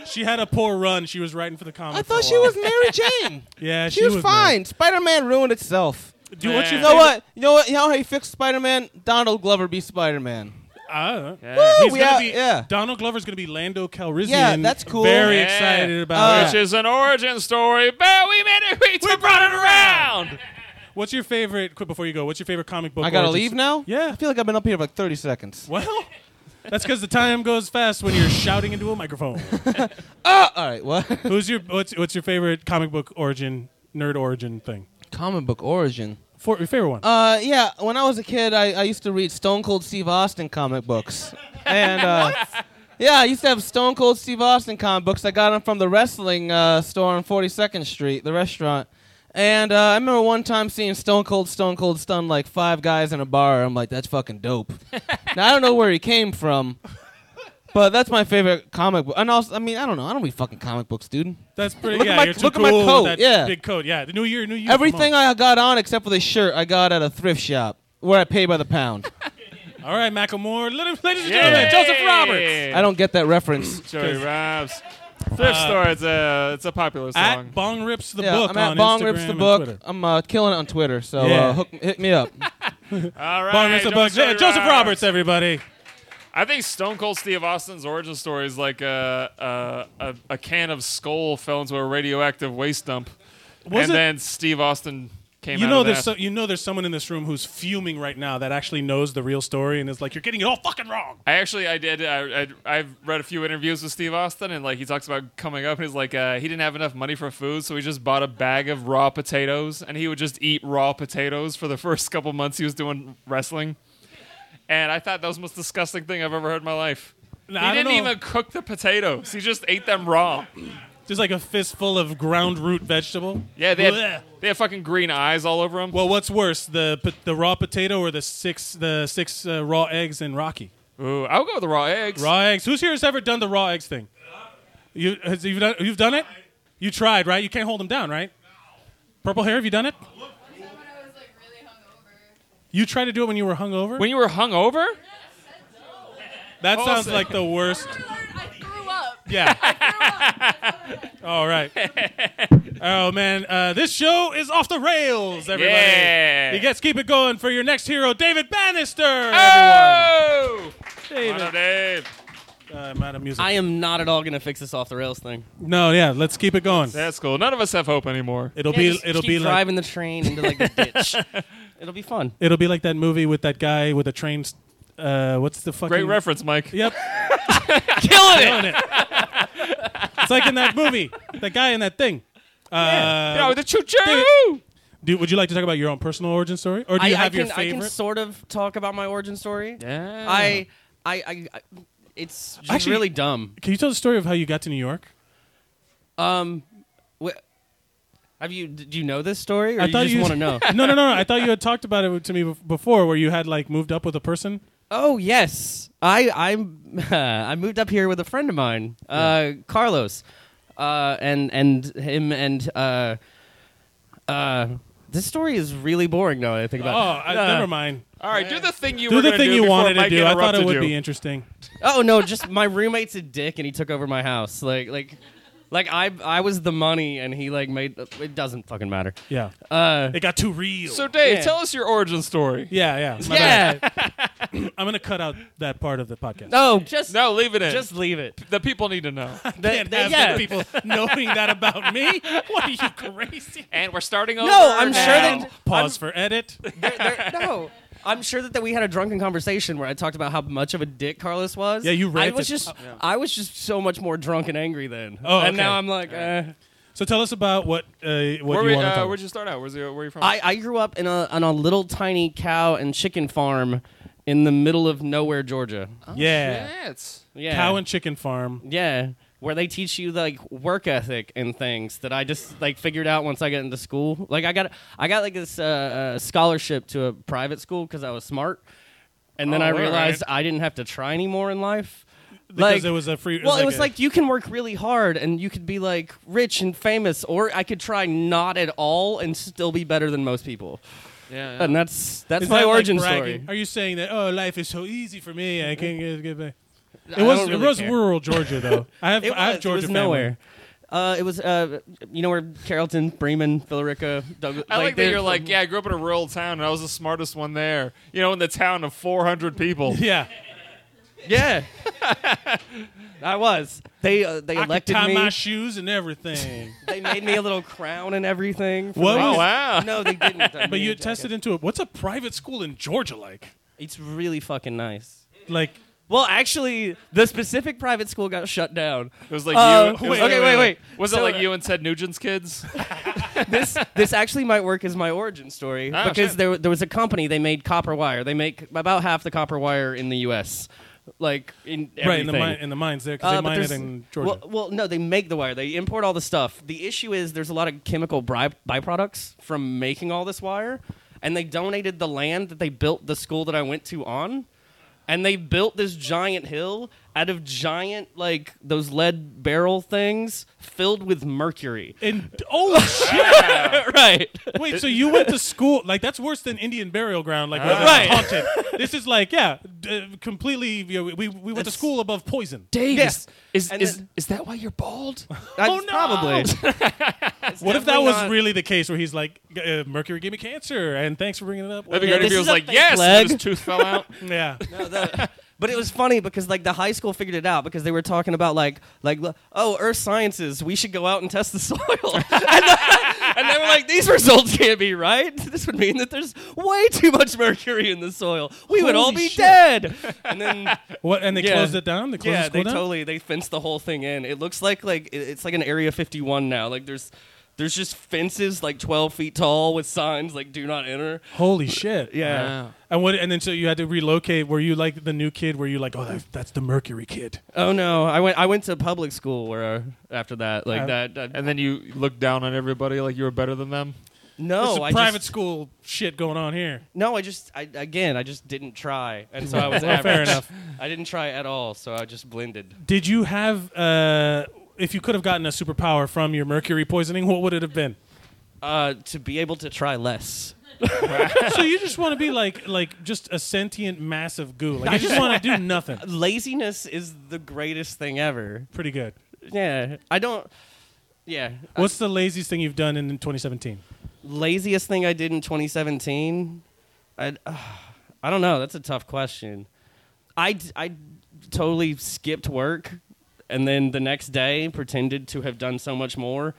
[SPEAKER 1] She had a poor run. She was writing for the comics.
[SPEAKER 6] I
[SPEAKER 1] for a
[SPEAKER 6] thought she
[SPEAKER 1] while.
[SPEAKER 6] was Mary Jane.
[SPEAKER 1] Yeah,
[SPEAKER 6] she, was,
[SPEAKER 1] married.
[SPEAKER 6] fine. Spider Man ruined itself.
[SPEAKER 1] Do what
[SPEAKER 2] Yeah.
[SPEAKER 1] you
[SPEAKER 6] You know what? You know what? You know how he fixed Spider Man? Donald Glover be Spider Man.
[SPEAKER 1] I don't know.
[SPEAKER 2] Yeah.
[SPEAKER 1] He's
[SPEAKER 6] we
[SPEAKER 1] gonna
[SPEAKER 6] out-
[SPEAKER 1] be
[SPEAKER 6] yeah.
[SPEAKER 1] Donald Glover's gonna be Lando Calrissian.
[SPEAKER 6] Yeah, that's cool.
[SPEAKER 1] Very
[SPEAKER 2] Yeah.
[SPEAKER 1] excited about
[SPEAKER 6] Uh,
[SPEAKER 1] it.
[SPEAKER 2] Which is an origin story, but we made it. We, brought it around.
[SPEAKER 1] What's your favorite? Quick before you go. What's your favorite comic book?
[SPEAKER 6] I gotta
[SPEAKER 1] origin
[SPEAKER 6] leave
[SPEAKER 1] s-
[SPEAKER 6] now?
[SPEAKER 1] Yeah.
[SPEAKER 6] I feel like I've been up here for like 30 seconds.
[SPEAKER 1] Well, that's because the time goes fast when you're shouting into a microphone.
[SPEAKER 6] Ah, all right, what?
[SPEAKER 1] Who's your what's what's your favorite comic book origin nerd origin thing?
[SPEAKER 6] Comic book origin.
[SPEAKER 1] For your favorite one?
[SPEAKER 6] Uh, yeah, when I was a kid, I, I used to read Stone Cold Steve Austin comic books. And, uh, yeah, I used to have Stone Cold Steve Austin comic books. I got them from the wrestling uh, store on 42nd Street, the restaurant. And uh, I remember one time seeing Stone Cold, Stone Cold stun like five guys in a bar. I'm like, that's fucking dope. now, I don't know where he came from, but that's my favorite comic book. And also, I mean, I don't know. I don't read fucking comic books, dude.
[SPEAKER 1] that's pretty.
[SPEAKER 6] look at
[SPEAKER 1] yeah,
[SPEAKER 6] my-
[SPEAKER 1] you're too
[SPEAKER 6] look at
[SPEAKER 1] cool
[SPEAKER 6] my
[SPEAKER 1] with
[SPEAKER 6] coat,
[SPEAKER 1] that
[SPEAKER 6] yeah.
[SPEAKER 1] big coat. Yeah, the new year, new you.
[SPEAKER 6] Everything
[SPEAKER 1] Come
[SPEAKER 6] I got on except for this shirt I got at a thrift shop where I pay by the pound.
[SPEAKER 1] on. All right, Macklemore, Let him- ladies and
[SPEAKER 2] Yeah.
[SPEAKER 1] gentlemen, Joseph Roberts.
[SPEAKER 6] I don't get that reference.
[SPEAKER 2] Joey Robs. Thrift store. It's a it's a popular song.
[SPEAKER 1] Uh, At Bong Rips the
[SPEAKER 4] Yeah,
[SPEAKER 1] Book
[SPEAKER 4] I'm at
[SPEAKER 1] on
[SPEAKER 4] Bong
[SPEAKER 1] Instagram
[SPEAKER 4] rips the
[SPEAKER 1] and
[SPEAKER 4] book.
[SPEAKER 1] Twitter.
[SPEAKER 4] I'm uh, killing it on Twitter, so
[SPEAKER 1] Yeah.
[SPEAKER 4] uh, hook, hit me up.
[SPEAKER 2] All right,
[SPEAKER 1] Bong Rips the Book. Jo- Joseph Roberts, everybody.
[SPEAKER 2] I think Stone Cold Steve Austin's origin story is like a a, a, a can of skull fell into a radioactive waste dump,
[SPEAKER 1] Was
[SPEAKER 2] and
[SPEAKER 1] it-
[SPEAKER 2] then Steve Austin came
[SPEAKER 1] You
[SPEAKER 2] out
[SPEAKER 1] know,
[SPEAKER 2] of
[SPEAKER 1] there's
[SPEAKER 2] that.
[SPEAKER 1] so, you know, there's someone in this room who's fuming right now that actually knows the real story and is like, "You're getting it all fucking wrong."
[SPEAKER 2] I actually I did I, I I've read a few interviews with Steve Austin and like he talks about coming up and he's like uh, he didn't have enough money for food so he just bought a bag of raw potatoes and he would just eat raw potatoes for the first couple months he was doing wrestling. And I thought that was the most disgusting thing I've ever heard in my life.
[SPEAKER 1] Nah,
[SPEAKER 2] he
[SPEAKER 1] I don't
[SPEAKER 2] didn't
[SPEAKER 1] know.
[SPEAKER 2] even cook the potatoes. He just ate them raw.
[SPEAKER 1] Just like a fistful of ground root vegetable.
[SPEAKER 2] Yeah, they had,
[SPEAKER 1] Blech.
[SPEAKER 2] they had fucking green eyes all over him.
[SPEAKER 1] Well, what's worse, the pot- the raw potato or the six the six uh, raw eggs in Rocky?
[SPEAKER 2] Ooh, I'll go with the raw eggs.
[SPEAKER 1] Raw eggs. Who's here has ever done the raw eggs thing? You has, you've done you've done it. You tried, right? You can't hold them down, right? Purple hair. Have you done it?
[SPEAKER 7] when I was like really hungover.
[SPEAKER 1] You tried to do it when you were hungover.
[SPEAKER 2] When you were hungover?
[SPEAKER 1] that
[SPEAKER 2] Hold on a
[SPEAKER 1] sounds like the worst.
[SPEAKER 7] I learned I threw up.
[SPEAKER 1] Yeah. All right. Oh man, uh, this show is off the rails, everybody.
[SPEAKER 2] Yeah.
[SPEAKER 1] You guys keep it going for your next hero, David Bannister.
[SPEAKER 2] Oh!
[SPEAKER 1] Everyone.
[SPEAKER 2] Come on,
[SPEAKER 1] David.
[SPEAKER 2] Dave.
[SPEAKER 1] Uh, I'm out of music.
[SPEAKER 8] I am not at all going to fix this off the rails thing.
[SPEAKER 1] no, yeah, let's keep it going.
[SPEAKER 2] That's cool. None of us have hope anymore.
[SPEAKER 1] It'll
[SPEAKER 8] Yeah,
[SPEAKER 1] be
[SPEAKER 8] just
[SPEAKER 1] it'll
[SPEAKER 8] keep
[SPEAKER 1] be like
[SPEAKER 8] driving the train into like the ditch. It'll be fun.
[SPEAKER 1] it'll be like that movie with that guy with the train. s- Uh, what's the fucking
[SPEAKER 2] Great reference, Mike.
[SPEAKER 1] Yep,
[SPEAKER 8] Killing it.
[SPEAKER 1] killing it. it's like in that movie, that guy in that thing. Uh,
[SPEAKER 2] Yeah, with the choo-choo!
[SPEAKER 1] David- do, would you like to talk about your own personal origin story, or do
[SPEAKER 8] I,
[SPEAKER 1] you
[SPEAKER 8] I
[SPEAKER 1] have
[SPEAKER 8] can,
[SPEAKER 1] your
[SPEAKER 8] I can
[SPEAKER 1] favorite?
[SPEAKER 8] sort of talk about my origin story.
[SPEAKER 2] Yeah.
[SPEAKER 8] I, I, I, I it's just
[SPEAKER 1] Actually-
[SPEAKER 8] really dumb.
[SPEAKER 1] Can you tell the story of how you got to New York?
[SPEAKER 8] Um, wh- have you? Do you know this story, or
[SPEAKER 1] I
[SPEAKER 8] you
[SPEAKER 1] thought
[SPEAKER 8] just
[SPEAKER 1] you-
[SPEAKER 8] want to know?
[SPEAKER 1] no, no, no, no. I thought you had talked about it to me bef- before, where you had like moved up with a person.
[SPEAKER 8] Oh yes, I I'm I moved up here with a friend of mine, uh, Carlos, uh, and and him and uh, uh, this story is really boring now that I think
[SPEAKER 1] Oh,
[SPEAKER 8] about.
[SPEAKER 1] I,
[SPEAKER 8] it. Uh,
[SPEAKER 1] never mind.
[SPEAKER 2] All right, do the thing you
[SPEAKER 1] Do
[SPEAKER 2] were
[SPEAKER 1] the
[SPEAKER 2] gonna
[SPEAKER 1] thing
[SPEAKER 2] do
[SPEAKER 1] you
[SPEAKER 2] before
[SPEAKER 1] wanted to
[SPEAKER 2] Mike
[SPEAKER 1] do. I thought it
[SPEAKER 2] interrupted
[SPEAKER 1] would
[SPEAKER 2] you.
[SPEAKER 1] be interesting.
[SPEAKER 8] Oh no, just my roommate's a dick, and he took over my house. Like like like I I was the money, and he like made it doesn't fucking matter.
[SPEAKER 1] Yeah,
[SPEAKER 8] Uh,
[SPEAKER 1] it got too real.
[SPEAKER 2] So, Dave,
[SPEAKER 8] Yeah.
[SPEAKER 2] tell us your origin story.
[SPEAKER 1] yeah, yeah. My bad.
[SPEAKER 8] yeah.
[SPEAKER 1] I'm gonna cut out that part of the podcast.
[SPEAKER 8] No, just
[SPEAKER 2] No, leave it in.
[SPEAKER 8] just leave it.
[SPEAKER 2] the people need to know.
[SPEAKER 8] They-
[SPEAKER 1] can't
[SPEAKER 8] they-
[SPEAKER 1] have
[SPEAKER 8] yeah.
[SPEAKER 1] the people knowing that about me. What are you crazy?
[SPEAKER 2] and we're starting over.
[SPEAKER 8] No, I'm
[SPEAKER 2] now.
[SPEAKER 8] sure that
[SPEAKER 1] Pause for edit.
[SPEAKER 8] there- no. I'm sure that, that we had a drunken conversation where I talked about how much of a dick Carlos was.
[SPEAKER 1] Yeah, you
[SPEAKER 8] I
[SPEAKER 1] ranted.
[SPEAKER 8] was just, I was just so much more drunk and angry then.
[SPEAKER 1] Oh,
[SPEAKER 8] and
[SPEAKER 1] okay.
[SPEAKER 8] now I'm like, eh.
[SPEAKER 1] So tell us about what uh,
[SPEAKER 2] Where
[SPEAKER 1] what you
[SPEAKER 2] we,
[SPEAKER 1] want to
[SPEAKER 2] uh,
[SPEAKER 1] talk.
[SPEAKER 2] where'd
[SPEAKER 1] about.
[SPEAKER 2] you start out? Where's the, where are you from?
[SPEAKER 8] I, I grew up in a on a little tiny cow and chicken farm in the middle of nowhere, Georgia.
[SPEAKER 1] Oh, yeah.
[SPEAKER 2] Oh, Shit.
[SPEAKER 8] Yeah,
[SPEAKER 1] cow and chicken farm.
[SPEAKER 8] yeah, where they teach you like work ethic and things that I just like figured out once I got into school. Like I got I got like this uh, uh, scholarship to a private school because I was smart, and then
[SPEAKER 2] Oh,
[SPEAKER 8] I
[SPEAKER 2] all
[SPEAKER 8] realized I didn't have to try anymore in life.
[SPEAKER 1] Because
[SPEAKER 8] like,
[SPEAKER 1] it was a free.
[SPEAKER 8] well, it was
[SPEAKER 1] a-
[SPEAKER 8] like you can work really hard and you could be like rich and famous, or I could try not at all and still be better than most people.
[SPEAKER 2] Yeah,
[SPEAKER 8] And that's that's
[SPEAKER 1] Is
[SPEAKER 8] my
[SPEAKER 1] that, like,
[SPEAKER 8] origin
[SPEAKER 1] bragging?
[SPEAKER 8] story.
[SPEAKER 1] Are you saying that? Oh, life is so easy for me. I can't get, get back.
[SPEAKER 8] I
[SPEAKER 1] It was
[SPEAKER 8] don't
[SPEAKER 1] it
[SPEAKER 8] really
[SPEAKER 1] was
[SPEAKER 8] care.
[SPEAKER 1] rural Georgia though. I have
[SPEAKER 8] It was,
[SPEAKER 1] I have Georgia
[SPEAKER 8] it was
[SPEAKER 1] family.
[SPEAKER 8] nowhere. Uh, it was uh, you know where Carrollton, Bremen, Villarica, Douglas.
[SPEAKER 2] I like, that
[SPEAKER 8] they're-
[SPEAKER 2] you're like, yeah, I grew up in a rural town and I was the smartest one there. You know, in the town of 400 people.
[SPEAKER 1] Yeah,
[SPEAKER 8] yeah. I was. They uh, they
[SPEAKER 1] I could
[SPEAKER 8] elected
[SPEAKER 1] tie
[SPEAKER 8] me.
[SPEAKER 1] my shoes and everything.
[SPEAKER 8] they made me a little crown and everything. for
[SPEAKER 1] What
[SPEAKER 8] the-
[SPEAKER 1] was-
[SPEAKER 2] oh, wow.
[SPEAKER 8] No, they didn't.
[SPEAKER 1] but you tested into it. What's a private school in Georgia like?
[SPEAKER 8] It's really fucking nice.
[SPEAKER 1] Like
[SPEAKER 8] Well, actually, the specific private school got shut down.
[SPEAKER 2] It was like
[SPEAKER 8] Uh,
[SPEAKER 2] you. it was
[SPEAKER 1] wait,
[SPEAKER 2] like-
[SPEAKER 8] okay, wait, wait.
[SPEAKER 2] Was it
[SPEAKER 8] So,
[SPEAKER 2] like you and Ted Nugent's kids?
[SPEAKER 8] This this actually might work as my origin story
[SPEAKER 2] Oh,
[SPEAKER 8] because
[SPEAKER 2] shit.
[SPEAKER 8] there there was a company they made copper wire. They make about half the copper wire in the U.S. Like in everything.
[SPEAKER 1] right in the mine in the mines there because
[SPEAKER 8] Uh,
[SPEAKER 1] they
[SPEAKER 8] but
[SPEAKER 1] mine it
[SPEAKER 8] there's-
[SPEAKER 1] in Georgia.
[SPEAKER 8] Well, well, no, they make the wire. They import all the stuff. The issue is there's a lot of chemical bri- byproducts from making all this wire, and they donated the land that they built the school that I went to on, and they built this giant hill, out of giant like those lead barrel things filled with mercury.
[SPEAKER 1] And oh shit!
[SPEAKER 8] right.
[SPEAKER 1] Wait, so you went to school? Like that's worse than Indian burial ground. Like where they're
[SPEAKER 8] Right.
[SPEAKER 1] haunted. This is like yeah, d- uh, completely. You know, we we went to school above poison.
[SPEAKER 8] Dave.
[SPEAKER 2] Yes. Is
[SPEAKER 8] And
[SPEAKER 2] is,
[SPEAKER 8] then-
[SPEAKER 2] is that why you're bald?
[SPEAKER 8] oh,
[SPEAKER 1] no!
[SPEAKER 8] Probably.
[SPEAKER 1] What if that was
[SPEAKER 8] not-
[SPEAKER 1] really the case where he's like, uh, Mercury gave me cancer, and thanks for bringing it up.
[SPEAKER 2] That'd be great if
[SPEAKER 8] this
[SPEAKER 2] he
[SPEAKER 8] is
[SPEAKER 2] was
[SPEAKER 8] a
[SPEAKER 2] like,
[SPEAKER 8] fake
[SPEAKER 2] yes,
[SPEAKER 8] leg.
[SPEAKER 2] and his tooth fell out.
[SPEAKER 1] Yeah.
[SPEAKER 8] But it was funny because like the high school figured it out because they were talking about like like oh earth sciences we should go out and test the soil and, and they were like these results can't be right this would mean that there's way too much mercury in the soil we would all
[SPEAKER 1] Holy
[SPEAKER 8] be
[SPEAKER 1] shit.
[SPEAKER 8] dead and then
[SPEAKER 1] What? And they
[SPEAKER 8] Yeah.
[SPEAKER 1] closed it down. They closed the
[SPEAKER 8] yeah
[SPEAKER 1] school
[SPEAKER 8] they
[SPEAKER 1] down.
[SPEAKER 8] totally they fenced the whole thing in it looks like like it- it's like an area 51 now like there's there's just fences like 12 feet tall with signs like do not enter
[SPEAKER 1] Holy shit!
[SPEAKER 8] yeah
[SPEAKER 1] And what? And then so you had to relocate. Were you like the new kid? Were you like, oh, that's, that's the Mercury kid?
[SPEAKER 8] oh no I went I went to public school where uh, after that like
[SPEAKER 1] Uh,
[SPEAKER 8] that, that
[SPEAKER 2] And then you look down on everybody like you were better than them.
[SPEAKER 1] This is
[SPEAKER 8] No, Oh, I
[SPEAKER 1] private
[SPEAKER 8] Just,
[SPEAKER 1] school shit going on here.
[SPEAKER 8] no, I just. I, again, I just didn't try, and so I was
[SPEAKER 1] Well,
[SPEAKER 8] average.
[SPEAKER 1] fair enough.
[SPEAKER 8] I didn't try at all, so I just blended.
[SPEAKER 1] Did you have? Uh, if you could have gotten a superpower from your mercury poisoning, what would it have been?
[SPEAKER 8] Uh, to be able to try less.
[SPEAKER 1] so you just want to be like, like just a sentient mass of goo. Like you just want to do nothing.
[SPEAKER 8] Laziness is the greatest thing ever.
[SPEAKER 1] Pretty good.
[SPEAKER 8] Yeah, I don't. Yeah, Uh,
[SPEAKER 1] What's the laziest thing you've done in 2017?
[SPEAKER 8] laziest thing I did in 2017. I, uh, I don't know. That's a tough question. I d- I totally skipped work, and then the next day pretended to have done so much more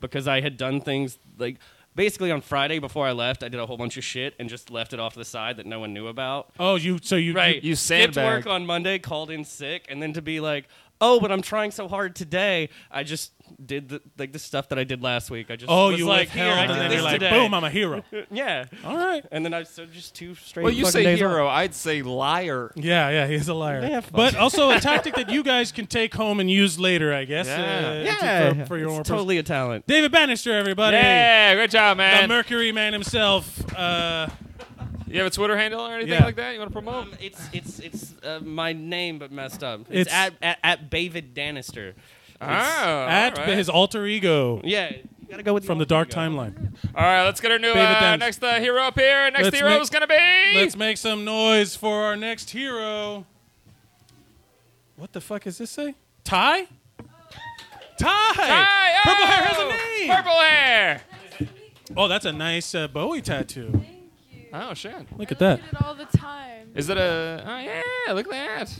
[SPEAKER 8] because I had done things like basically on Friday before I left. I did a whole bunch of shit and just left it off to the side that no one knew about.
[SPEAKER 1] Oh, you. So you.
[SPEAKER 8] Right.
[SPEAKER 2] You- you
[SPEAKER 8] skipped
[SPEAKER 2] sandbagged.
[SPEAKER 8] work on Monday, called in sick, and then to be like, oh, but I'm trying so hard today. I just did the, like the stuff that I did last week. I just
[SPEAKER 1] Oh,
[SPEAKER 8] was
[SPEAKER 1] you
[SPEAKER 8] like,
[SPEAKER 1] like
[SPEAKER 8] here,
[SPEAKER 1] hell,
[SPEAKER 8] I
[SPEAKER 1] and
[SPEAKER 8] did
[SPEAKER 1] then
[SPEAKER 8] this
[SPEAKER 1] you're like,
[SPEAKER 8] today.
[SPEAKER 1] boom, I'm a hero.
[SPEAKER 8] yeah.
[SPEAKER 1] All right.
[SPEAKER 8] And then I so just two straight.
[SPEAKER 2] Well, you
[SPEAKER 8] fucking
[SPEAKER 2] say
[SPEAKER 8] days
[SPEAKER 2] hero.
[SPEAKER 8] off.
[SPEAKER 2] I'd say liar.
[SPEAKER 1] Yeah, yeah, he's a liar.
[SPEAKER 8] Yeah, fuck.
[SPEAKER 1] but also a tactic that you guys can take home and use later, I guess. uh,
[SPEAKER 2] Yeah.
[SPEAKER 1] to-
[SPEAKER 8] Yeah,
[SPEAKER 1] for, for your
[SPEAKER 8] it's
[SPEAKER 1] own personal-
[SPEAKER 8] totally a talent.
[SPEAKER 1] David Bannister, everybody.
[SPEAKER 2] Yeah, good job,
[SPEAKER 1] The
[SPEAKER 2] man.
[SPEAKER 1] Mercury Man himself. Uh,
[SPEAKER 2] you have a Twitter handle or anything
[SPEAKER 1] Yeah.
[SPEAKER 2] like that? You want to promote?
[SPEAKER 8] Um, it's it's it's uh, my name but messed up. It's,
[SPEAKER 1] It's-
[SPEAKER 8] at, at at David Danister.
[SPEAKER 2] oh, all
[SPEAKER 1] at
[SPEAKER 2] right.
[SPEAKER 1] his alter ego
[SPEAKER 8] Yeah, you gotta go with the
[SPEAKER 1] from the
[SPEAKER 8] old
[SPEAKER 1] dark
[SPEAKER 8] guy.
[SPEAKER 1] timeline.
[SPEAKER 2] All right, let's get our new
[SPEAKER 1] David
[SPEAKER 2] uh,
[SPEAKER 1] Dennis.
[SPEAKER 2] next uh, hero up here. Next
[SPEAKER 1] Let's
[SPEAKER 2] hero
[SPEAKER 1] make-
[SPEAKER 2] is gonna be.
[SPEAKER 1] Let's make some noise for our next hero. What the fuck does this say? Ty? Ty!
[SPEAKER 2] Hi,
[SPEAKER 1] Purple hair
[SPEAKER 2] oh,
[SPEAKER 1] has a name!
[SPEAKER 2] Purple hair.
[SPEAKER 1] Oh, that's a nice uh, Bowie tattoo.
[SPEAKER 7] Thank you.
[SPEAKER 2] Oh shit.
[SPEAKER 1] Look
[SPEAKER 7] I
[SPEAKER 1] at that.
[SPEAKER 7] look at it all the time.
[SPEAKER 2] Is it a? Oh yeah, look at that.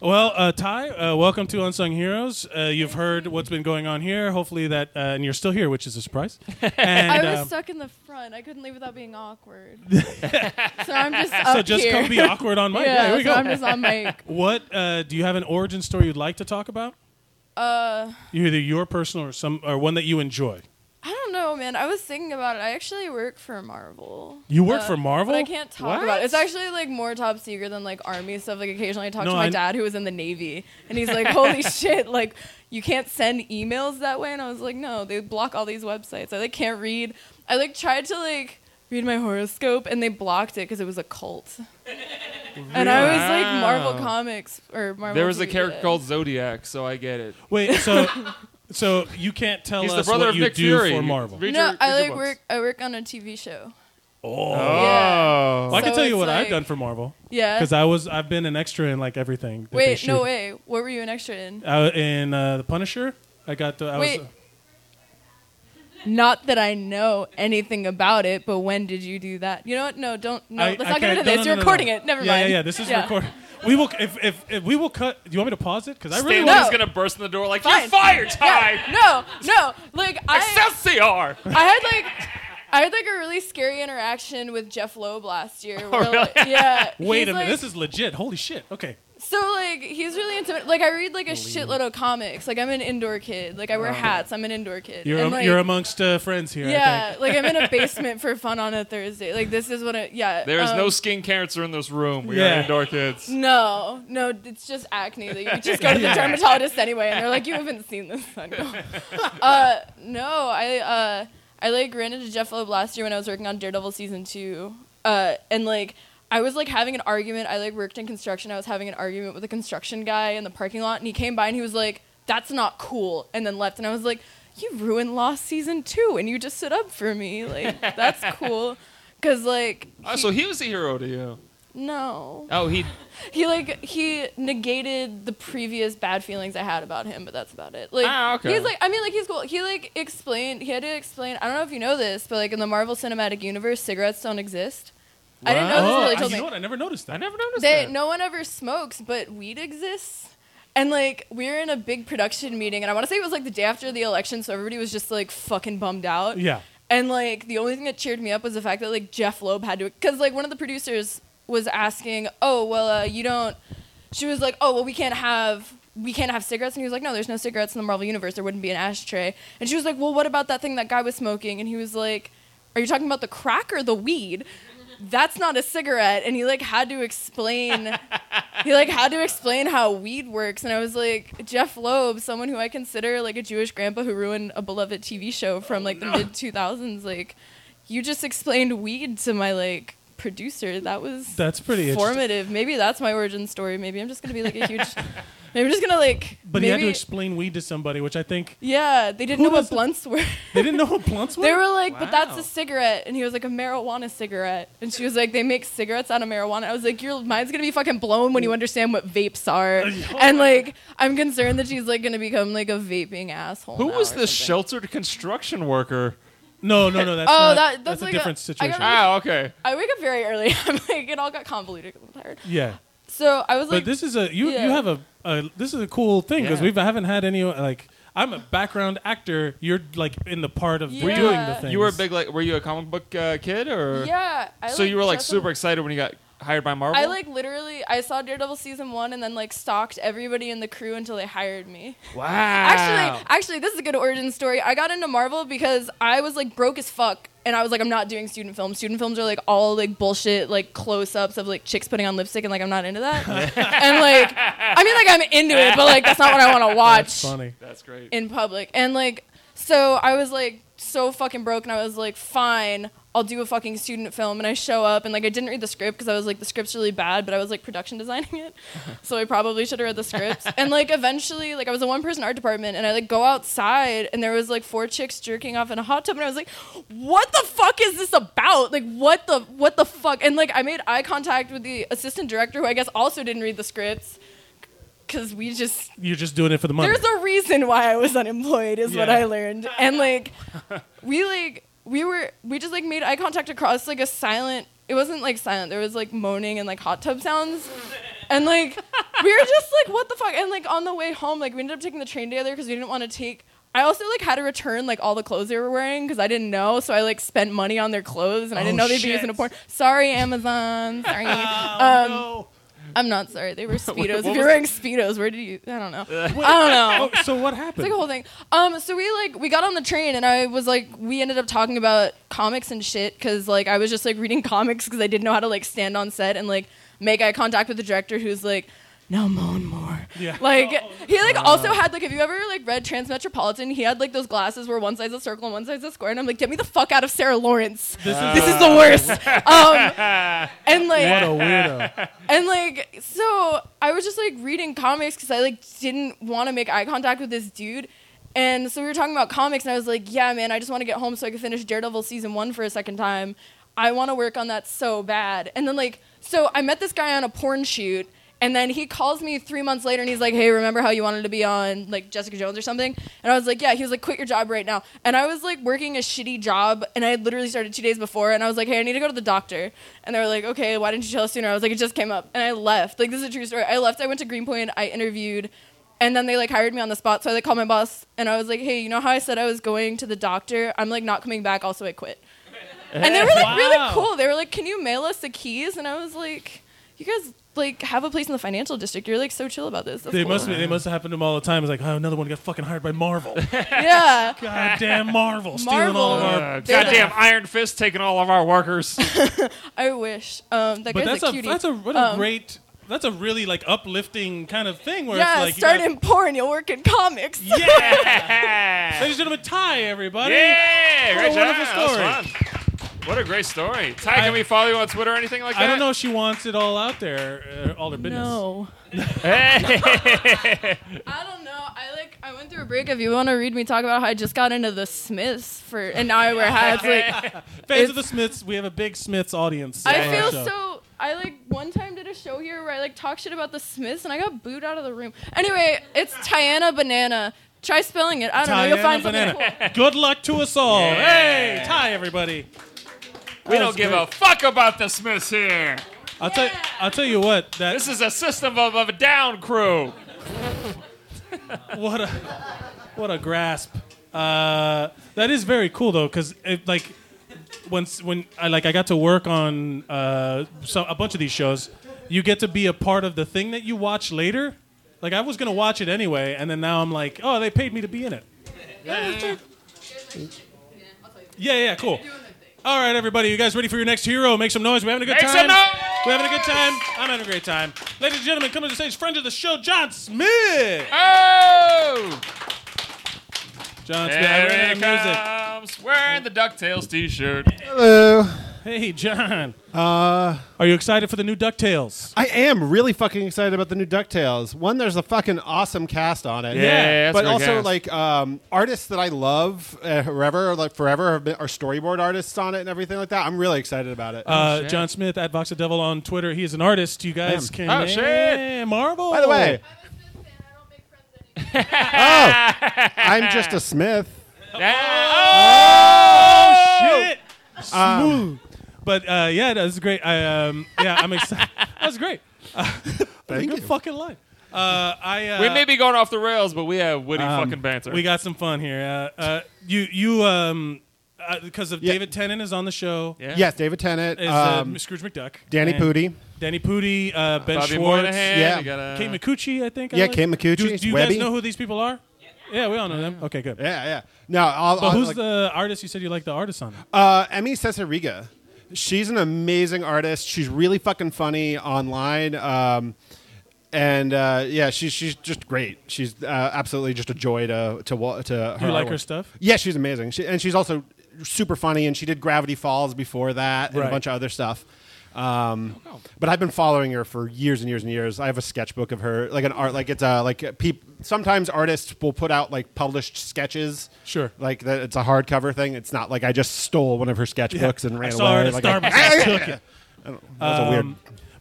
[SPEAKER 1] Well, uh, Ty, uh, welcome to Unsung Heroes. Uh, you've heard what's been going on here. Hopefully that, uh, and you're still here, which is a surprise. And,
[SPEAKER 7] I was
[SPEAKER 1] um,
[SPEAKER 7] stuck in the front. I couldn't leave without being awkward. so I'm just up
[SPEAKER 1] so just
[SPEAKER 7] here.
[SPEAKER 1] come be awkward on mic.
[SPEAKER 7] yeah,
[SPEAKER 1] yeah, here we go.
[SPEAKER 7] so I'm just on mic.
[SPEAKER 1] What uh, do you have an origin story you'd like to talk about?
[SPEAKER 7] Uh,
[SPEAKER 1] You either your personal or some or one that you enjoy.
[SPEAKER 7] I don't know, man. I was thinking about it. I actually work for Marvel.
[SPEAKER 1] You work
[SPEAKER 7] Uh,
[SPEAKER 1] for Marvel?
[SPEAKER 7] But I can't talk
[SPEAKER 2] What?
[SPEAKER 7] about it. It's actually like more top secret than like army stuff. Like occasionally I talk
[SPEAKER 1] No,
[SPEAKER 7] to my
[SPEAKER 1] I-
[SPEAKER 7] dad who was in the Navy and he's like, Holy shit, like you can't send emails that way and I was like, No, they block all these websites. I like can't read I like tried to like read my horoscope and they blocked it because it was a cult. And I was like Marvel
[SPEAKER 2] Wow.
[SPEAKER 7] Comics or Marvel.
[SPEAKER 2] There was a
[SPEAKER 7] TV
[SPEAKER 2] character
[SPEAKER 7] did.
[SPEAKER 2] called Zodiac, so I get it.
[SPEAKER 1] Wait, so so you can't tell
[SPEAKER 2] He's the
[SPEAKER 1] us
[SPEAKER 2] brother
[SPEAKER 1] what
[SPEAKER 2] of
[SPEAKER 1] you
[SPEAKER 2] Nick
[SPEAKER 1] do
[SPEAKER 2] Fury.
[SPEAKER 1] for Marvel.
[SPEAKER 2] Read
[SPEAKER 7] No,
[SPEAKER 2] your- read
[SPEAKER 7] I
[SPEAKER 2] your
[SPEAKER 7] like
[SPEAKER 2] books.
[SPEAKER 7] work I work on a TV show.
[SPEAKER 1] Oh,
[SPEAKER 7] Yeah.
[SPEAKER 1] Well, I can
[SPEAKER 7] So
[SPEAKER 1] tell you
[SPEAKER 7] it's
[SPEAKER 1] what I've
[SPEAKER 7] like-
[SPEAKER 1] done for Marvel
[SPEAKER 7] Yeah.
[SPEAKER 1] because I was I've been an extra in like everything. that they
[SPEAKER 7] Wait, no
[SPEAKER 1] shoot.
[SPEAKER 7] way. What were you an extra in?
[SPEAKER 1] Uh, in uh, the Punisher, I got the. I
[SPEAKER 7] Wait.
[SPEAKER 1] was,
[SPEAKER 7] Not that I know anything about it, but when did you do that? You know what? No, don't. No,
[SPEAKER 1] I-
[SPEAKER 7] let's
[SPEAKER 1] I
[SPEAKER 7] not get
[SPEAKER 1] can't-
[SPEAKER 7] into
[SPEAKER 1] no,
[SPEAKER 7] this.
[SPEAKER 1] no,
[SPEAKER 7] You're
[SPEAKER 1] no, no.
[SPEAKER 7] recording it. Never
[SPEAKER 1] yeah,
[SPEAKER 7] mind.
[SPEAKER 1] Yeah, yeah, this is recording. We will if, if if we will cut. Do you want me to pause it? Because I really
[SPEAKER 2] Stan
[SPEAKER 1] want.
[SPEAKER 2] Lee's
[SPEAKER 7] No.
[SPEAKER 2] gonna burst in the door like
[SPEAKER 7] Fine.
[SPEAKER 2] you're fired, Ty.
[SPEAKER 7] Yeah, No, no. Like I,
[SPEAKER 2] Excelsior!
[SPEAKER 7] I had like, I had like a really scary interaction with Jeff Loeb last year.
[SPEAKER 1] Oh,
[SPEAKER 7] where,
[SPEAKER 2] really?
[SPEAKER 7] like- yeah.
[SPEAKER 1] Wait a
[SPEAKER 7] he's,
[SPEAKER 1] minute,
[SPEAKER 7] like-
[SPEAKER 1] this is legit. Holy shit. Okay.
[SPEAKER 7] So like he's really into like I read like a shitload of comics. Like I'm an indoor kid. Like I wear hats. I'm an indoor kid.
[SPEAKER 1] You're
[SPEAKER 7] And,
[SPEAKER 1] am-
[SPEAKER 7] like,
[SPEAKER 1] you're amongst uh, friends here. I
[SPEAKER 7] yeah,
[SPEAKER 1] think.
[SPEAKER 7] like I'm in a basement for fun on a Thursday. Like this is what I yeah.
[SPEAKER 2] There is
[SPEAKER 7] um,
[SPEAKER 2] no skin cancer in this room. We are
[SPEAKER 1] Yeah.
[SPEAKER 2] indoor kids.
[SPEAKER 7] No, no, it's just acne. That you just go to the dermatologist anyway, and they're like, "You haven't seen this." I go, uh, no, I uh, I like ran into Jeff Loeb last year when I was working on Daredevil season two, uh, and like I was like having an argument. I like worked in construction. I was having an argument with a construction guy in the parking lot, and he came by and he was like, "That's not cool," and then left. And I was like, "You ruined Lost season two, and you just stood up for me. Like that's cool." Cause like
[SPEAKER 2] Oh, so he was a hero to you.
[SPEAKER 7] no,
[SPEAKER 2] Oh, he.
[SPEAKER 7] he like he negated the previous bad feelings I had about him, but that's about it. Like
[SPEAKER 2] Ah, okay.
[SPEAKER 7] he's like I mean like he's cool. He like explained he had to explain I don't know if you know this, but like in the Marvel Cinematic Universe, cigarettes don't exist. I didn't know this until
[SPEAKER 1] Oh,
[SPEAKER 7] they
[SPEAKER 1] I,
[SPEAKER 7] told
[SPEAKER 1] you know
[SPEAKER 7] me.
[SPEAKER 1] what? I never noticed that.
[SPEAKER 2] I never noticed
[SPEAKER 7] They,
[SPEAKER 2] that.
[SPEAKER 7] no one ever smokes, but weed exists. And like we were in a big production meeting, and I want to say it was like the day after the election, so everybody was just like fucking bummed out.
[SPEAKER 1] Yeah.
[SPEAKER 7] And like the only thing that cheered me up was the fact that like Jeff Loeb had to, because like one of the producers was asking, "Oh well, uh, you don't." She was like, "Oh well, we can't have we can't have cigarettes," and he was like, "No, there's no cigarettes in the Marvel universe. There wouldn't be an ashtray." And she was like, "Well, what about that thing that guy was smoking?" And he was like, "Are you talking about the crack or the weed?" That's not a cigarette, and he like had to explain. he like had to explain how weed works, and I was like, Jeff Loeb, someone who I consider like a Jewish grandpa who ruined a beloved TV show from like the mid two thousands. Like, you just explained weed to my like producer. That was
[SPEAKER 1] That's pretty interesting.
[SPEAKER 7] formative. Maybe that's my origin story. Maybe I'm just gonna be like a huge. maybe I'm just gonna like.
[SPEAKER 1] But
[SPEAKER 7] maybe,
[SPEAKER 1] he had to explain weed to somebody, which I think
[SPEAKER 7] Yeah, they didn't
[SPEAKER 1] Who
[SPEAKER 7] know what
[SPEAKER 1] was the-
[SPEAKER 7] blunts were.
[SPEAKER 1] they didn't know what blunts were.
[SPEAKER 7] They were like, but that's
[SPEAKER 2] Wow.
[SPEAKER 7] a cigarette. And he was like, a marijuana cigarette. And she was like, they make cigarettes out of marijuana. I was like, your mind's going to be fucking blown when you understand what vapes are. and like, I'm concerned that she's like going to become like a vaping asshole.
[SPEAKER 2] Who
[SPEAKER 7] now
[SPEAKER 2] was
[SPEAKER 7] or
[SPEAKER 2] this
[SPEAKER 7] something.
[SPEAKER 2] sheltered construction worker?
[SPEAKER 1] no, no, no. That's
[SPEAKER 7] Oh,
[SPEAKER 1] not,
[SPEAKER 7] that- that's
[SPEAKER 1] a
[SPEAKER 7] like a-
[SPEAKER 1] different
[SPEAKER 7] I got
[SPEAKER 1] situation.
[SPEAKER 7] really-
[SPEAKER 2] Ah, okay.
[SPEAKER 7] I wake up very early. I'm like, it all got convoluted 'cause I'm tired.
[SPEAKER 1] yeah.
[SPEAKER 7] So I was
[SPEAKER 1] But
[SPEAKER 7] like,
[SPEAKER 1] this is a you
[SPEAKER 7] Yeah.
[SPEAKER 1] you have a, a this is a cool thing because
[SPEAKER 2] Yeah.
[SPEAKER 1] we haven't had any like I'm a background actor. You're like in the part of
[SPEAKER 7] Yeah.
[SPEAKER 1] doing the thing.
[SPEAKER 2] You were a big like. Were you a comic book uh, kid or?
[SPEAKER 7] yeah. I
[SPEAKER 2] so you were like
[SPEAKER 7] dress up-
[SPEAKER 2] super excited when you got hired by Marvel.
[SPEAKER 7] I like literally, I saw Daredevil season one and then like stalked everybody in the crew until they hired me.
[SPEAKER 2] Wow.
[SPEAKER 7] Actually, actually, this is a good origin story. I got into Marvel because I was like broke as fuck, and I was like, I'm not doing student films. Student films are like all like bullshit, like close ups of like chicks putting on lipstick, and like I'm not into that. and like, I mean, like I'm into it, but like that's not what I want to watch
[SPEAKER 1] That's funny.
[SPEAKER 2] That's great.
[SPEAKER 7] in public. And like, so I was like so fucking broke, and I was like, fine, I'll do a fucking student film. And I show up, and like, I didn't read the script because I was like, the script's really bad, but I was like production designing it, so I probably should have read the scripts. and like, eventually, like, I was a one person art department, and I like go outside, and there was like four chicks jerking off in a hot tub, and I was like, what the fuck is this about? Like, what the what the fuck? And like, I made eye contact with the assistant director, who I guess also didn't read the scripts. Cause we just
[SPEAKER 1] You're just doing it for the money.
[SPEAKER 7] there's a reason why I was unemployed, is what
[SPEAKER 1] Yeah.
[SPEAKER 7] I learned. And like, we like we were we just like made eye contact across like a silent. It wasn't like silent. There was like moaning and like hot tub sounds, and like we were just like, what the fuck? And like on the way home, like we ended up taking the train together because we didn't want to take. I also like had to return like all the clothes they were wearing because I didn't know, so I like spent money on their clothes and I didn't
[SPEAKER 1] Oh,
[SPEAKER 7] know they'd be
[SPEAKER 1] shit.
[SPEAKER 7] using a porn. Sorry, Amazon. Sorry.
[SPEAKER 1] oh,
[SPEAKER 7] um,
[SPEAKER 1] no.
[SPEAKER 7] I'm not sorry. They were speedos.
[SPEAKER 2] what
[SPEAKER 7] if you're
[SPEAKER 2] was-
[SPEAKER 7] wearing speedos, where did you? I don't know. I don't know.
[SPEAKER 1] Oh, so what happened?
[SPEAKER 7] It's like a whole thing. Um, so we like we got on the train and I was like we ended up talking about comics and shit because like I was just like reading comics because I didn't know how to like stand on set and like make eye contact with the director who's like. No, moan more.
[SPEAKER 1] Yeah.
[SPEAKER 7] Like
[SPEAKER 1] Oh,
[SPEAKER 7] he like also had like have you ever like read Transmetropolitan? He had like those glasses where one side's a circle and one side's a square, and I'm like, get me the fuck out of Sarah Lawrence. This,
[SPEAKER 8] Uh,
[SPEAKER 7] is the worst. um, and like
[SPEAKER 1] what a weirdo.
[SPEAKER 7] and like, so I was just like reading comics because I like didn't want to make eye contact with this dude. And so we were talking about comics, and I was like, yeah, man, I just want to get home so I can finish Daredevil season one for a second time. I want to work on that so bad. And then, like, so I met this guy on a porn shoot, and then he calls me three months later and he's like, hey, remember how you wanted to be on, like, Jessica Jones or something? And I was like, yeah. He was like, quit your job right now. And I was like, working a shitty job, and I had literally started two days before, and I was like, hey, I need to go to the doctor. And they were like, okay, why didn't you tell us sooner? I was like, it just came up. And I left. Like, this is a true story. I left. I went to Greenpoint. I interviewed. And then they like hired me on the spot. So I like called my boss and I was like, hey, you know how I said I was going to the doctor? I'm like not coming back. Also, I quit. And they were like really cool. They were like, can you mail us the keys? And I was like, you guys like have a place in the financial district. You're like so chill about this. That's
[SPEAKER 1] They
[SPEAKER 7] cool."
[SPEAKER 1] must be, they must have happened to him all the time. It's like, oh, another one got fucking hired by Marvel.
[SPEAKER 7] Yeah.
[SPEAKER 1] Goddamn Marvel, stealing all of
[SPEAKER 7] Marvel.
[SPEAKER 1] our.
[SPEAKER 2] Uh,
[SPEAKER 7] They're
[SPEAKER 2] goddamn Iron Fist taking all of our workers.
[SPEAKER 7] I wish. Um, that
[SPEAKER 1] But
[SPEAKER 7] guy's
[SPEAKER 1] that's
[SPEAKER 7] a,
[SPEAKER 1] a
[SPEAKER 7] cutie.
[SPEAKER 1] that's a what a
[SPEAKER 7] Um,
[SPEAKER 1] great that's a really like uplifting kind of thing where
[SPEAKER 7] yeah,
[SPEAKER 1] it's like
[SPEAKER 7] start
[SPEAKER 1] you got-
[SPEAKER 7] in porn. You'll work in comics.
[SPEAKER 1] yeah. Ladies and gentlemen, tie everybody.
[SPEAKER 2] yeah,
[SPEAKER 1] What a
[SPEAKER 2] great job.
[SPEAKER 1] wonderful
[SPEAKER 2] That was
[SPEAKER 1] story.
[SPEAKER 2] fun. What a great story. Ty, can we follow you on Twitter or anything like that?
[SPEAKER 1] I don't know if she wants it all out there, uh, all her business.
[SPEAKER 7] No. I don't know. I like. I went through a break. If you want to read me talk about how I just got into the Smiths for, and now I wear hats. Like,
[SPEAKER 1] Fans of the Smiths, we have a big Smiths audience.
[SPEAKER 7] I
[SPEAKER 1] on our
[SPEAKER 7] feel
[SPEAKER 1] show.
[SPEAKER 7] so. I like one time did a show here where I like talked shit about the Smiths and I got booed out of the room. Anyway, it's Tiana Banana. Try spelling it. I don't know. You'll
[SPEAKER 1] Tiana
[SPEAKER 7] find
[SPEAKER 1] banana.
[SPEAKER 7] something cool.
[SPEAKER 1] Good luck to us all. Hey, Ty, everybody.
[SPEAKER 2] we
[SPEAKER 1] That
[SPEAKER 2] don't
[SPEAKER 1] was
[SPEAKER 2] give
[SPEAKER 1] great.
[SPEAKER 2] a fuck about the Smiths here.
[SPEAKER 1] I'll tell. I'll tell you what. That
[SPEAKER 2] This is a system of, of a down crew.
[SPEAKER 1] what a what a grasp. Uh, that is very cool though, because like once when I like I got to work on uh, so a bunch of these shows, you get to be a part of the thing that you watch later. Like I was gonna watch it anyway, and then now I'm like, oh, they paid me to be in it. Yeah, yeah, cool. All right, everybody, you guys ready for your next hero? Make some noise. We're having a good
[SPEAKER 2] Make some
[SPEAKER 1] time.
[SPEAKER 2] noise!
[SPEAKER 1] We're having a good time. I'm having a great time. Ladies and gentlemen, coming to the stage, friend of the show, John Smith.
[SPEAKER 2] Oh!
[SPEAKER 1] John Smith.
[SPEAKER 2] There
[SPEAKER 1] I ran out
[SPEAKER 2] he
[SPEAKER 1] of music.
[SPEAKER 2] comes, wearing the DuckTales t-shirt.
[SPEAKER 9] Hello.
[SPEAKER 1] Hey, John. Uh, Are you excited for the new DuckTales?
[SPEAKER 9] I am really fucking excited about the new DuckTales. One, there's a fucking awesome cast on it.
[SPEAKER 2] Yeah, that's
[SPEAKER 9] but
[SPEAKER 2] a great
[SPEAKER 9] also
[SPEAKER 2] cast.
[SPEAKER 9] like um, artists that I love uh, forever, like forever, have been, are storyboard artists on it and everything like that. I'm really excited about it.
[SPEAKER 2] Oh,
[SPEAKER 1] Uh, John Smith at Vox the Devil on Twitter. He is an artist. You guys
[SPEAKER 9] Damn.
[SPEAKER 1] can
[SPEAKER 2] Oh, shit.
[SPEAKER 1] Yeah, Marvel.
[SPEAKER 9] By the way, I'm just a Smith.
[SPEAKER 1] Oh,
[SPEAKER 2] oh,
[SPEAKER 1] shit,
[SPEAKER 2] Uh,
[SPEAKER 1] smooth. But uh, yeah, that's great. I um, yeah, I'm excited. that's great.
[SPEAKER 9] Thank
[SPEAKER 1] Good
[SPEAKER 9] you.
[SPEAKER 1] fucking line. Uh, I uh,
[SPEAKER 2] we may be going off the rails, but we have witty fucking banter.
[SPEAKER 1] Um, we got some fun here. Uh, uh, you you um, because of
[SPEAKER 9] Yeah.
[SPEAKER 1] David Tennant is on the show.
[SPEAKER 2] Yeah.
[SPEAKER 9] Yes, David Tennant,
[SPEAKER 1] Is
[SPEAKER 9] um,
[SPEAKER 1] uh, Scrooge McDuck,
[SPEAKER 9] Danny
[SPEAKER 1] And
[SPEAKER 9] Pooty.
[SPEAKER 1] Danny Pudi, uh, Ben
[SPEAKER 2] Bobby
[SPEAKER 1] Schwartz,
[SPEAKER 2] Moynihan.
[SPEAKER 9] yeah.
[SPEAKER 2] we got, uh,
[SPEAKER 1] Kate McCucci, I think. I
[SPEAKER 9] yeah,
[SPEAKER 1] like.
[SPEAKER 9] Kate McCucci,
[SPEAKER 1] Do, do you
[SPEAKER 9] Webby.
[SPEAKER 1] guys know who these people are? Yeah, we all know them. Okay, good.
[SPEAKER 9] Yeah, yeah. No, I'll,
[SPEAKER 1] But
[SPEAKER 9] I'll,
[SPEAKER 1] who's
[SPEAKER 9] like,
[SPEAKER 1] the artist you said you like the artist on?
[SPEAKER 9] Uh, Emmy Cesariga. She's an amazing artist. She's really fucking funny online. Um, and uh, yeah, she's she's just great. She's uh, absolutely just a joy to to wa- to her.
[SPEAKER 1] You like her
[SPEAKER 9] artwork.
[SPEAKER 1] stuff?
[SPEAKER 9] Yeah, she's amazing. She, and she's also super funny. And she did Gravity Falls before that and
[SPEAKER 1] Right. Oh,
[SPEAKER 9] a bunch of other stuff. Um, but I've been following her for years and years and years. I have a sketchbook of her, like an art, like it's uh, like peop, sometimes artists will put out like published sketches.
[SPEAKER 1] Sure.
[SPEAKER 9] Like that, it's a hardcover thing. It's not like I just stole one of her sketchbooks and
[SPEAKER 1] I
[SPEAKER 9] ran
[SPEAKER 1] saw her at
[SPEAKER 9] away.
[SPEAKER 1] a
[SPEAKER 9] like,
[SPEAKER 1] Starbucks.
[SPEAKER 9] I-
[SPEAKER 1] I took it. Um,
[SPEAKER 9] That's a weird.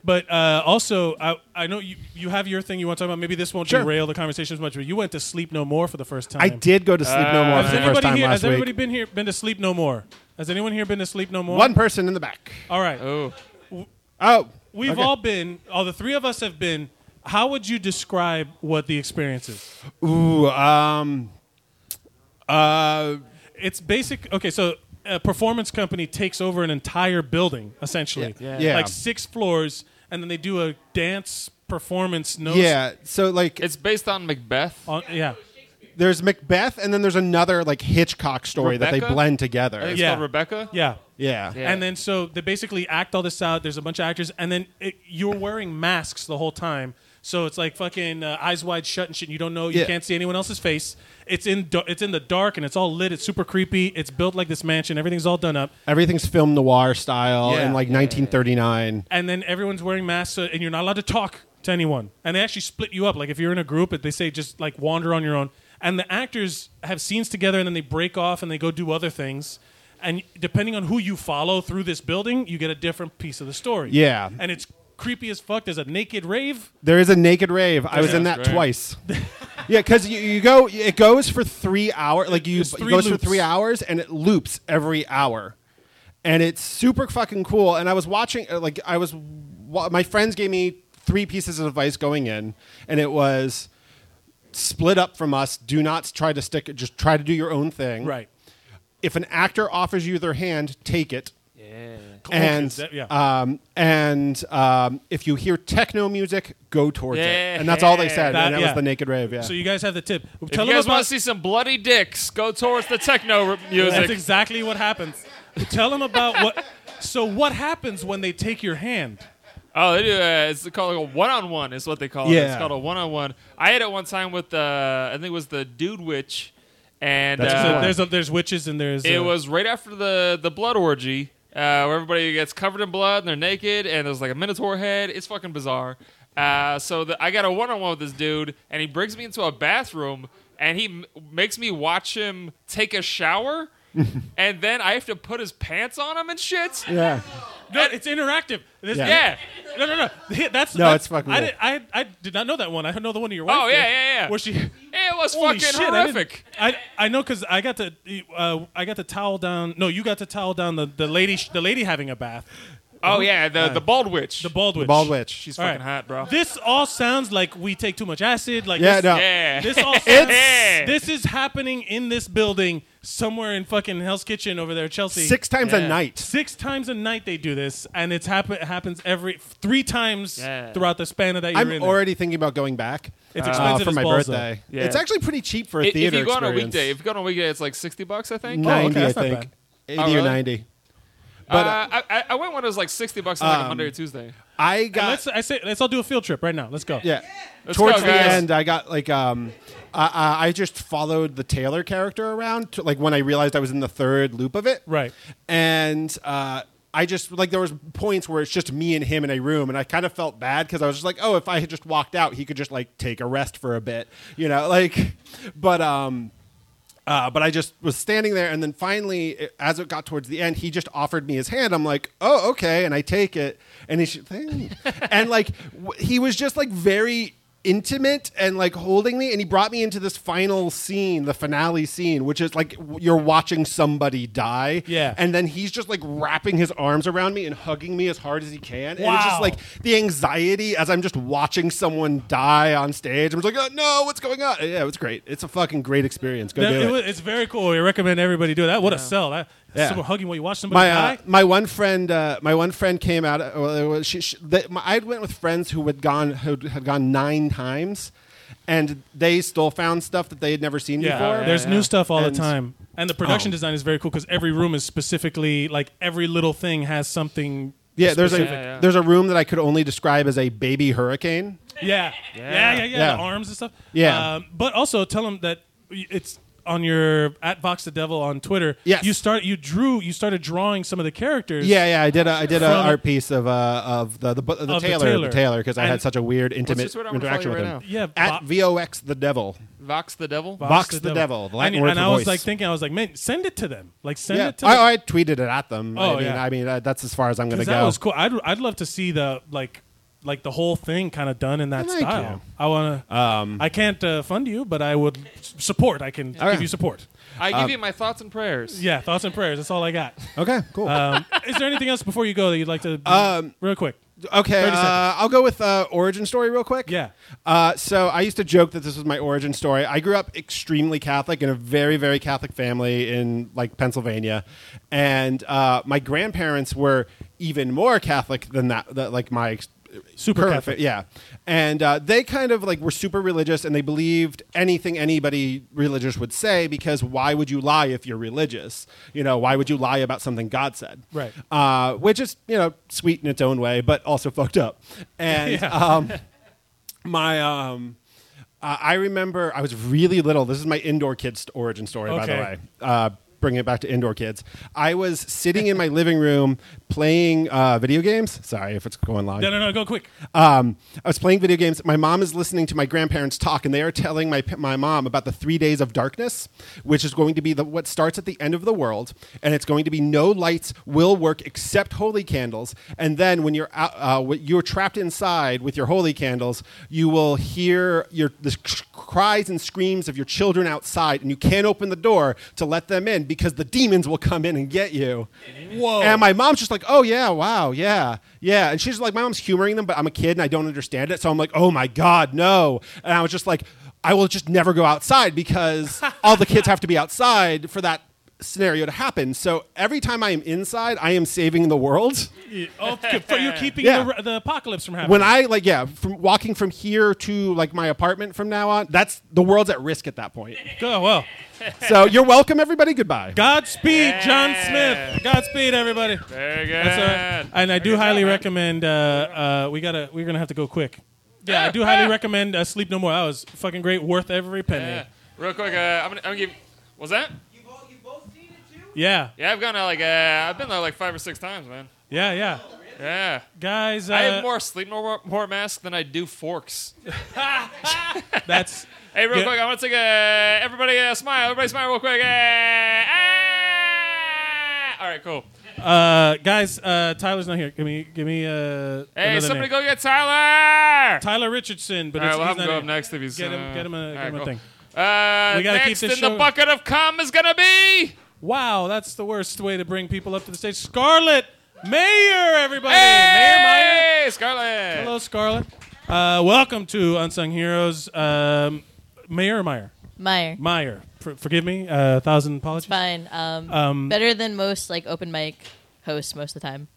[SPEAKER 1] But uh, also, I, I know you, you have your thing you want to talk about. Maybe this won't
[SPEAKER 9] Sure.
[SPEAKER 1] derail the conversation as much. But you went to Sleep No More for the first time. Uh,
[SPEAKER 9] I did go to sleep no more
[SPEAKER 1] Has
[SPEAKER 9] for the first
[SPEAKER 1] anybody
[SPEAKER 9] time
[SPEAKER 1] here?
[SPEAKER 9] last
[SPEAKER 1] Has
[SPEAKER 9] week.
[SPEAKER 1] everybody been here? Been to Sleep No More? Has anyone here been to Sleep No More?
[SPEAKER 9] One person in the back.
[SPEAKER 1] All right.
[SPEAKER 2] Oh.
[SPEAKER 9] Oh,
[SPEAKER 1] We've
[SPEAKER 9] okay.
[SPEAKER 1] all been. All the three of us have been. How would you describe what the experience is?
[SPEAKER 9] Ooh, um, uh,
[SPEAKER 1] it's basic. Okay, so a performance company takes over an entire building essentially,
[SPEAKER 9] Yeah. Yeah.
[SPEAKER 1] like six floors, and then they do a dance performance. Nose
[SPEAKER 9] yeah. So like,
[SPEAKER 2] It's based on Macbeth.
[SPEAKER 1] on- yeah,
[SPEAKER 9] there's Macbeth, and then there's another like Hitchcock story that
[SPEAKER 2] Rebecca?
[SPEAKER 9] they blend
[SPEAKER 2] I think
[SPEAKER 9] together.
[SPEAKER 2] it's
[SPEAKER 1] yeah.
[SPEAKER 2] called Rebecca.
[SPEAKER 1] yeah.
[SPEAKER 9] Yeah.
[SPEAKER 2] Yeah.
[SPEAKER 1] And then so they basically act all this out. There's a bunch of actors, and then it, you're wearing masks the whole time. So it's like fucking uh, eyes wide shut and shit. You don't know. You
[SPEAKER 9] Yeah.
[SPEAKER 1] can't see anyone else's face. It's in da- it's in the dark and it's all lit. It's super creepy. It's built like this mansion. Everything's all done up.
[SPEAKER 9] Everything's film noir style
[SPEAKER 1] Yeah.
[SPEAKER 9] in like 1939.
[SPEAKER 1] and then everyone's wearing masks uh, and you're not allowed to talk to anyone and they actually split you up like if you're in a group they say just like wander on your own and the actors have scenes together and then they break off and they go do other things and depending on who you follow through this building you get a different piece of the story
[SPEAKER 9] Yeah.
[SPEAKER 1] and it's creepy as fuck there's a naked rave
[SPEAKER 9] There is a naked rave. I was
[SPEAKER 2] Sounds
[SPEAKER 9] in that
[SPEAKER 2] great.
[SPEAKER 9] twice. yeah, because you, you go, it goes for three hours. Like you,
[SPEAKER 1] It's
[SPEAKER 9] it
[SPEAKER 1] three
[SPEAKER 9] goes for
[SPEAKER 1] loops.
[SPEAKER 9] three hours, and it loops every hour, and it's super fucking cool. And I was watching, uh, like I was, wa- my friends gave me three pieces of advice going in, and it was split up from us. Do not try to stick. Just try to do your own thing.
[SPEAKER 1] right
[SPEAKER 9] If an actor offers you their hand, take it
[SPEAKER 1] is
[SPEAKER 9] and
[SPEAKER 1] that- yeah.
[SPEAKER 9] um, and um, if you hear techno music, go towards it. And that's all they said.
[SPEAKER 1] Yeah.
[SPEAKER 9] and that
[SPEAKER 1] Yeah.
[SPEAKER 9] was the Naked Rave. Yeah.
[SPEAKER 1] so you guys have the tip
[SPEAKER 2] If
[SPEAKER 1] tell
[SPEAKER 2] you
[SPEAKER 1] them
[SPEAKER 2] guys want
[SPEAKER 1] about
[SPEAKER 2] to see some bloody dicks, go towards the techno r-
[SPEAKER 1] that's
[SPEAKER 2] music.
[SPEAKER 1] exactly what happens tell them about what so what happens when they take your hand
[SPEAKER 2] oh, they do. Uh, it's called a one-on-one. Is what they call it. It's
[SPEAKER 9] Yeah.
[SPEAKER 2] called a one-on-one. I had it one time with uh, I think it was the Dude Witch, and
[SPEAKER 9] That's
[SPEAKER 2] uh,
[SPEAKER 1] so there's a, there's witches and there's
[SPEAKER 2] it
[SPEAKER 1] uh,
[SPEAKER 2] was right after the the blood orgy. uh, where everybody gets covered in blood and they're naked and there's like a minotaur head. It's fucking bizarre. Uh, so the, I got a one on one with this dude and he brings me into a bathroom and he m- makes me watch him take a shower. and then I have to put his pants on him and shit.
[SPEAKER 9] Yeah.
[SPEAKER 1] No, it's interactive. This-
[SPEAKER 9] Yeah.
[SPEAKER 2] Yeah.
[SPEAKER 1] No, no, no. That's
[SPEAKER 9] No,
[SPEAKER 1] that's-
[SPEAKER 9] it's fucking
[SPEAKER 1] I
[SPEAKER 9] cool.
[SPEAKER 1] did, I, I did not know that one. I know the one of your wife.
[SPEAKER 2] Oh, yeah,
[SPEAKER 1] did,
[SPEAKER 2] yeah, yeah.
[SPEAKER 1] Where she.
[SPEAKER 2] It was
[SPEAKER 1] Holy
[SPEAKER 2] fucking
[SPEAKER 1] shit, I didn't-
[SPEAKER 2] horrific.
[SPEAKER 1] I, I know because I got to uh, I got to towel down. No, you got to towel down the, the lady sh- the lady having a bath.
[SPEAKER 2] Oh yeah, the the bald witch.
[SPEAKER 1] The bald witch.
[SPEAKER 9] Bald witch.
[SPEAKER 2] She's
[SPEAKER 1] All right.
[SPEAKER 2] fucking hot, bro.
[SPEAKER 1] This all sounds like we take too much acid. Like
[SPEAKER 9] Yeah,
[SPEAKER 1] this,
[SPEAKER 9] no.
[SPEAKER 2] yeah.
[SPEAKER 1] This all sounds,
[SPEAKER 2] It's-
[SPEAKER 1] this is happening in this building somewhere in fucking Hell's Kitchen over there, Chelsea.
[SPEAKER 9] Six times
[SPEAKER 2] Yeah.
[SPEAKER 9] a night.
[SPEAKER 1] Six times a night they do this, and it's happen happens every three times
[SPEAKER 2] Yeah.
[SPEAKER 1] throughout the span of that year.
[SPEAKER 9] I'm already thinking about going back.
[SPEAKER 1] It's
[SPEAKER 9] uh,
[SPEAKER 1] expensive
[SPEAKER 9] for
[SPEAKER 1] as
[SPEAKER 9] my
[SPEAKER 1] balls,
[SPEAKER 9] birthday.
[SPEAKER 2] though. Yeah.
[SPEAKER 9] It's actually pretty cheap for a
[SPEAKER 2] I-
[SPEAKER 9] theater
[SPEAKER 2] if you go on a
[SPEAKER 9] experience.
[SPEAKER 2] weekday, if you go on a weekday, it's like sixty bucks, I think.
[SPEAKER 1] No,
[SPEAKER 9] 90,
[SPEAKER 1] Oh, okay,
[SPEAKER 9] I
[SPEAKER 1] that's not
[SPEAKER 9] think.
[SPEAKER 1] bad.
[SPEAKER 9] 80
[SPEAKER 2] Oh, really?
[SPEAKER 9] or 90.
[SPEAKER 2] But
[SPEAKER 9] But uh,
[SPEAKER 2] uh, I- I, I went when it was like sixty bucks on like a Monday
[SPEAKER 1] Um,
[SPEAKER 2] or Tuesday.
[SPEAKER 9] I
[SPEAKER 1] And
[SPEAKER 9] got
[SPEAKER 1] let's I say let's all do a field trip right now. Let's go.
[SPEAKER 9] Yeah.
[SPEAKER 2] Let's
[SPEAKER 9] Towards
[SPEAKER 2] go,
[SPEAKER 9] the
[SPEAKER 2] guys.
[SPEAKER 9] end, I got like um, I, I I just followed the Taylor character around. To, like when I realized I was in the third loop of it,
[SPEAKER 1] Right.
[SPEAKER 9] And uh, I just like there was points where it's just me and him in a room, and I kind of felt bad because I was just like, oh, if I had just walked out, he could just like take a rest for a bit, you know, like. But um, uh, but I just was standing there, and then finally, it- as it got towards the end, he just offered me his hand. I'm like, "Oh, okay," and I take it, and he sh- and like w- he was just like very intimate and like holding me, and he brought me into this final scene, the finale scene, which is like w- you're watching somebody die,
[SPEAKER 1] Yeah.
[SPEAKER 9] and then he's just like wrapping his arms around me and hugging me as hard as he can, and it's
[SPEAKER 1] Wow.
[SPEAKER 9] just like the anxiety as I'm just watching someone die on stage. I'm just like, "Oh no, what's going on?" Yeah, it was great. It's a fucking great experience. Go
[SPEAKER 1] That-
[SPEAKER 9] do
[SPEAKER 1] it was- it's very cool. We recommend everybody do that. What a sell! That,
[SPEAKER 9] Yeah.
[SPEAKER 1] Someone hugging while you watch somebody
[SPEAKER 9] my
[SPEAKER 1] die.
[SPEAKER 9] uh, my one friend uh, my one friend came out. uh, Well, it was, she, she, the, my, I went with friends who had gone who had gone nine times, and they still found stuff that they had never seen
[SPEAKER 1] yeah,
[SPEAKER 9] before.
[SPEAKER 1] there's new stuff all
[SPEAKER 9] And-
[SPEAKER 1] the time, and the
[SPEAKER 9] Oh.
[SPEAKER 1] production design is very cool because every room is specifically like every little thing has something.
[SPEAKER 9] Yeah, there's a
[SPEAKER 1] specific.
[SPEAKER 2] Yeah, yeah.
[SPEAKER 9] there's a room that I could only describe as a baby hurricane.
[SPEAKER 1] Yeah. Yeah. Yeah. Yeah.
[SPEAKER 9] Yeah.
[SPEAKER 1] The arms and stuff.
[SPEAKER 9] Yeah.
[SPEAKER 1] Um, but also tell them that it's on your at Vox the Devil on Twitter.
[SPEAKER 9] Yes.
[SPEAKER 1] You start. You drew. You started drawing some of the characters.
[SPEAKER 9] Yeah, yeah, I did a I did an
[SPEAKER 1] From-
[SPEAKER 9] art piece of uh, of the the, bu- the
[SPEAKER 1] Of the
[SPEAKER 9] Taylor the
[SPEAKER 1] Taylor.
[SPEAKER 9] Taylor because I
[SPEAKER 1] And-
[SPEAKER 9] had such a weird intimate
[SPEAKER 2] his Twitter? I'm gonna
[SPEAKER 9] interaction
[SPEAKER 2] follow
[SPEAKER 9] with
[SPEAKER 2] you
[SPEAKER 9] him.
[SPEAKER 2] right
[SPEAKER 1] Yeah.
[SPEAKER 9] At
[SPEAKER 1] Vo-
[SPEAKER 9] vox the devil.
[SPEAKER 2] Vox the devil.
[SPEAKER 9] Vox the Devil, the Latin
[SPEAKER 1] and
[SPEAKER 9] word
[SPEAKER 1] and
[SPEAKER 9] for
[SPEAKER 1] I was
[SPEAKER 9] voice.
[SPEAKER 1] like thinking. I was like, man, send it to them. Like send
[SPEAKER 9] Yeah,
[SPEAKER 1] it to. them.
[SPEAKER 9] I, I tweeted it at them.
[SPEAKER 1] Oh,
[SPEAKER 9] I mean,
[SPEAKER 1] yeah.
[SPEAKER 9] I mean uh, that's as far as I'm gonna
[SPEAKER 1] 'Cause
[SPEAKER 9] go.
[SPEAKER 1] that was cool. I'd, I'd love to see the like like the whole thing kind of done in that
[SPEAKER 9] Thank
[SPEAKER 1] style.
[SPEAKER 9] you.
[SPEAKER 1] I want to.
[SPEAKER 2] Um,
[SPEAKER 1] I can't uh, fund you, but I would s- support. I can
[SPEAKER 9] right.
[SPEAKER 1] give you support. Um,
[SPEAKER 2] I
[SPEAKER 9] Um,
[SPEAKER 2] give you my thoughts and prayers.
[SPEAKER 1] Yeah, thoughts and prayers. That's all I got.
[SPEAKER 9] Okay, cool.
[SPEAKER 1] Um, is there anything else before you go that you'd like to?
[SPEAKER 2] Uh,
[SPEAKER 1] real quick.
[SPEAKER 9] Um, Okay,
[SPEAKER 1] 30
[SPEAKER 9] uh,
[SPEAKER 1] seconds.
[SPEAKER 9] I'll go with uh, origin story real quick.
[SPEAKER 1] Yeah.
[SPEAKER 9] Uh, so I used to joke that this was my origin story. I grew up extremely Catholic in a very, very Catholic family in like Pennsylvania, and uh, my grandparents were even more Catholic than that. that like my ex-
[SPEAKER 1] Super
[SPEAKER 9] current
[SPEAKER 1] Catholic.
[SPEAKER 9] fa- yeah. And uh, they kind of like were super religious, and they believed anything anybody religious would say because why would you lie if you're religious? You know, why would you lie about something God said?
[SPEAKER 1] Right.
[SPEAKER 9] uh, which is you know sweet in its own way, but also fucked up. And um, my um, uh, I remember I was really little. This is my indoor kids origin story, by the
[SPEAKER 1] Okay.
[SPEAKER 9] way. Uh, bringing it back to indoor kids. I was sitting in my living room playing uh, video games. Sorry if it's going long.
[SPEAKER 1] No, no, no. Go quick.
[SPEAKER 9] Um, I was playing video games. My mom is listening to my grandparents talk, and they are telling my my mom about the three days of darkness, which is going to be the what starts at the end of the world, and it's going to be no lights will work except holy candles. And then when you're out, uh, when you're trapped inside with your holy candles, you will hear your the sh- cries and screams of your children outside, and you can't open the door to let them in because the demons will come in and get you.
[SPEAKER 1] Whoa.
[SPEAKER 9] And my mom's just like, oh, yeah, wow, yeah, yeah. And she's like, my mom's humoring them, but I'm a kid and I don't understand it. So I'm like, oh my God, no. And I was just like, I will just never go outside because all the kids have to be outside for that scenario to happen. So every time I am inside, I am saving the world.
[SPEAKER 1] Oh, good for you keeping
[SPEAKER 9] Yeah.
[SPEAKER 1] the, the apocalypse from happening.
[SPEAKER 9] When I, like, yeah, from walking from here to like my apartment from now on, that's the world's at risk at that point.
[SPEAKER 1] go, well,
[SPEAKER 9] So you're welcome, everybody. Goodbye.
[SPEAKER 1] Godspeed, John Smith. Godspeed, everybody.
[SPEAKER 2] Very good.
[SPEAKER 1] That's all right. And I do highly recommend. Uh, uh, we gotta. We're gonna have to go quick. Yeah, I do highly recommend uh, Sleep No More. That was fucking great. Worth every penny.
[SPEAKER 2] Yeah. Real quick, uh, I'm gonna, I'm gonna give. Was that?
[SPEAKER 10] You both, you both seen it too?
[SPEAKER 1] Yeah,
[SPEAKER 2] Yeah, I've gone to like uh, I've been there like five or six times, man.
[SPEAKER 1] yeah, yeah.
[SPEAKER 2] Yeah.
[SPEAKER 1] Guys, uh,
[SPEAKER 2] I have more sleep more, more masks than I do forks.
[SPEAKER 1] that's
[SPEAKER 2] Hey, real
[SPEAKER 1] Yeah.
[SPEAKER 2] quick, I want to take a everybody uh, smile. Everybody smile real quick. Uh, ah! All right, cool.
[SPEAKER 1] uh, guys. Uh, Tyler's not here. Give me, give me. Uh,
[SPEAKER 2] Hey,
[SPEAKER 1] another
[SPEAKER 2] somebody go
[SPEAKER 1] name.
[SPEAKER 2] get Tyler.
[SPEAKER 1] Ah! Tyler Richardson, but
[SPEAKER 2] All right,
[SPEAKER 1] it's,
[SPEAKER 2] we'll
[SPEAKER 1] he's
[SPEAKER 2] have him
[SPEAKER 1] not
[SPEAKER 2] go
[SPEAKER 1] here.
[SPEAKER 2] up next if he's
[SPEAKER 1] Get him,
[SPEAKER 2] uh,
[SPEAKER 1] get him a,
[SPEAKER 2] all
[SPEAKER 1] get
[SPEAKER 2] right,
[SPEAKER 1] him a
[SPEAKER 2] cool.
[SPEAKER 1] thing.
[SPEAKER 2] Uh,
[SPEAKER 1] We gotta keep
[SPEAKER 2] next
[SPEAKER 1] this
[SPEAKER 2] in
[SPEAKER 1] show-
[SPEAKER 2] the bucket of cum is gonna be.
[SPEAKER 1] Wow, that's the worst way to bring people up to the stage. Scarlett Mayer, everybody. Mayor Meyer.
[SPEAKER 2] Hey, Scarlett.
[SPEAKER 1] Hello, Scarlett. Uh, welcome to Unsung Heroes. Um, Mayor or Meyer?
[SPEAKER 10] Meyer.
[SPEAKER 1] Meyer. For, forgive me. A thousand apologies.
[SPEAKER 10] Fine. Um, better than most like open mic hosts most of the time.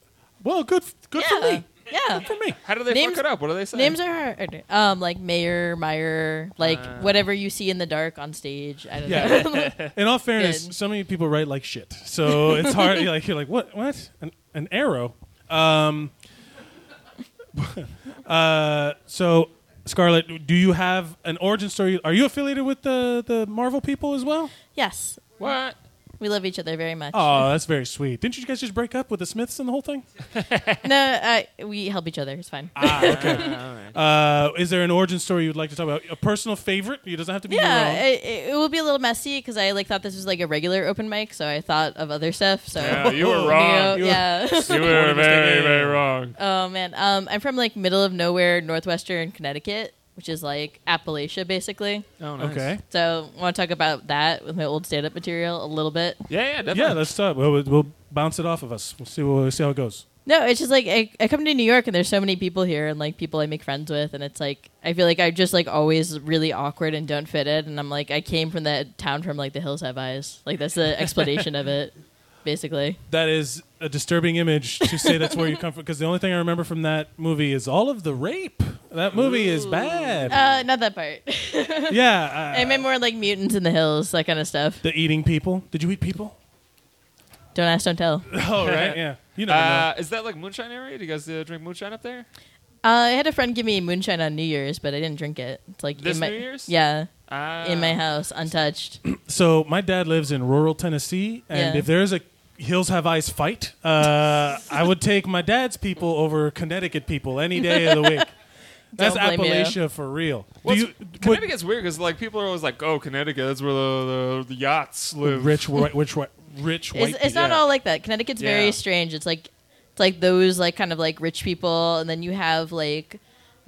[SPEAKER 1] Well, good, good for
[SPEAKER 10] Yeah.
[SPEAKER 1] me.
[SPEAKER 10] Yeah.
[SPEAKER 1] For me.
[SPEAKER 2] How do they
[SPEAKER 10] Names-
[SPEAKER 2] fuck it up? What do they say?
[SPEAKER 10] Names are hard. Um, like Mayor, Meyer, like
[SPEAKER 2] Uh.
[SPEAKER 10] whatever you see in the dark on stage. I don't
[SPEAKER 1] Yeah.
[SPEAKER 10] know.
[SPEAKER 1] In all fairness,
[SPEAKER 10] Good.
[SPEAKER 1] so many people write like shit, so it's hard. you're like you're like what what an, an arrow. Um, uh, so Scarlett, do you have an origin story? Are you affiliated with the the Marvel people as well?
[SPEAKER 10] yes.
[SPEAKER 2] what?
[SPEAKER 10] We love each other very much.
[SPEAKER 1] Oh, that's very sweet. Didn't you guys just break up with the Smiths and the whole thing?
[SPEAKER 10] No, I, we help each other. It's fine.
[SPEAKER 1] Uh, is there an origin story you'd like to talk about? A personal favorite? It doesn't have to be
[SPEAKER 10] yeah,
[SPEAKER 1] your own.
[SPEAKER 10] it, it- it will be a little messy because I like thought this was like a regular open mic, so I thought of other stuff. So
[SPEAKER 2] Yeah, you
[SPEAKER 10] Oh,
[SPEAKER 2] were wrong.
[SPEAKER 10] You know, yeah.
[SPEAKER 2] You were very, very wrong.
[SPEAKER 10] Oh man, um, I'm from like middle of nowhere, northwestern Connecticut, which is like Appalachia, basically.
[SPEAKER 8] Oh,
[SPEAKER 1] okay.
[SPEAKER 10] So I want to talk about that with my old stand-up material a little bit.
[SPEAKER 2] Yeah, yeah, definitely.
[SPEAKER 1] Yeah, let's talk. We'll, we'll bounce it off of us. We'll see. We'll see how it goes.
[SPEAKER 10] No, it's just like I, I come to New York and there's so many people here and like people I make friends with, and it's like I feel like I'm just like always really awkward and don't fit in, and I'm like I came from that town from like the hills have eyes. Like that's the explanation of it, basically.
[SPEAKER 1] That is a disturbing image to say that's where you come from. Because the only thing I remember from that movie is all of the rape. That movie is bad.
[SPEAKER 10] Uh, not that part.
[SPEAKER 1] yeah,
[SPEAKER 10] I
[SPEAKER 1] uh,
[SPEAKER 10] meant more like mutants in the hills, that kind of stuff.
[SPEAKER 1] the eating people. Did you eat people?
[SPEAKER 10] Don't ask, don't tell.
[SPEAKER 1] Oh right, yeah. You never know.
[SPEAKER 2] Uh, is that like moonshine area? Do you guys uh, drink moonshine up there?
[SPEAKER 10] Uh, I had a friend give me moonshine on New Year's, but I didn't drink it. It's like
[SPEAKER 2] This
[SPEAKER 10] in my,
[SPEAKER 2] New Year's?
[SPEAKER 10] Yeah,
[SPEAKER 2] Uh,
[SPEAKER 10] in my house, untouched.
[SPEAKER 1] So my dad lives in rural Tennessee, and
[SPEAKER 10] Yeah.
[SPEAKER 1] if there is a Hills Have Eyes fight, uh, I would take my dad's people over Connecticut people any day of the week. That's
[SPEAKER 10] Don't blame you.
[SPEAKER 1] Appalachia for real. Do
[SPEAKER 2] Well,
[SPEAKER 1] you,
[SPEAKER 2] it's-
[SPEAKER 1] what-
[SPEAKER 2] Connecticut's weird because like people are always like, "Oh, Connecticut, that's where the, the, the yachts live."
[SPEAKER 1] rich, white, rich, white, rich white.
[SPEAKER 10] It's, it's
[SPEAKER 1] people.
[SPEAKER 10] not all like that. Connecticut's
[SPEAKER 2] Yeah.
[SPEAKER 10] very strange. It's like it's like those like kind of like rich people, and then you have like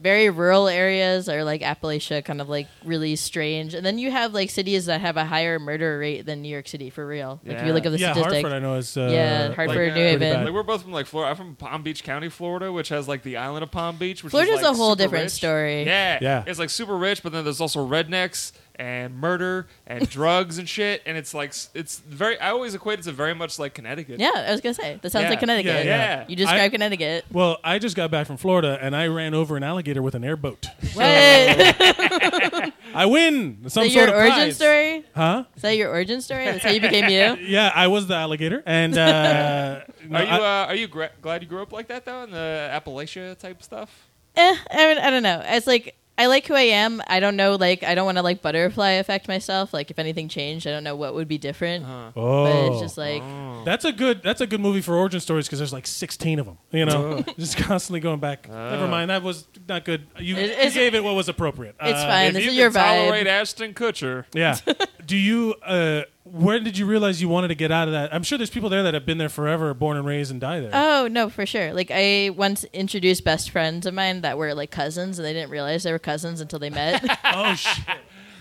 [SPEAKER 10] very rural areas or like Appalachia, kind of like really strange, and then you have like cities that have a higher murder rate than New York City for real. Like if
[SPEAKER 2] Yeah.
[SPEAKER 10] you look at the
[SPEAKER 1] yeah,
[SPEAKER 10] statistics.
[SPEAKER 1] Hartford I know is uh,
[SPEAKER 10] Yeah,
[SPEAKER 1] like,
[SPEAKER 10] Hartford, New
[SPEAKER 1] pretty
[SPEAKER 10] Haven.
[SPEAKER 1] bad.
[SPEAKER 2] Like we're both from like Florida. I'm from Palm Beach County, Florida, which has like the island of Palm Beach. Which
[SPEAKER 10] Florida's
[SPEAKER 2] is, like,
[SPEAKER 10] a whole
[SPEAKER 2] super
[SPEAKER 10] different
[SPEAKER 2] rich.
[SPEAKER 10] story.
[SPEAKER 2] Yeah,
[SPEAKER 1] Yeah.
[SPEAKER 2] It's like super rich, but then there's also rednecks and murder and drugs and shit. And it's like s- it's very. I always equate it to very much like Connecticut.
[SPEAKER 10] Yeah, I was gonna say that sounds
[SPEAKER 2] Yeah.
[SPEAKER 10] like Connecticut.
[SPEAKER 1] Yeah,
[SPEAKER 2] yeah.
[SPEAKER 10] You describe
[SPEAKER 1] I-
[SPEAKER 10] Connecticut.
[SPEAKER 1] Well, I just got back from Florida and I ran over an alligator with an airboat.
[SPEAKER 10] What?
[SPEAKER 1] I win some sort
[SPEAKER 10] Is that your
[SPEAKER 1] of
[SPEAKER 10] origin
[SPEAKER 1] prize.
[SPEAKER 10] story?
[SPEAKER 1] Huh?
[SPEAKER 10] Is that your origin story? That's how you became you?
[SPEAKER 1] Yeah, I was the alligator, and uh, no,
[SPEAKER 2] Are you
[SPEAKER 1] I-
[SPEAKER 2] uh, are you gra- glad you grew up like that though in the Appalachia type stuff?
[SPEAKER 10] Eh, I mean, I don't know. It's like I like who I am. I don't know. Like I don't want to like butterfly affect myself. Like if anything changed, I don't know what would be different. But
[SPEAKER 1] oh,
[SPEAKER 10] it's just like
[SPEAKER 2] uh,
[SPEAKER 1] that's a good that's a good movie for origin stories because there's like 16 of them. You know,
[SPEAKER 2] Oh.
[SPEAKER 1] just constantly going back.
[SPEAKER 2] Uh.
[SPEAKER 1] Never mind, that was not good. You,
[SPEAKER 10] It-
[SPEAKER 1] you
[SPEAKER 10] it's-
[SPEAKER 1] gave it what was appropriate.
[SPEAKER 10] it's
[SPEAKER 1] Uh,
[SPEAKER 10] fine.
[SPEAKER 2] if
[SPEAKER 10] This
[SPEAKER 2] you
[SPEAKER 10] is
[SPEAKER 2] can
[SPEAKER 10] your vibe.
[SPEAKER 2] tolerate Ashton Kutcher,
[SPEAKER 1] Yeah. Do you? Uh, where did you realize you wanted to get out of that? I'm sure there's people there that have been there forever, born and raised, and die there.
[SPEAKER 10] Oh no, for sure. Like I once introduced best friends of mine that were like cousins, and they didn't realize they were cousins until they met.
[SPEAKER 1] oh shit.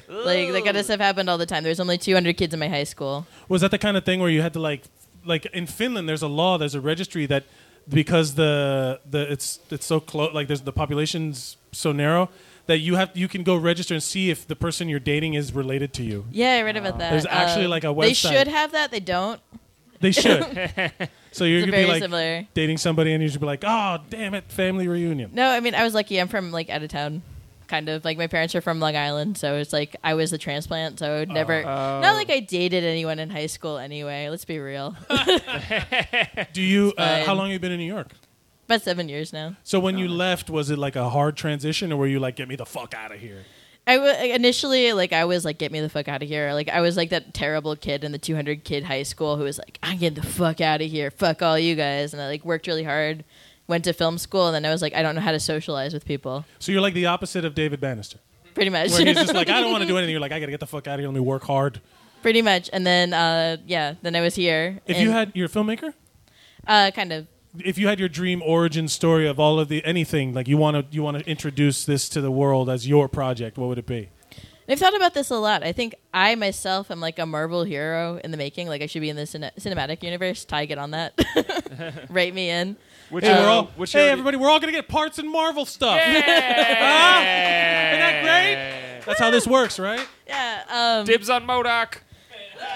[SPEAKER 10] like that kind of stuff happened all the time. There's only 200 kids in my high school.
[SPEAKER 1] Was that the kind of thing where you had to like, like in Finland, there's a law, there's a registry that because the the it's it's so close, like there's the population's so narrow that you have you can go register and see if the person you're dating is related to you.
[SPEAKER 10] Yeah, I read about that. Um,
[SPEAKER 1] There's actually, like, a
[SPEAKER 10] They
[SPEAKER 1] website.
[SPEAKER 10] should have that. They don't.
[SPEAKER 1] They should. so you're
[SPEAKER 10] It's
[SPEAKER 1] gonna
[SPEAKER 10] very
[SPEAKER 1] be like
[SPEAKER 10] similar.
[SPEAKER 1] dating somebody and you should be like, oh damn it, family reunion.
[SPEAKER 10] No, I mean, I was lucky. I'm from like out of town, kind of. Like my parents are from Long Island, so it's like I was the transplant. So I would never,
[SPEAKER 1] Oh.
[SPEAKER 10] not like I dated anyone in high school anyway. Let's be real.
[SPEAKER 1] Do you? Uh,
[SPEAKER 10] fine. Um,
[SPEAKER 1] how long have you been in New York?
[SPEAKER 10] About seven years now.
[SPEAKER 1] So when you left, was it like a hard transition, or were you like, get me the fuck out of here?
[SPEAKER 10] I w- initially like I was like, get me the fuck out of here. Like I was like that terrible kid in the 200 kid high school who was like, I'm getting the fuck out of here. Fuck all you guys. And I like worked really hard, went to film school, and then I was like, I don't know how to socialize with people.
[SPEAKER 1] So you're like the opposite of David Bannister,
[SPEAKER 10] Pretty much.
[SPEAKER 1] where he's just like, I don't want to do anything. You're like, I gotta get the fuck out of here. Let me work hard.
[SPEAKER 10] Pretty much. And then uh, yeah, then I was here.
[SPEAKER 1] If
[SPEAKER 10] and,
[SPEAKER 1] you had your filmmaker,
[SPEAKER 10] uh, kind of
[SPEAKER 1] if you had your dream origin story of all of the anything, like you want to you want to introduce this to the world as your project, what would it be?
[SPEAKER 10] I've thought about this a lot. I think I myself am like a Marvel hero in the making. Like I should be in the cine- cinematic universe. Ty, get on that. Rate me in. Um,
[SPEAKER 2] Which
[SPEAKER 1] Hey,
[SPEAKER 2] hero-
[SPEAKER 1] we're all,
[SPEAKER 2] which
[SPEAKER 1] hey
[SPEAKER 2] hero-
[SPEAKER 1] everybody, we're all gonna get parts in Marvel stuff.
[SPEAKER 2] Isn't
[SPEAKER 1] that great? That's how this works, right?
[SPEAKER 10] Yeah. Um,
[SPEAKER 2] Dibs on Modoc.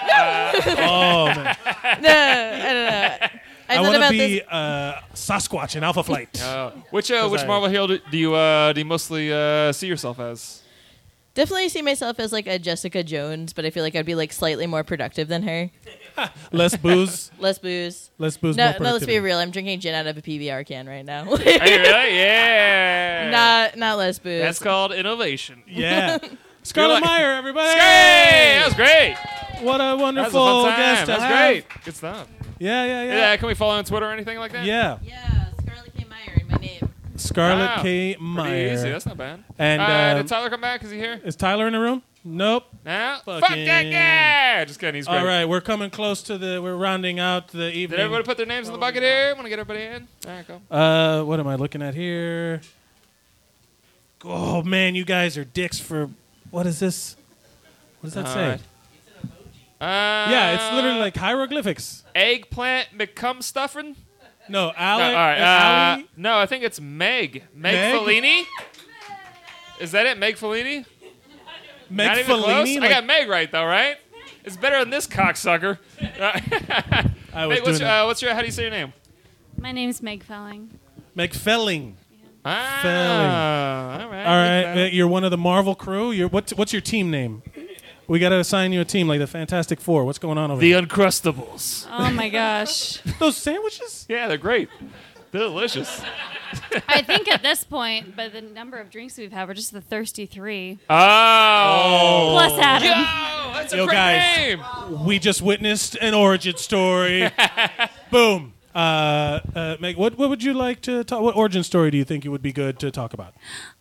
[SPEAKER 1] Oh man,
[SPEAKER 10] no, I don't know. I
[SPEAKER 1] I
[SPEAKER 10] thought
[SPEAKER 1] want to
[SPEAKER 10] about
[SPEAKER 1] be
[SPEAKER 10] this.
[SPEAKER 1] uh, Sasquatch in Alpha Flight.
[SPEAKER 2] Uh, which uh, which
[SPEAKER 1] I-
[SPEAKER 2] Marvel hero do, do you uh, do you mostly uh, see yourself as?
[SPEAKER 10] Definitely see myself as like a Jessica Jones, but I feel like I'd be like slightly more productive than her.
[SPEAKER 1] less booze,
[SPEAKER 10] Less booze.
[SPEAKER 1] less booze.
[SPEAKER 10] No,
[SPEAKER 1] more
[SPEAKER 10] no. Let's be
[SPEAKER 1] productivity.
[SPEAKER 10] real. I'm drinking gin out of a PBR can right
[SPEAKER 2] Are
[SPEAKER 10] now.
[SPEAKER 2] you really? Yeah.
[SPEAKER 10] not not less booze.
[SPEAKER 2] That's called innovation.
[SPEAKER 1] Yeah. Scarlett
[SPEAKER 2] You're like-
[SPEAKER 1] Meyer, everybody!
[SPEAKER 2] Hey, that was great.
[SPEAKER 1] What a
[SPEAKER 2] That was a
[SPEAKER 1] wonderful
[SPEAKER 2] fun
[SPEAKER 1] guest
[SPEAKER 2] time.
[SPEAKER 1] to
[SPEAKER 2] That was
[SPEAKER 1] have.
[SPEAKER 2] great. Good stuff.
[SPEAKER 1] Yeah, yeah,
[SPEAKER 2] Yeah.
[SPEAKER 1] yeah,
[SPEAKER 2] Can we follow on Twitter or anything like that?
[SPEAKER 1] yeah.
[SPEAKER 10] yeah, Scarlett K. Meyer, my name.
[SPEAKER 1] Scarlett
[SPEAKER 2] Wow.
[SPEAKER 1] K.
[SPEAKER 2] Pretty
[SPEAKER 1] Meyer.
[SPEAKER 2] easy. That's not bad.
[SPEAKER 1] And,
[SPEAKER 2] uh,
[SPEAKER 1] um,
[SPEAKER 2] did Tyler come back? Is he here?
[SPEAKER 1] Is Tyler in the room? Nope.
[SPEAKER 2] No. Fuck
[SPEAKER 1] fucking-
[SPEAKER 2] that guy. Just kidding. He's great.
[SPEAKER 1] All right, we're coming close to the. We're rounding out the evening.
[SPEAKER 2] Did everybody put their names in the bucket here? Want to get everybody in? All right, go.
[SPEAKER 1] uh, what am I looking at here? Oh man, you guys are dicks for. What is this? What does that
[SPEAKER 2] All
[SPEAKER 1] say?
[SPEAKER 2] right. Uh,
[SPEAKER 1] Yeah, it's literally like hieroglyphics.
[SPEAKER 2] eggplant McCum stuffing.
[SPEAKER 1] No,
[SPEAKER 2] No,
[SPEAKER 1] Alec.
[SPEAKER 2] all right.
[SPEAKER 1] uh,
[SPEAKER 2] Uh, no, I think it's Meg. Meg,
[SPEAKER 1] Meg?
[SPEAKER 2] Fellini. Is that it, Meg Fellini?
[SPEAKER 1] Meg
[SPEAKER 2] Not even close.
[SPEAKER 1] Fellini.
[SPEAKER 2] I
[SPEAKER 1] like-
[SPEAKER 2] got Meg right though, right? It's better than this cocksucker.
[SPEAKER 1] I
[SPEAKER 2] Meg,
[SPEAKER 1] was
[SPEAKER 2] what's
[SPEAKER 1] doing
[SPEAKER 2] your,
[SPEAKER 1] that.
[SPEAKER 2] uh, what's your? How do you say your name?
[SPEAKER 11] My name's Meg Felling.
[SPEAKER 1] Meg Felling.
[SPEAKER 2] Ah, all right.
[SPEAKER 1] All right,
[SPEAKER 2] Meg
[SPEAKER 1] uh, you're one of the Marvel crew. You're what's what's your team name? We got to assign you a team like the Fantastic Four. What's going on over
[SPEAKER 2] Fellin.
[SPEAKER 1] here?
[SPEAKER 2] the Uncrustables.
[SPEAKER 11] Oh my gosh.
[SPEAKER 1] Those sandwiches.
[SPEAKER 2] Yeah, they're great. They're delicious.
[SPEAKER 11] I think at this point, by the number of drinks we've had, we're just the thirsty three.
[SPEAKER 1] Uh,
[SPEAKER 2] Oh.
[SPEAKER 11] Plus Adam.
[SPEAKER 2] Yo, that's a
[SPEAKER 1] Yo,
[SPEAKER 2] great
[SPEAKER 1] guys.
[SPEAKER 2] name.
[SPEAKER 1] We just witnessed an origin story. Boom. Uh, uh, Meg, what, what would you like to talk? What origin story do you think it would be good to talk about?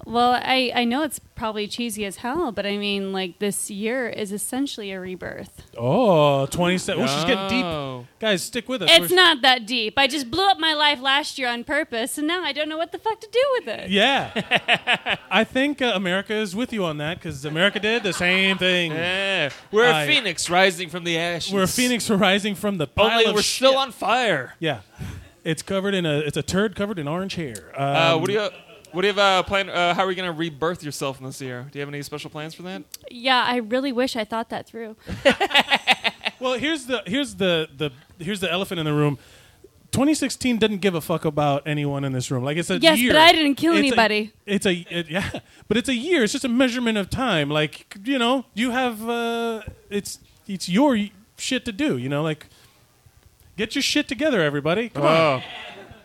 [SPEAKER 11] Well, I, I know it's probably cheesy as hell, but I mean, like, this year is essentially a rebirth.
[SPEAKER 1] Oh, 27. Oh, she's getting
[SPEAKER 2] Oh.
[SPEAKER 1] deep. Guys, stick with us.
[SPEAKER 11] It's
[SPEAKER 1] We're-
[SPEAKER 11] not that deep. I just blew up my life last year on purpose, and now I don't know what the fuck to do with it.
[SPEAKER 1] Yeah. I think uh, America is with you on that because America did the same thing.
[SPEAKER 2] Yeah. We're
[SPEAKER 1] I-
[SPEAKER 2] a phoenix rising from the ashes.
[SPEAKER 1] We're a phoenix rising from the pile
[SPEAKER 2] Only
[SPEAKER 1] of
[SPEAKER 2] we're
[SPEAKER 1] sh-
[SPEAKER 2] still on fire.
[SPEAKER 1] Yeah. It's covered in a, it's a turd covered in orange hair. Um,
[SPEAKER 2] Uh, what do you? What do you have uh, plan? Uh, how are you going to rebirth yourself in this year? Do you have any special plans for that?
[SPEAKER 11] Yeah, I really wish I thought that through.
[SPEAKER 1] Well, here's the here's the the here's the elephant in the room. 2016 didn't give a fuck about anyone in this room. Like it's a
[SPEAKER 11] Yes,
[SPEAKER 1] year.
[SPEAKER 11] but I didn't kill
[SPEAKER 1] It's a-
[SPEAKER 11] anybody.
[SPEAKER 1] it's a it- yeah, but it's a year. It's just a measurement of time. Like you know, you have uh, it's it's your shit to do. You know, like get your shit together, everybody. Come on.
[SPEAKER 2] Oh,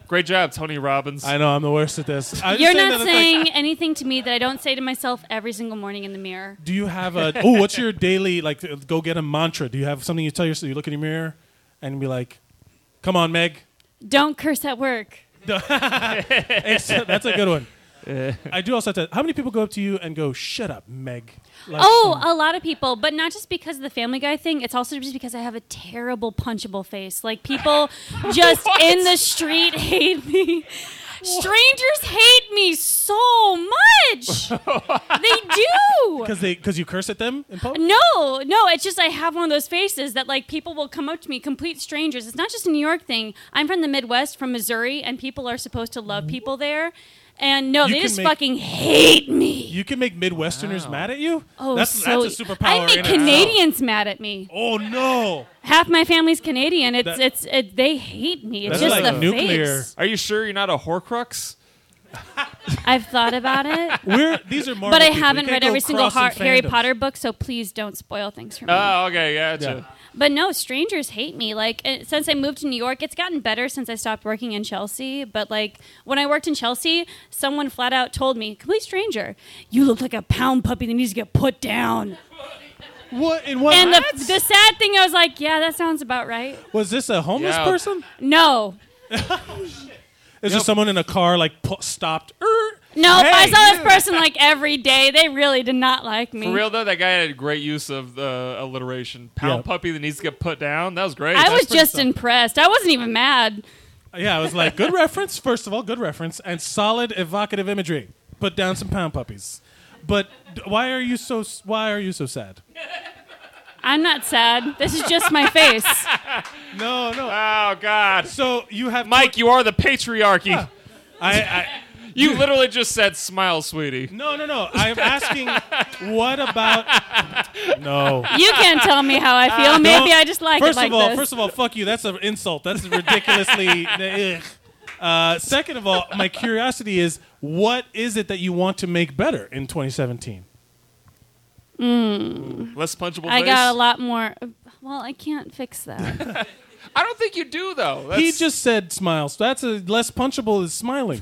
[SPEAKER 2] great job, Tony Robbins.
[SPEAKER 1] I know I'm the worst at this. I was
[SPEAKER 11] You're
[SPEAKER 1] saying
[SPEAKER 11] not
[SPEAKER 1] that, it's like,
[SPEAKER 11] saying anything to me that I don't say to myself every single morning in the mirror.
[SPEAKER 1] do you have a oh? What's your daily like? uh, Go get a mantra. Do you have something you tell yourself? You look in your mirror and be like, "Come on, Meg."
[SPEAKER 11] Don't curse at work.
[SPEAKER 1] It's- that's a good one. I do also have to. How many people go up to you and go, "Shut up, Meg"? Like, hmm.
[SPEAKER 11] Oh, a lot of people, but not just because of the Family Guy thing. It's also just because I have a terrible punchable face. Like people just in the street hate me. Strangers hate me so much. they do.
[SPEAKER 1] because they because you curse at them in public.
[SPEAKER 11] No, no, it's just I have one of those faces that like people will come up to me, complete strangers. It's not just a New York thing. I'm from the Midwest, from Missouri, and people are supposed to love people there. And no,
[SPEAKER 1] Mm-hmm. You
[SPEAKER 11] they
[SPEAKER 1] can
[SPEAKER 11] just
[SPEAKER 1] make-
[SPEAKER 11] fucking hate me.
[SPEAKER 1] You can make Midwesterners mad at you.
[SPEAKER 11] Oh,
[SPEAKER 1] that's
[SPEAKER 11] so
[SPEAKER 1] that's a superpower.
[SPEAKER 11] I make
[SPEAKER 1] in
[SPEAKER 11] Canadians mad at me.
[SPEAKER 1] Itself. Oh no,
[SPEAKER 11] Half my family's Canadian. It's
[SPEAKER 1] That-
[SPEAKER 11] it's it, they hate me. It's
[SPEAKER 1] that's
[SPEAKER 11] just
[SPEAKER 1] like
[SPEAKER 11] the
[SPEAKER 1] nuclear.
[SPEAKER 11] face.
[SPEAKER 2] Are you sure you're not a Horcrux?
[SPEAKER 11] I've thought about it,
[SPEAKER 1] We're these are Marvel
[SPEAKER 11] but I
[SPEAKER 1] people. You
[SPEAKER 11] haven't
[SPEAKER 1] can't
[SPEAKER 11] read
[SPEAKER 1] go
[SPEAKER 11] every single
[SPEAKER 1] crossing
[SPEAKER 11] Har- Harry
[SPEAKER 1] fandoms.
[SPEAKER 11] Potter book, so please don't spoil things for me.
[SPEAKER 2] Oh, Ah, Uh, okay, gotcha.
[SPEAKER 11] But no, strangers hate me. Like eh, since I moved to New York, it's gotten better since I stopped working in Chelsea. But like when I worked in Chelsea, someone flat out told me, complete stranger, you look like a pound puppy that needs to get put down.
[SPEAKER 1] What in what?
[SPEAKER 11] And the, the sad thing, I was like, yeah, that sounds about right.
[SPEAKER 1] was this a homeless
[SPEAKER 2] Yeah.
[SPEAKER 1] person?
[SPEAKER 11] No,
[SPEAKER 1] Is just someone in a car like pu- stopped? Er,
[SPEAKER 11] no. If I
[SPEAKER 1] Hey.
[SPEAKER 11] saw this person like every day, they really did not like me.
[SPEAKER 2] For real though, that guy had great use of the alliteration. Pound
[SPEAKER 1] Yeah.
[SPEAKER 2] puppy that needs to get put down. That was great.
[SPEAKER 11] I was
[SPEAKER 1] pretty
[SPEAKER 11] just
[SPEAKER 1] solid.
[SPEAKER 11] impressed. I wasn't even mad.
[SPEAKER 1] Yeah, I was like, good reference. First of all, good reference and solid evocative imagery. Put down some pound puppies. But d- why are you so? s- Why are you so sad?
[SPEAKER 11] I'm not sad. This is just my face.
[SPEAKER 1] No, no.
[SPEAKER 2] Oh God,
[SPEAKER 1] So you have
[SPEAKER 2] Mike, you are the patriarchy.
[SPEAKER 1] I, I
[SPEAKER 2] You literally just said smile, sweetie.
[SPEAKER 1] no, no, no. I am asking, what about? No.
[SPEAKER 11] You can't tell me how I feel. Maybe
[SPEAKER 1] Uh, don't-
[SPEAKER 11] I just like
[SPEAKER 1] First
[SPEAKER 11] it like
[SPEAKER 1] of all,
[SPEAKER 11] this.
[SPEAKER 1] first of all, fuck you. That's an insult. That's ridiculously. eh, ugh. Uh, second of all, my curiosity is, what is it that you want to make better in 2017?
[SPEAKER 11] Mm.
[SPEAKER 2] Less punchable
[SPEAKER 11] I
[SPEAKER 2] face.
[SPEAKER 11] got a lot more. Well, I can't fix that.
[SPEAKER 2] I don't think you do though. That's,
[SPEAKER 1] He just said smiles. That's a less punchable is smiling.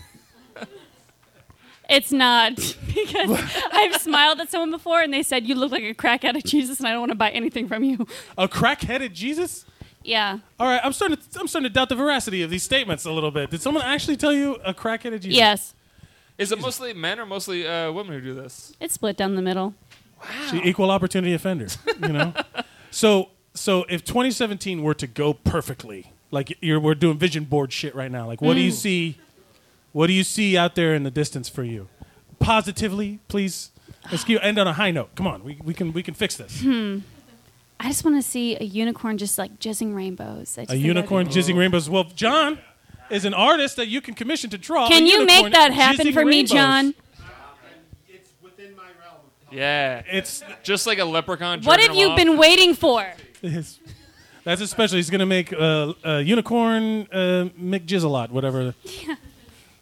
[SPEAKER 11] it's not because I've smiled at someone before and they said you look like a crack out of Jesus and I don't want to buy anything from you.
[SPEAKER 1] A crack-headed Jesus.
[SPEAKER 11] Yeah.
[SPEAKER 1] All right, I'm starting. To, I'm starting to doubt the veracity of these statements a little bit. Did someone actually tell you a crack-headed Jesus?
[SPEAKER 11] Yes.
[SPEAKER 2] is it mostly men or mostly uh, women who do this?
[SPEAKER 11] It's split down the middle.
[SPEAKER 1] The equal opportunity offender, you know. so so if 2017 were to go perfectly, like you're we're doing vision board shit right now. Like what
[SPEAKER 11] Mm.
[SPEAKER 1] do you see? What do you see out there in the distance for you? Positively, please. Let's go- end on a high note. Come on, we, we can we can fix this.
[SPEAKER 11] Hmm. I just want to see a unicorn just like jizzing rainbows. I just
[SPEAKER 1] A
[SPEAKER 11] think that'd
[SPEAKER 1] unicorn
[SPEAKER 11] be-
[SPEAKER 1] jizzing rainbows. Well, John is an artist that you can commission to draw. a
[SPEAKER 11] Can you
[SPEAKER 1] unicorn
[SPEAKER 11] make that happen
[SPEAKER 1] jizzing
[SPEAKER 11] for me,
[SPEAKER 1] rainbows.
[SPEAKER 11] John?
[SPEAKER 9] It's within my realm.
[SPEAKER 2] Yeah,
[SPEAKER 1] It's
[SPEAKER 2] just like a leprechaun.
[SPEAKER 11] What
[SPEAKER 2] jerking
[SPEAKER 11] have
[SPEAKER 2] them
[SPEAKER 11] you
[SPEAKER 2] off.
[SPEAKER 11] been waiting for?
[SPEAKER 1] His, that's his special. He's gonna make uh, uh, unicorn uh, McJizzalot, whatever. Yeah.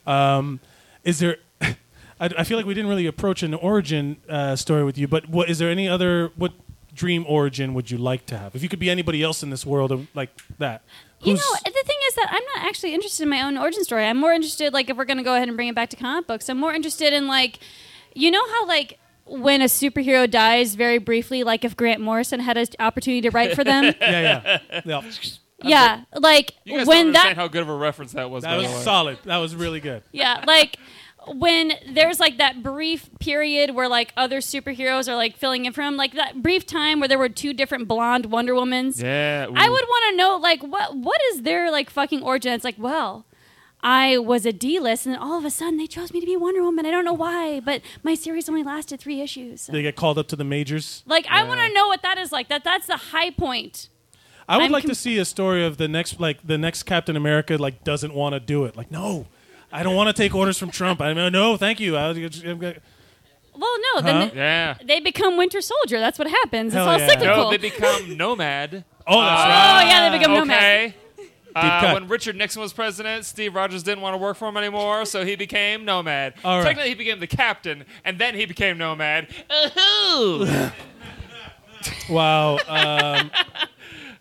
[SPEAKER 1] Um, is there? I, I feel like we didn't really approach an origin uh, story with you, but what is there any other? What dream origin would you like to have? If you could be anybody else in this world, of, like that.
[SPEAKER 11] You know,
[SPEAKER 1] Who's-
[SPEAKER 11] the thing is that I'm not actually interested in my own origin story. I'm more interested, like, if we're going to go ahead and bring it back to comic books, I'm more interested in, like, you know how, like, when a superhero dies very briefly, like if Grant Morrison had an opportunity to write for them?
[SPEAKER 1] yeah, yeah, yeah.
[SPEAKER 11] yeah. Like,
[SPEAKER 2] You guys
[SPEAKER 11] when
[SPEAKER 2] don't understand
[SPEAKER 11] that.
[SPEAKER 2] how good of a reference that was.
[SPEAKER 1] That
[SPEAKER 2] by
[SPEAKER 1] was
[SPEAKER 2] the way.
[SPEAKER 1] solid. That was really good.
[SPEAKER 11] yeah. Like, when there's like that brief period where like other superheroes are like filling in for him, like that brief time where there were two different blonde Wonder Womans.
[SPEAKER 2] Yeah,
[SPEAKER 11] I
[SPEAKER 2] ooh.
[SPEAKER 11] would want to know like what what is their like fucking origin? It's like, well, I was a D list, and then all of a sudden they chose me to be Wonder Woman. I don't know why, but my series only lasted three issues.
[SPEAKER 1] They get called up to the majors.
[SPEAKER 11] Like, I want to know what that is like. That that's the high point.
[SPEAKER 1] I would
[SPEAKER 11] I'm
[SPEAKER 1] like
[SPEAKER 11] com-
[SPEAKER 1] to see a story of the next, like the next Captain America, like doesn't want to do it. Like, no, I don't want to take orders from Trump. I mean, no, thank you. I, I'm gonna-
[SPEAKER 11] Well, no, Oh, then
[SPEAKER 1] Huh?
[SPEAKER 11] th-
[SPEAKER 2] Yeah.
[SPEAKER 11] they become Winter Soldier. That's what happens.
[SPEAKER 1] Hell
[SPEAKER 11] it's all
[SPEAKER 1] yeah.
[SPEAKER 11] cyclical.
[SPEAKER 2] No, they become nomad. Uh,
[SPEAKER 1] oh, that's right.
[SPEAKER 11] oh yeah, they become nomads.
[SPEAKER 2] Okay. Uh,
[SPEAKER 1] cut.
[SPEAKER 2] when Richard Nixon was president, Steve Rogers didn't want to work for him anymore, so he became Nomad.
[SPEAKER 1] All right.
[SPEAKER 2] Technically, he became the captain, and then he became Nomad. Ahoo!
[SPEAKER 1] Wow. Um,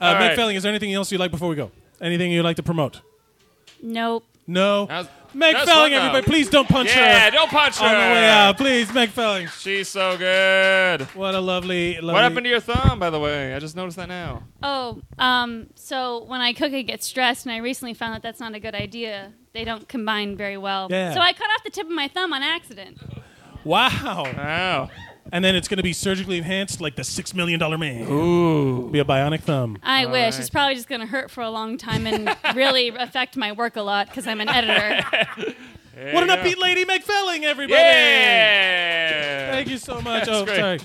[SPEAKER 1] uh,
[SPEAKER 2] right.
[SPEAKER 1] Meg Felling, is there anything else you'd like before we go? Anything you'd like to promote?
[SPEAKER 11] Nope.
[SPEAKER 1] No.
[SPEAKER 2] That was-
[SPEAKER 1] Meg
[SPEAKER 2] that was
[SPEAKER 1] Felling,
[SPEAKER 2] fun, though.
[SPEAKER 1] everybody, please don't punch
[SPEAKER 2] yeah,
[SPEAKER 1] her Um,
[SPEAKER 2] don't punch her.
[SPEAKER 1] on the way out. Please, Meg Felling.
[SPEAKER 2] She's so good.
[SPEAKER 1] What a lovely, lovely.
[SPEAKER 2] What happened to your thumb, by the way? I just noticed that now.
[SPEAKER 11] Oh, um, so when I cook, I get stressed, and I recently found that that's not a good idea. They don't combine very well.
[SPEAKER 1] Yeah.
[SPEAKER 11] So I cut off the tip of my thumb on accident.
[SPEAKER 1] wow.
[SPEAKER 2] Wow.
[SPEAKER 1] And then it's going to be surgically enhanced like the $6 million man. Ooh. Be a bionic thumb.
[SPEAKER 11] I wish.
[SPEAKER 2] right.
[SPEAKER 11] It's probably just going to hurt for a long time and really affect my work a lot because I'm an editor.
[SPEAKER 1] what
[SPEAKER 2] you
[SPEAKER 1] an
[SPEAKER 2] go.
[SPEAKER 1] upbeat lady, Meg Felling, everybody.
[SPEAKER 2] Yeah.
[SPEAKER 1] Thank you so much.
[SPEAKER 2] That's
[SPEAKER 1] oh,
[SPEAKER 2] great.
[SPEAKER 1] sorry.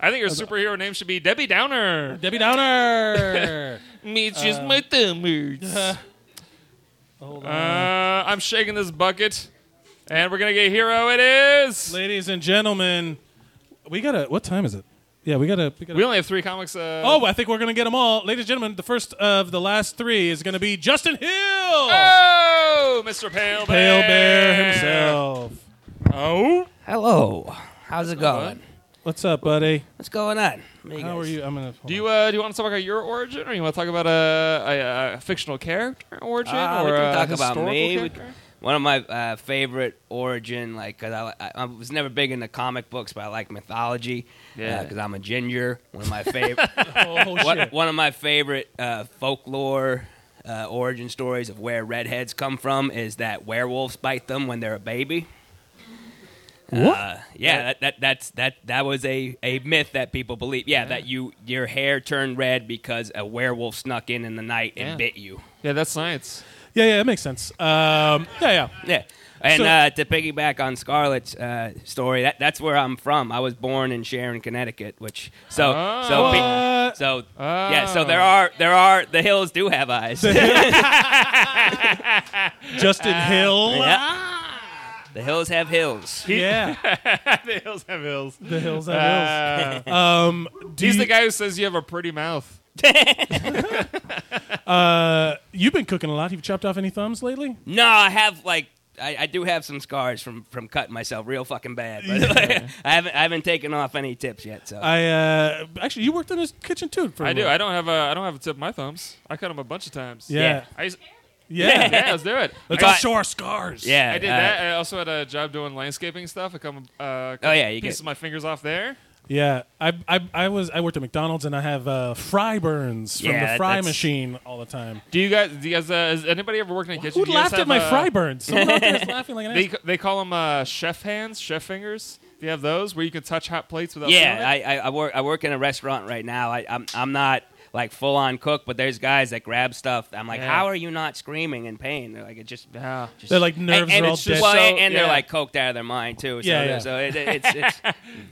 [SPEAKER 2] I think your superhero name should be Debbie Downer.
[SPEAKER 1] Debbie Downer. Um,
[SPEAKER 2] Me just my thumb hurts.
[SPEAKER 1] Hold
[SPEAKER 2] Uh, I'm shaking this bucket, and we're gonna get hero. It is.
[SPEAKER 1] Ladies and gentlemen, we got to. What time is it? Yeah, we got to. We gotta
[SPEAKER 2] We only have three comics. Uh,
[SPEAKER 1] Oh, I think we're going to get them all. Ladies and gentlemen, the first of the last three is going to be Justin Hill.
[SPEAKER 2] Oh, Mr. Pale Bear.
[SPEAKER 1] Pale Bear himself.
[SPEAKER 2] Oh,
[SPEAKER 12] Hello. How's it going?
[SPEAKER 1] What's up, buddy?
[SPEAKER 12] What's going on?
[SPEAKER 1] How are you? I'm gonna.
[SPEAKER 2] Do you uh, do you want to talk about your origin, or you want to talk about uh, a, a, a fictional character origin,
[SPEAKER 12] Ah,
[SPEAKER 2] or
[SPEAKER 12] we
[SPEAKER 2] a
[SPEAKER 12] can talk about
[SPEAKER 2] historical
[SPEAKER 12] me. We-
[SPEAKER 2] character?
[SPEAKER 12] One of my uh, favorite origin, like, cause I, I, I was never big into comic books, but I like mythology.
[SPEAKER 2] Yeah.
[SPEAKER 12] because I'm a ginger. One of my favorite,
[SPEAKER 1] Oh shit!
[SPEAKER 12] one of my favorite uh, folklore uh, origin stories of where redheads come from is that werewolves bite them when they're a baby. Uh, yeah, that, that that's that that was a, a myth that people believe. Yeah, that you your hair turned red because a werewolf snuck in in the night and
[SPEAKER 2] Yeah.
[SPEAKER 12] bit you.
[SPEAKER 2] Yeah, that's science.
[SPEAKER 1] Yeah, yeah, it makes sense. Um, yeah, yeah.
[SPEAKER 12] Yeah. And
[SPEAKER 1] So-
[SPEAKER 12] uh, to piggyback on Scarlett's uh, story, that, that's where I'm from. I was born in Sharon, Connecticut, which so so
[SPEAKER 1] What?
[SPEAKER 12] so yeah. So there
[SPEAKER 2] Oh.
[SPEAKER 12] are there are the hills do have eyes.
[SPEAKER 1] Justin Hill.
[SPEAKER 12] Yeah. The hills have hills.
[SPEAKER 1] Yeah,
[SPEAKER 2] the hills have hills.
[SPEAKER 1] the hills have
[SPEAKER 2] Uh,
[SPEAKER 1] hills. Um, do
[SPEAKER 2] he's
[SPEAKER 1] you,
[SPEAKER 2] the guy who says you have a pretty mouth.
[SPEAKER 1] Uh, you've been cooking a lot. You've chopped off any thumbs lately?
[SPEAKER 12] No, I have like I, I do have some scars from from cutting myself real fucking bad. But I haven't I haven't taken off any tips yet. So
[SPEAKER 1] I uh, actually, you worked in his kitchen too. For a
[SPEAKER 2] I do.
[SPEAKER 1] little-
[SPEAKER 2] I don't have a I don't have a tip of my thumbs. I cut them a bunch of times.
[SPEAKER 1] Yeah,
[SPEAKER 2] I used,
[SPEAKER 1] yeah.
[SPEAKER 2] yeah, let's do it.
[SPEAKER 1] Let's
[SPEAKER 2] I,
[SPEAKER 1] all show our scars.
[SPEAKER 12] yeah,
[SPEAKER 2] I did
[SPEAKER 12] uh,
[SPEAKER 2] that. I also had a job doing landscaping stuff. I come uh,
[SPEAKER 12] Oh, yeah, you
[SPEAKER 2] pieces
[SPEAKER 12] get-
[SPEAKER 2] my fingers off there.
[SPEAKER 1] Yeah, I, I, I was I worked at McDonald's and I have uh, fry burns from
[SPEAKER 12] Yeah,
[SPEAKER 1] the
[SPEAKER 12] that-
[SPEAKER 1] fry
[SPEAKER 12] that's-
[SPEAKER 1] machine all the time.
[SPEAKER 2] Do you guys? Do you guys? Uh, has anybody ever worked in a kitchen?
[SPEAKER 1] Who
[SPEAKER 2] Do you guys
[SPEAKER 1] laughed at
[SPEAKER 2] have,
[SPEAKER 1] my
[SPEAKER 2] uh,
[SPEAKER 1] fry burns? Someone out there is laughing like an
[SPEAKER 2] They
[SPEAKER 1] ass.
[SPEAKER 2] they call them uh, chef hands, chef fingers. Do you have those where you can touch hot plates without?
[SPEAKER 12] Yeah,
[SPEAKER 2] feeling it?
[SPEAKER 12] I, I, I work I work in a restaurant right now. I, I'm I'm not like full on cook, but there's guys that grab stuff. I'm like,
[SPEAKER 2] Yeah.
[SPEAKER 12] how are you not screaming in pain? They're like, it just.
[SPEAKER 2] yeah.
[SPEAKER 12] just-
[SPEAKER 1] They're like nerves
[SPEAKER 12] and, and
[SPEAKER 1] are all
[SPEAKER 12] it's just-
[SPEAKER 1] dead.
[SPEAKER 12] Well,
[SPEAKER 2] So,
[SPEAKER 12] and, and they're
[SPEAKER 2] yeah.
[SPEAKER 12] like coked out of their mind too. So,
[SPEAKER 1] Yeah,
[SPEAKER 12] they're-
[SPEAKER 1] yeah.
[SPEAKER 12] so it, it's, it's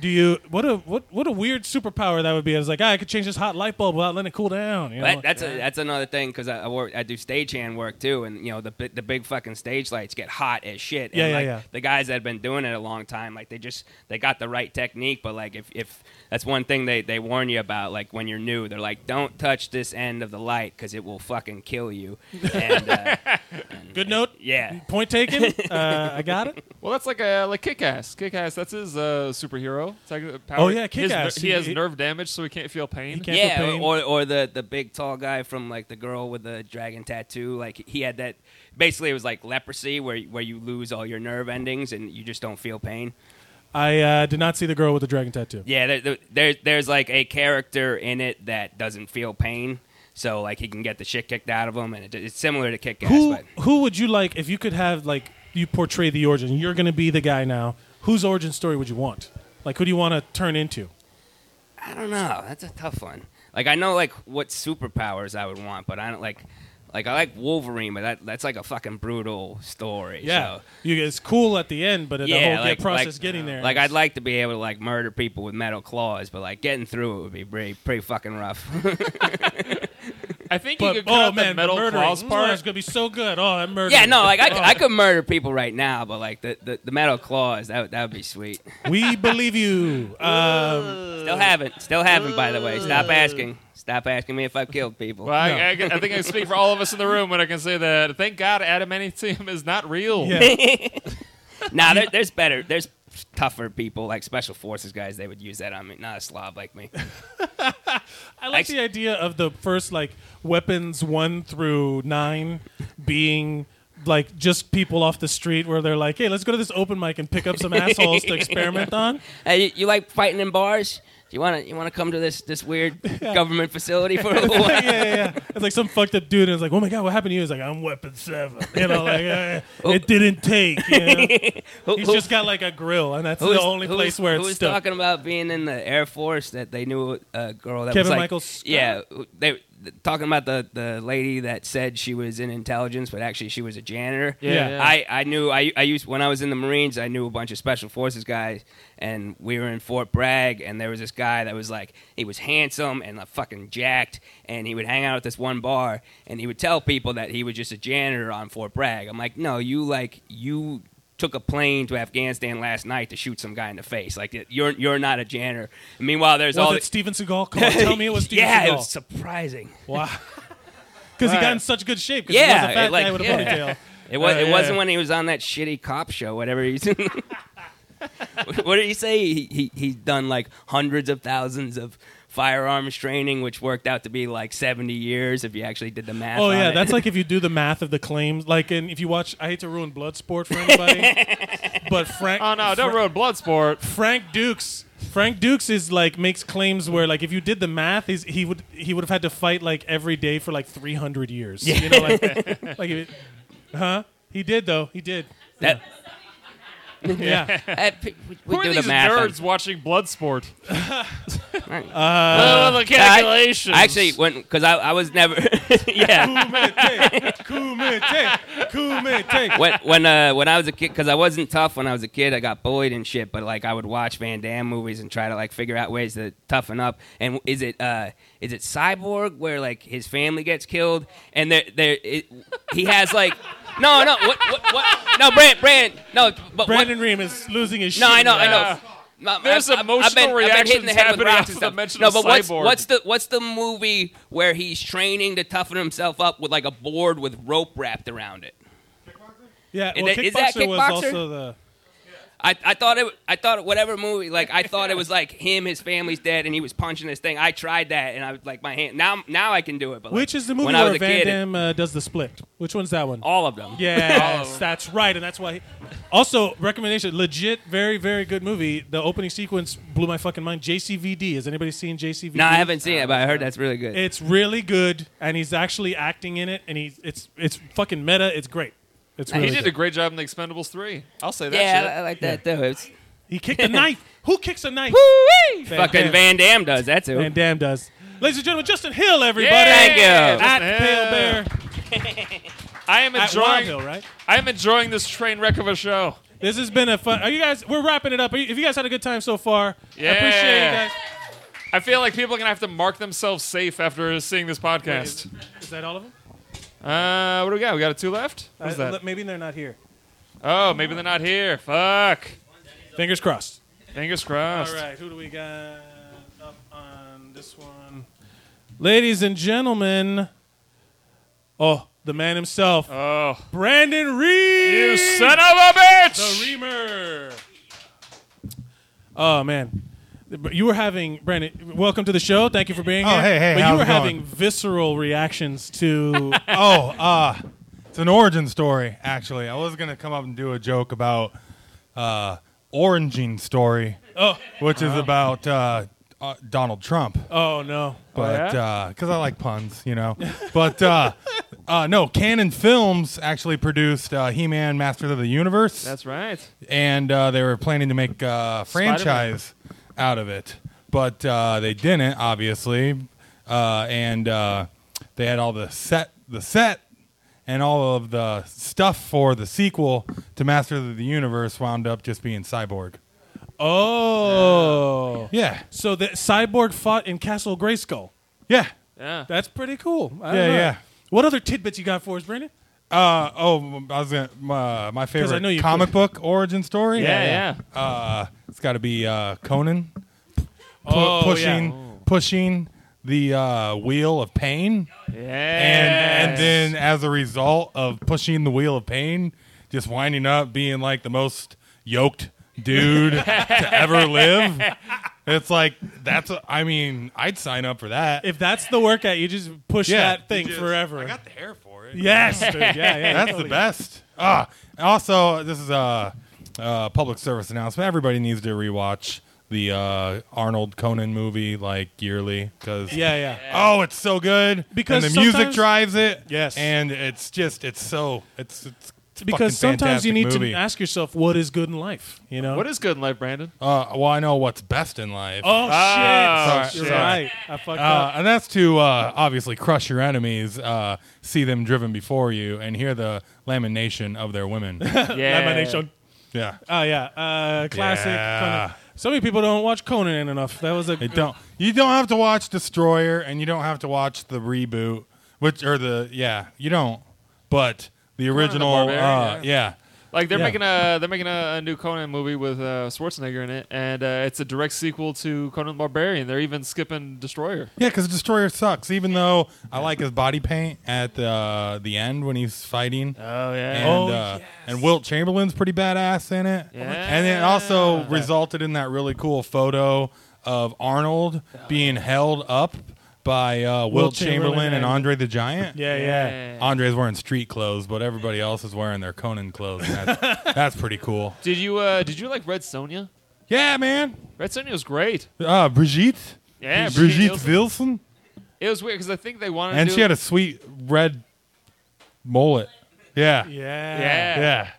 [SPEAKER 1] Do you what a what what a weird superpower that would be? I was like, ah, I could change this hot light bulb without letting it cool down. You know?
[SPEAKER 12] that, that's a, that's another thing because I, I work I do stagehand work too, and you know the bi- the big fucking stage lights get hot as shit. And
[SPEAKER 1] Yeah, yeah,
[SPEAKER 12] like,
[SPEAKER 1] yeah.
[SPEAKER 12] The guys that have been doing it a long time, like they just they got the right technique, but like if if that's one thing they they warn you about, like when you're new, they're like, don't touch this end of the light because it will fucking kill you. And uh,
[SPEAKER 1] good note.
[SPEAKER 12] yeah,
[SPEAKER 1] Point taken. uh, I got it.
[SPEAKER 2] Well, that's like a like Kick-Ass. Kick-Ass, that's his uh, superhero. It's like a power.
[SPEAKER 1] Oh, yeah,
[SPEAKER 2] His
[SPEAKER 1] Kick-Ass.
[SPEAKER 2] ner-
[SPEAKER 1] He-
[SPEAKER 2] He has
[SPEAKER 1] he-
[SPEAKER 2] nerve damage, so he can't feel pain.
[SPEAKER 1] can't-
[SPEAKER 12] yeah,
[SPEAKER 1] Pain.
[SPEAKER 12] or, or the the big tall guy from like the girl with the dragon tattoo. Like he had that. Basically, it was like leprosy, where where you lose all your nerve endings and you just don't feel pain.
[SPEAKER 1] I uh, did not see the girl with the dragon tattoo.
[SPEAKER 12] Yeah, there, there, there, there's like a character in it that doesn't feel pain, so like he can get the shit kicked out of him, and it, it's similar to Kick Ass.
[SPEAKER 1] Who
[SPEAKER 12] But
[SPEAKER 1] who would you like if you could have like you portray the origin? You're gonna be the guy now. Whose origin story would you want? Like who do you want to turn into?
[SPEAKER 12] I don't know. That's a tough one. Like I know like what superpowers I would want, but I don't like. Like I like Wolverine, but that, that's like a fucking brutal story.
[SPEAKER 1] Yeah,
[SPEAKER 12] so.
[SPEAKER 1] you, it's cool at the end, but the
[SPEAKER 12] yeah,
[SPEAKER 1] whole
[SPEAKER 12] like,
[SPEAKER 1] get process
[SPEAKER 12] like,
[SPEAKER 1] getting there.
[SPEAKER 12] Like
[SPEAKER 1] is-
[SPEAKER 12] I'd like to be able to like murder people with metal claws, but like getting through it would be pretty, pretty fucking rough.
[SPEAKER 2] I think you
[SPEAKER 1] But
[SPEAKER 2] could cut
[SPEAKER 1] oh
[SPEAKER 2] out the
[SPEAKER 1] man,
[SPEAKER 2] metal
[SPEAKER 1] murdering.
[SPEAKER 2] claws
[SPEAKER 1] Oh, it's
[SPEAKER 2] part.
[SPEAKER 1] gonna be so good. Oh, that murder.
[SPEAKER 12] yeah, no, like I, c- I could murder people right now, but like the, the, the metal claws that would- that would be sweet.
[SPEAKER 1] we believe you. Um,
[SPEAKER 12] Still haven't. Still haven't, by the way. Stop asking. Stop asking me if I've killed people.
[SPEAKER 2] Well, I, I, I think I speak for all of us in the room when I can say that. Thank God adamantium is not real.
[SPEAKER 1] yeah.
[SPEAKER 12] Nah, there, there's better. There's tougher people, like special forces guys. They would use that on me. Not a slob like me.
[SPEAKER 1] oh. I like the idea of the first like weapons one through nine being like just people off the street where they're like, hey, let's go to this open mic and pick up some assholes to experiment on.
[SPEAKER 12] Hey, you, you like fighting in bars? You wanna you wanna come to this this weird government facility for a little while?
[SPEAKER 1] yeah, yeah, yeah. It's like some fucked up dude, and it's like, oh my god, what happened to you? It's like, I'm weapon seven. You know, like uh, it didn't take. You know?
[SPEAKER 12] Who-
[SPEAKER 1] He's
[SPEAKER 12] who-
[SPEAKER 1] just got like a grill, and that's
[SPEAKER 12] who
[SPEAKER 1] the
[SPEAKER 12] was-
[SPEAKER 1] only
[SPEAKER 12] who was-
[SPEAKER 1] place where
[SPEAKER 12] who
[SPEAKER 1] it's
[SPEAKER 12] was
[SPEAKER 1] stuck.
[SPEAKER 12] talking about being in the Air Force that they knew a girl that
[SPEAKER 1] Kevin
[SPEAKER 12] was like
[SPEAKER 1] Michael Scott?
[SPEAKER 12] yeah they were talking about the, the lady that said she was in intelligence but actually she was a janitor
[SPEAKER 1] Yeah. Yeah.
[SPEAKER 12] I, I knew I, I used when I was in the Marines I knew a bunch of special forces guys and we were in Fort Bragg and there was this guy that was like he was handsome and like fucking jacked and he would hang out at this one bar and he would tell people that he was just a janitor on Fort Bragg I'm like no you like you took a plane to Afghanistan last night to shoot some guy in the face. Like you're you're not a janitor. Meanwhile, there's all
[SPEAKER 1] Was
[SPEAKER 12] the-
[SPEAKER 1] it Steven Seagal? Come on, tell me it was Steven
[SPEAKER 12] yeah,
[SPEAKER 1] Seagal.
[SPEAKER 12] it was surprising.
[SPEAKER 1] Wow. Because he
[SPEAKER 2] Right.
[SPEAKER 1] got in such good shape. 'cause he
[SPEAKER 12] Yeah,
[SPEAKER 1] was a fat
[SPEAKER 12] it, like,
[SPEAKER 1] guy with a
[SPEAKER 12] yeah.
[SPEAKER 1] ponytail.
[SPEAKER 12] It was
[SPEAKER 1] Uh,
[SPEAKER 12] it
[SPEAKER 1] yeah.
[SPEAKER 12] wasn't when he was on that shitty cop show, whatever he's. what did he say? He, he he's done like hundreds of thousands of firearms training, which worked out to be like seventy years if you actually did the math.
[SPEAKER 1] Oh
[SPEAKER 12] on
[SPEAKER 1] yeah,
[SPEAKER 12] it.
[SPEAKER 1] that's like if you do the math of the claims. Like, and if you watch, I hate to ruin Bloodsport for anybody, but Frank.
[SPEAKER 2] Oh no, don't
[SPEAKER 1] Fra-
[SPEAKER 2] ruin Bloodsport.
[SPEAKER 1] Frank Dukes. Frank Dukes is like makes claims where like if you did the math, he's, he would he would have had to fight like every day for like three hundred years. You know, like, like if it, huh? He did though. He did.
[SPEAKER 12] That-
[SPEAKER 1] yeah.
[SPEAKER 12] That p- we- we
[SPEAKER 2] Who are
[SPEAKER 12] do
[SPEAKER 2] these
[SPEAKER 12] the math on-
[SPEAKER 2] nerds watching Bloodsport?
[SPEAKER 1] Uh,
[SPEAKER 12] Right.
[SPEAKER 2] oh, the calculations.
[SPEAKER 12] I actually went because I, I was never yeah
[SPEAKER 1] Kumite, kumite, kumite.
[SPEAKER 12] when when uh when I was a kid because I wasn't tough when I was a kid I got bullied and shit but like I would watch Van Damme movies and try to like figure out ways to toughen up and is it uh is it Cyborg where like his family gets killed and there there it- he has like no no what what, what no Brand Brand no but
[SPEAKER 1] Brandon
[SPEAKER 12] what,
[SPEAKER 1] Ream is losing his shit.
[SPEAKER 12] no I know I
[SPEAKER 1] now.
[SPEAKER 12] know. No,
[SPEAKER 2] There's emotional
[SPEAKER 12] hit in
[SPEAKER 2] reactions
[SPEAKER 12] the head
[SPEAKER 2] happening
[SPEAKER 12] with rocks
[SPEAKER 2] after
[SPEAKER 12] and
[SPEAKER 2] the
[SPEAKER 12] stuff.
[SPEAKER 2] mention
[SPEAKER 12] no,
[SPEAKER 2] of
[SPEAKER 12] but what's
[SPEAKER 2] Cyborg.
[SPEAKER 12] what's the what's the movie where he's training to toughen himself up with like a board with rope wrapped around it?
[SPEAKER 1] Yeah,
[SPEAKER 12] Is
[SPEAKER 1] well,
[SPEAKER 12] that-
[SPEAKER 1] kickboxer,
[SPEAKER 12] is that
[SPEAKER 1] was
[SPEAKER 12] Kickboxer?
[SPEAKER 1] also the.
[SPEAKER 12] I, I thought it I thought whatever movie like I thought it was like him his family's dead and he was punching this thing. I tried that and I was like my hand now now I can do it. But like,
[SPEAKER 1] Which is the movie
[SPEAKER 12] when I was
[SPEAKER 1] where
[SPEAKER 12] a
[SPEAKER 1] Van
[SPEAKER 12] kid,
[SPEAKER 1] Damme uh, does the split? Which one's that one?
[SPEAKER 12] all of them. All
[SPEAKER 1] Yes,
[SPEAKER 12] of them.
[SPEAKER 1] that's right, and that's why. He, also, recommendation: legit, very, very good movie. The opening sequence blew my fucking mind. JCVD. Has anybody seen JCVD?
[SPEAKER 12] No, I haven't seen it, but I heard that's really good.
[SPEAKER 1] It's really good, and he's actually acting in it, and he's it's it's fucking meta. It's great. It's really
[SPEAKER 2] he did a
[SPEAKER 1] good.
[SPEAKER 2] great job in The Expendables 3. I'll say that
[SPEAKER 12] yeah,
[SPEAKER 2] shit.
[SPEAKER 12] I, I like that too. It's
[SPEAKER 1] He kicked a knife. Who kicks a knife? Van
[SPEAKER 12] fucking
[SPEAKER 1] Damme.
[SPEAKER 12] Van Damme does that too.
[SPEAKER 1] Van Damme does. Ladies and gentlemen, Justin Hill, everybody.
[SPEAKER 12] Thank you.
[SPEAKER 1] At
[SPEAKER 2] Justin Hill.
[SPEAKER 1] Pale Bear.
[SPEAKER 2] I am
[SPEAKER 1] At Wild
[SPEAKER 2] enjoying
[SPEAKER 1] Hill, right?
[SPEAKER 2] I am enjoying this train wreck of a show.
[SPEAKER 1] This has been a fun. Are you guys? We're wrapping it up. Are you- If you guys had a good time so far, I appreciate you
[SPEAKER 2] Yeah.
[SPEAKER 1] guys.
[SPEAKER 2] I feel like people are gonna have to mark themselves safe after seeing this podcast.
[SPEAKER 1] Is that all of them?
[SPEAKER 2] Uh, what do we got? We got a two left. What's
[SPEAKER 1] Uh,
[SPEAKER 2] that?
[SPEAKER 1] Maybe they're not here.
[SPEAKER 2] Oh, maybe they're not here. Fuck.
[SPEAKER 1] Fingers crossed.
[SPEAKER 2] Fingers crossed.
[SPEAKER 1] All right, who do we got up on this one? Ladies and gentlemen, oh, the man himself,
[SPEAKER 2] Oh,
[SPEAKER 1] Brandon Reed,
[SPEAKER 2] you son of a bitch!
[SPEAKER 1] the Reamer. Oh man, you were having Brandon. Welcome to the show. Thank you for being
[SPEAKER 13] Oh,
[SPEAKER 1] here.
[SPEAKER 13] hey, hey,
[SPEAKER 1] But you
[SPEAKER 13] how's
[SPEAKER 1] were
[SPEAKER 13] it going?
[SPEAKER 1] having visceral reactions to.
[SPEAKER 13] oh, uh, it's an origin story, actually. I was going to come up and do a joke about uh, Oranging Story,
[SPEAKER 1] oh,
[SPEAKER 13] which is about uh, uh, Donald Trump.
[SPEAKER 1] oh no.
[SPEAKER 13] But uh, because I like puns, you know. But uh, uh, no, Canon Films actually produced uh, He-Man, Masters of the Universe,
[SPEAKER 2] That's right.
[SPEAKER 13] and uh, they were planning to make a franchise out of it, but uh, they didn't, obviously. Uh, and uh, they had all the set, the set, and all of the stuff for the sequel to Masters of the Universe wound up just being Cyborg.
[SPEAKER 1] Oh.
[SPEAKER 13] Yeah,
[SPEAKER 1] So the cyborg fought in Castle Grayskull.
[SPEAKER 13] yeah,
[SPEAKER 2] Yeah.
[SPEAKER 1] That's pretty cool. I
[SPEAKER 13] Yeah,
[SPEAKER 1] don't know.
[SPEAKER 13] yeah.
[SPEAKER 1] What other tidbits you got for us, Brandon?
[SPEAKER 13] Uh, oh, I was gonna, my, my favorite
[SPEAKER 1] know you
[SPEAKER 13] comic book origin story.
[SPEAKER 2] Yeah, yeah.
[SPEAKER 13] Uh, it's got to be uh, Conan pu-
[SPEAKER 1] Oh,
[SPEAKER 13] pushing
[SPEAKER 1] yeah.
[SPEAKER 13] pushing the uh, wheel of pain,
[SPEAKER 2] Yeah.
[SPEAKER 13] and and then as a result of pushing the wheel of pain, just winding up being like the most yoked dude to ever live. It's like that's. A, I mean, I'd sign up for that.
[SPEAKER 1] If that's the workout, you just push
[SPEAKER 13] Yeah.
[SPEAKER 1] that thing
[SPEAKER 13] You just-
[SPEAKER 1] forever.
[SPEAKER 13] I got the hair for it.
[SPEAKER 1] yes, dude. Yeah, yeah.
[SPEAKER 13] That's the best. Ah, and also this is a, uh public service announcement. Everybody needs to rewatch the uh, Arnold Conan movie like yearly because
[SPEAKER 1] Yeah, yeah.
[SPEAKER 13] Oh, it's so good
[SPEAKER 1] Because
[SPEAKER 13] and the music
[SPEAKER 1] sometimes-
[SPEAKER 13] drives it.
[SPEAKER 1] Yes.
[SPEAKER 13] and it's just it's so it's it's a fucking
[SPEAKER 1] Because sometimes you
[SPEAKER 13] fantastic
[SPEAKER 1] need
[SPEAKER 13] movie.
[SPEAKER 1] to ask yourself, what is good in life? You know?
[SPEAKER 2] What is good in life, Brandon?
[SPEAKER 13] Uh, well, I know what's best in life.
[SPEAKER 1] Oh,
[SPEAKER 2] Oh,
[SPEAKER 1] shit. You're
[SPEAKER 13] shit.
[SPEAKER 1] right. I fucked
[SPEAKER 13] Uh,
[SPEAKER 1] up.
[SPEAKER 13] and that's to uh, obviously crush your enemies, uh, see them driven before you, and hear the lamination of their women.
[SPEAKER 2] Yeah.
[SPEAKER 1] Lamination.
[SPEAKER 13] yeah.
[SPEAKER 1] Oh, yeah. Uh, classic.
[SPEAKER 13] Yeah.
[SPEAKER 1] Conan. So many people don't watch Conan enough. That was a.
[SPEAKER 13] It don't you don't have to watch Destroyer and you don't have to watch the reboot, which or the yeah you don't, but the original
[SPEAKER 2] Barbarian,
[SPEAKER 13] uh, yeah.
[SPEAKER 2] Like they're
[SPEAKER 13] Yeah.
[SPEAKER 2] making a they're making a, a new Conan movie with uh, Schwarzenegger in it, and uh, it's a direct sequel to Conan the Barbarian. They're even skipping Destroyer.
[SPEAKER 13] Yeah, because Destroyer sucks. Even though I like his body paint at uh, the end when he's fighting.
[SPEAKER 2] Oh yeah.
[SPEAKER 13] And,
[SPEAKER 2] Oh,
[SPEAKER 13] uh, and Wilt Chamberlain's pretty badass in it.
[SPEAKER 2] Yeah.
[SPEAKER 13] And it also resulted in that really cool photo of Arnold being held up by uh, Wilt,
[SPEAKER 1] Wilt
[SPEAKER 13] Chamberlain,
[SPEAKER 1] Chamberlain
[SPEAKER 13] and
[SPEAKER 1] and-
[SPEAKER 13] Andre the Giant.
[SPEAKER 1] Yeah, yeah.
[SPEAKER 13] Andre's wearing street clothes, but everybody else is wearing their Conan clothes. and that's, that's pretty cool.
[SPEAKER 2] Did you uh, did you like Red Sonja?
[SPEAKER 13] Yeah, man.
[SPEAKER 2] Red Sonja was great.
[SPEAKER 13] Uh, Brigitte.
[SPEAKER 2] Yeah, Brigitte
[SPEAKER 13] Brigitte
[SPEAKER 2] Nielsen.
[SPEAKER 13] Wilson.
[SPEAKER 2] It was weird because I think they wanted
[SPEAKER 13] And
[SPEAKER 2] to do
[SPEAKER 13] she had a sweet red mullet. Yeah.
[SPEAKER 1] Yeah.
[SPEAKER 2] yeah
[SPEAKER 13] Yeah.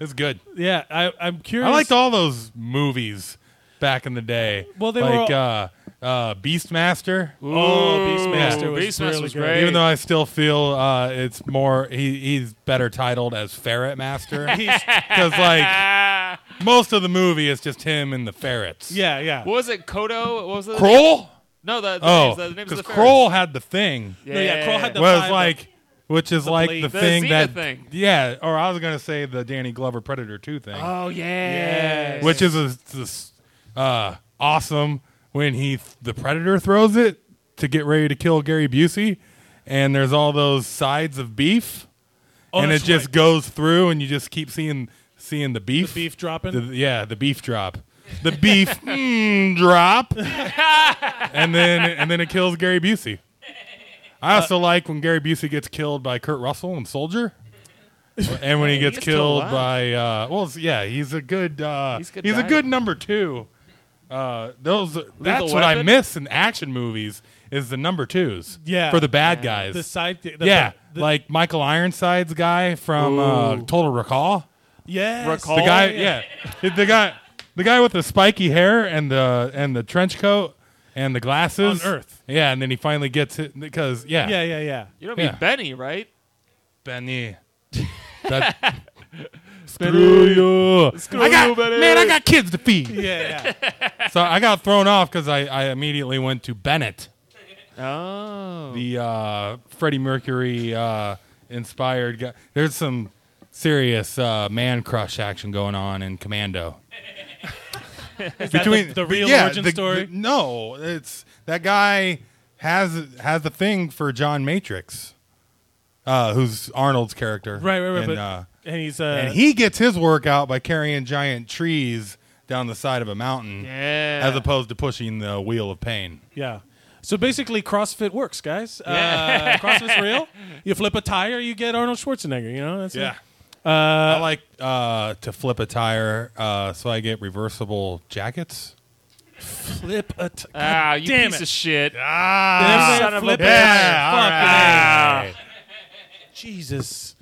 [SPEAKER 13] It's good.
[SPEAKER 1] Yeah, I, I'm curious.
[SPEAKER 13] I liked all those movies back in the day.
[SPEAKER 1] Well, they were
[SPEAKER 13] like uh, uh, Beastmaster.
[SPEAKER 1] Oh, Beastmaster
[SPEAKER 2] Ooh,
[SPEAKER 1] was
[SPEAKER 2] Beastmaster
[SPEAKER 1] really
[SPEAKER 2] was
[SPEAKER 1] good.
[SPEAKER 2] great.
[SPEAKER 13] Even though I still feel uh, it's more he, he's better titled as Ferret Master because like most of the movie is just him and the ferrets.
[SPEAKER 1] Yeah, yeah.
[SPEAKER 2] What was it? Kodo? What was it?
[SPEAKER 13] Kroll.
[SPEAKER 2] No, the, the
[SPEAKER 13] Oh,
[SPEAKER 2] names, the names of
[SPEAKER 13] because
[SPEAKER 2] the ferrets.
[SPEAKER 13] Kroll had the thing.
[SPEAKER 1] No, yeah, Kroll had the
[SPEAKER 13] was
[SPEAKER 1] vibe of-
[SPEAKER 13] like, which is like
[SPEAKER 1] blade.
[SPEAKER 13] the
[SPEAKER 2] The
[SPEAKER 13] thing
[SPEAKER 2] Xena
[SPEAKER 13] that
[SPEAKER 2] thing.
[SPEAKER 13] yeah, or I was gonna say the Danny Glover Predator Two thing.
[SPEAKER 2] Oh yeah.
[SPEAKER 13] which is a, this, uh, awesome when he the predator throws it to get ready to kill Gary Busey, and there's all those sides of beef,
[SPEAKER 2] Oh,
[SPEAKER 13] and it
[SPEAKER 1] that's
[SPEAKER 13] just
[SPEAKER 1] right.
[SPEAKER 13] goes through, and you just keep seeing seeing the beef,
[SPEAKER 1] The beef dropping?
[SPEAKER 13] The- yeah, the beef drop, the beef mm, drop, and then and then it kills Gary Busey.
[SPEAKER 1] Uh,
[SPEAKER 13] I also like when Gary Busey gets killed by Kurt Russell and Soldier. And when he gets
[SPEAKER 2] gets
[SPEAKER 13] killed
[SPEAKER 2] killed a lot.
[SPEAKER 13] by, uh, well, it's- yeah, he's a good, uh, he's,
[SPEAKER 2] He's a good
[SPEAKER 13] a
[SPEAKER 2] guy.
[SPEAKER 13] good number two. Uh, those that's what I
[SPEAKER 2] Weapon?
[SPEAKER 13] miss in action movies is the number twws.
[SPEAKER 1] Yeah.
[SPEAKER 13] for the bad guys.
[SPEAKER 1] the side. The,
[SPEAKER 13] yeah,
[SPEAKER 1] the-
[SPEAKER 13] like Michael Ironside's guy from uh, Total Recall.
[SPEAKER 1] yes.
[SPEAKER 2] Recall?
[SPEAKER 13] The
[SPEAKER 2] Oh,
[SPEAKER 13] guy, yeah, the guy, the guy with the spiky hair and the and the trench coat and the glasses
[SPEAKER 1] On Earth.
[SPEAKER 13] Yeah, and then he finally gets it because yeah,
[SPEAKER 1] Yeah, yeah, yeah.
[SPEAKER 2] You don't mean
[SPEAKER 13] Yeah.
[SPEAKER 2] Benny, right?
[SPEAKER 13] Benny. That, screw you. I got,
[SPEAKER 2] you, Benny.
[SPEAKER 13] Man, I got kids to feed.
[SPEAKER 1] Yeah, yeah.
[SPEAKER 13] So I got thrown off because I, I immediately went to Bennett,
[SPEAKER 2] Oh.
[SPEAKER 13] the uh, Freddie Mercury uh, inspired guy. There's some serious uh, man crush action going on in Commando.
[SPEAKER 1] the- the real origin
[SPEAKER 13] the-
[SPEAKER 1] story?
[SPEAKER 13] the- no, it's that guy has has the thing for John Matrix, uh, who's Arnold's character.
[SPEAKER 1] Right, right, right.
[SPEAKER 13] in,
[SPEAKER 1] but,
[SPEAKER 13] uh,
[SPEAKER 1] and he's uh,
[SPEAKER 13] and he gets his workout by carrying giant trees down the side of a mountain,
[SPEAKER 2] Yeah.
[SPEAKER 13] as opposed to pushing the wheel of pain.
[SPEAKER 1] Yeah. So basically, CrossFit works, guys. Uh, CrossFit's real. You flip a tire, you get Arnold Schwarzenegger. You know, that's it.
[SPEAKER 13] Yeah. I like uh, to flip a tire, uh, so I get reversible jackets.
[SPEAKER 1] flip a t-
[SPEAKER 2] ah, you
[SPEAKER 1] Damn
[SPEAKER 2] piece
[SPEAKER 1] it.
[SPEAKER 2] of shit.
[SPEAKER 13] Ah,
[SPEAKER 1] Son of a bitch.
[SPEAKER 13] yeah, all right.
[SPEAKER 2] Ah.
[SPEAKER 1] Jesus.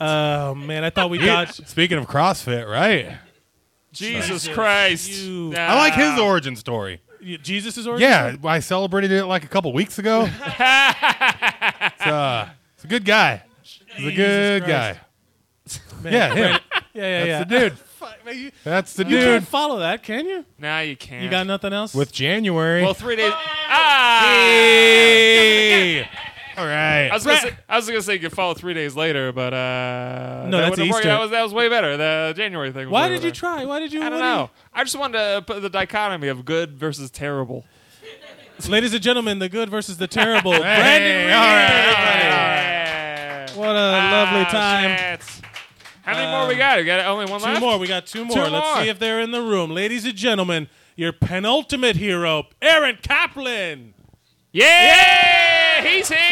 [SPEAKER 1] Oh man, I thought we dodged.
[SPEAKER 13] Speaking of CrossFit, right?
[SPEAKER 2] Jesus Christ.
[SPEAKER 1] you-
[SPEAKER 13] I like his origin story.
[SPEAKER 1] Jesus is origin.
[SPEAKER 13] Yeah, I celebrated it like a couple weeks ago. it's, uh, it's a good guy. He's a good
[SPEAKER 1] Christ.
[SPEAKER 13] guy. yeah, him.
[SPEAKER 1] yeah, yeah,
[SPEAKER 13] That's
[SPEAKER 1] yeah.
[SPEAKER 13] the dude.
[SPEAKER 1] you
[SPEAKER 13] That's the
[SPEAKER 1] you
[SPEAKER 13] dude.
[SPEAKER 1] can't follow that, can you?
[SPEAKER 2] Now you can't.
[SPEAKER 1] You got nothing else?
[SPEAKER 13] With January.
[SPEAKER 2] Well, three days. Ah.
[SPEAKER 13] Hey! All right.
[SPEAKER 2] I was, gonna say, I was gonna say you could follow three days later, but uh,
[SPEAKER 1] No,
[SPEAKER 2] that
[SPEAKER 1] that's
[SPEAKER 2] wouldn't work.
[SPEAKER 1] Easter.
[SPEAKER 2] That was that was way better. The January thing. Was way
[SPEAKER 1] Why did you
[SPEAKER 2] better.
[SPEAKER 1] try? Why did you?
[SPEAKER 2] I don't
[SPEAKER 1] what did
[SPEAKER 2] know. I just wanted to put the dichotomy of good versus terrible.
[SPEAKER 1] you- Ladies and gentlemen, the good versus the terrible.
[SPEAKER 13] Hey, all right, everybody.
[SPEAKER 2] Yeah.
[SPEAKER 1] What a lovely time. Um,
[SPEAKER 2] shit. Ah, How many more we got? We got only one
[SPEAKER 1] Two
[SPEAKER 2] left.
[SPEAKER 1] more. We got two more. Let's
[SPEAKER 2] more.
[SPEAKER 1] see if they're in the room, ladies and gentlemen. Your penultimate hero, Aaron Kaplan.
[SPEAKER 2] Yeah, he's here.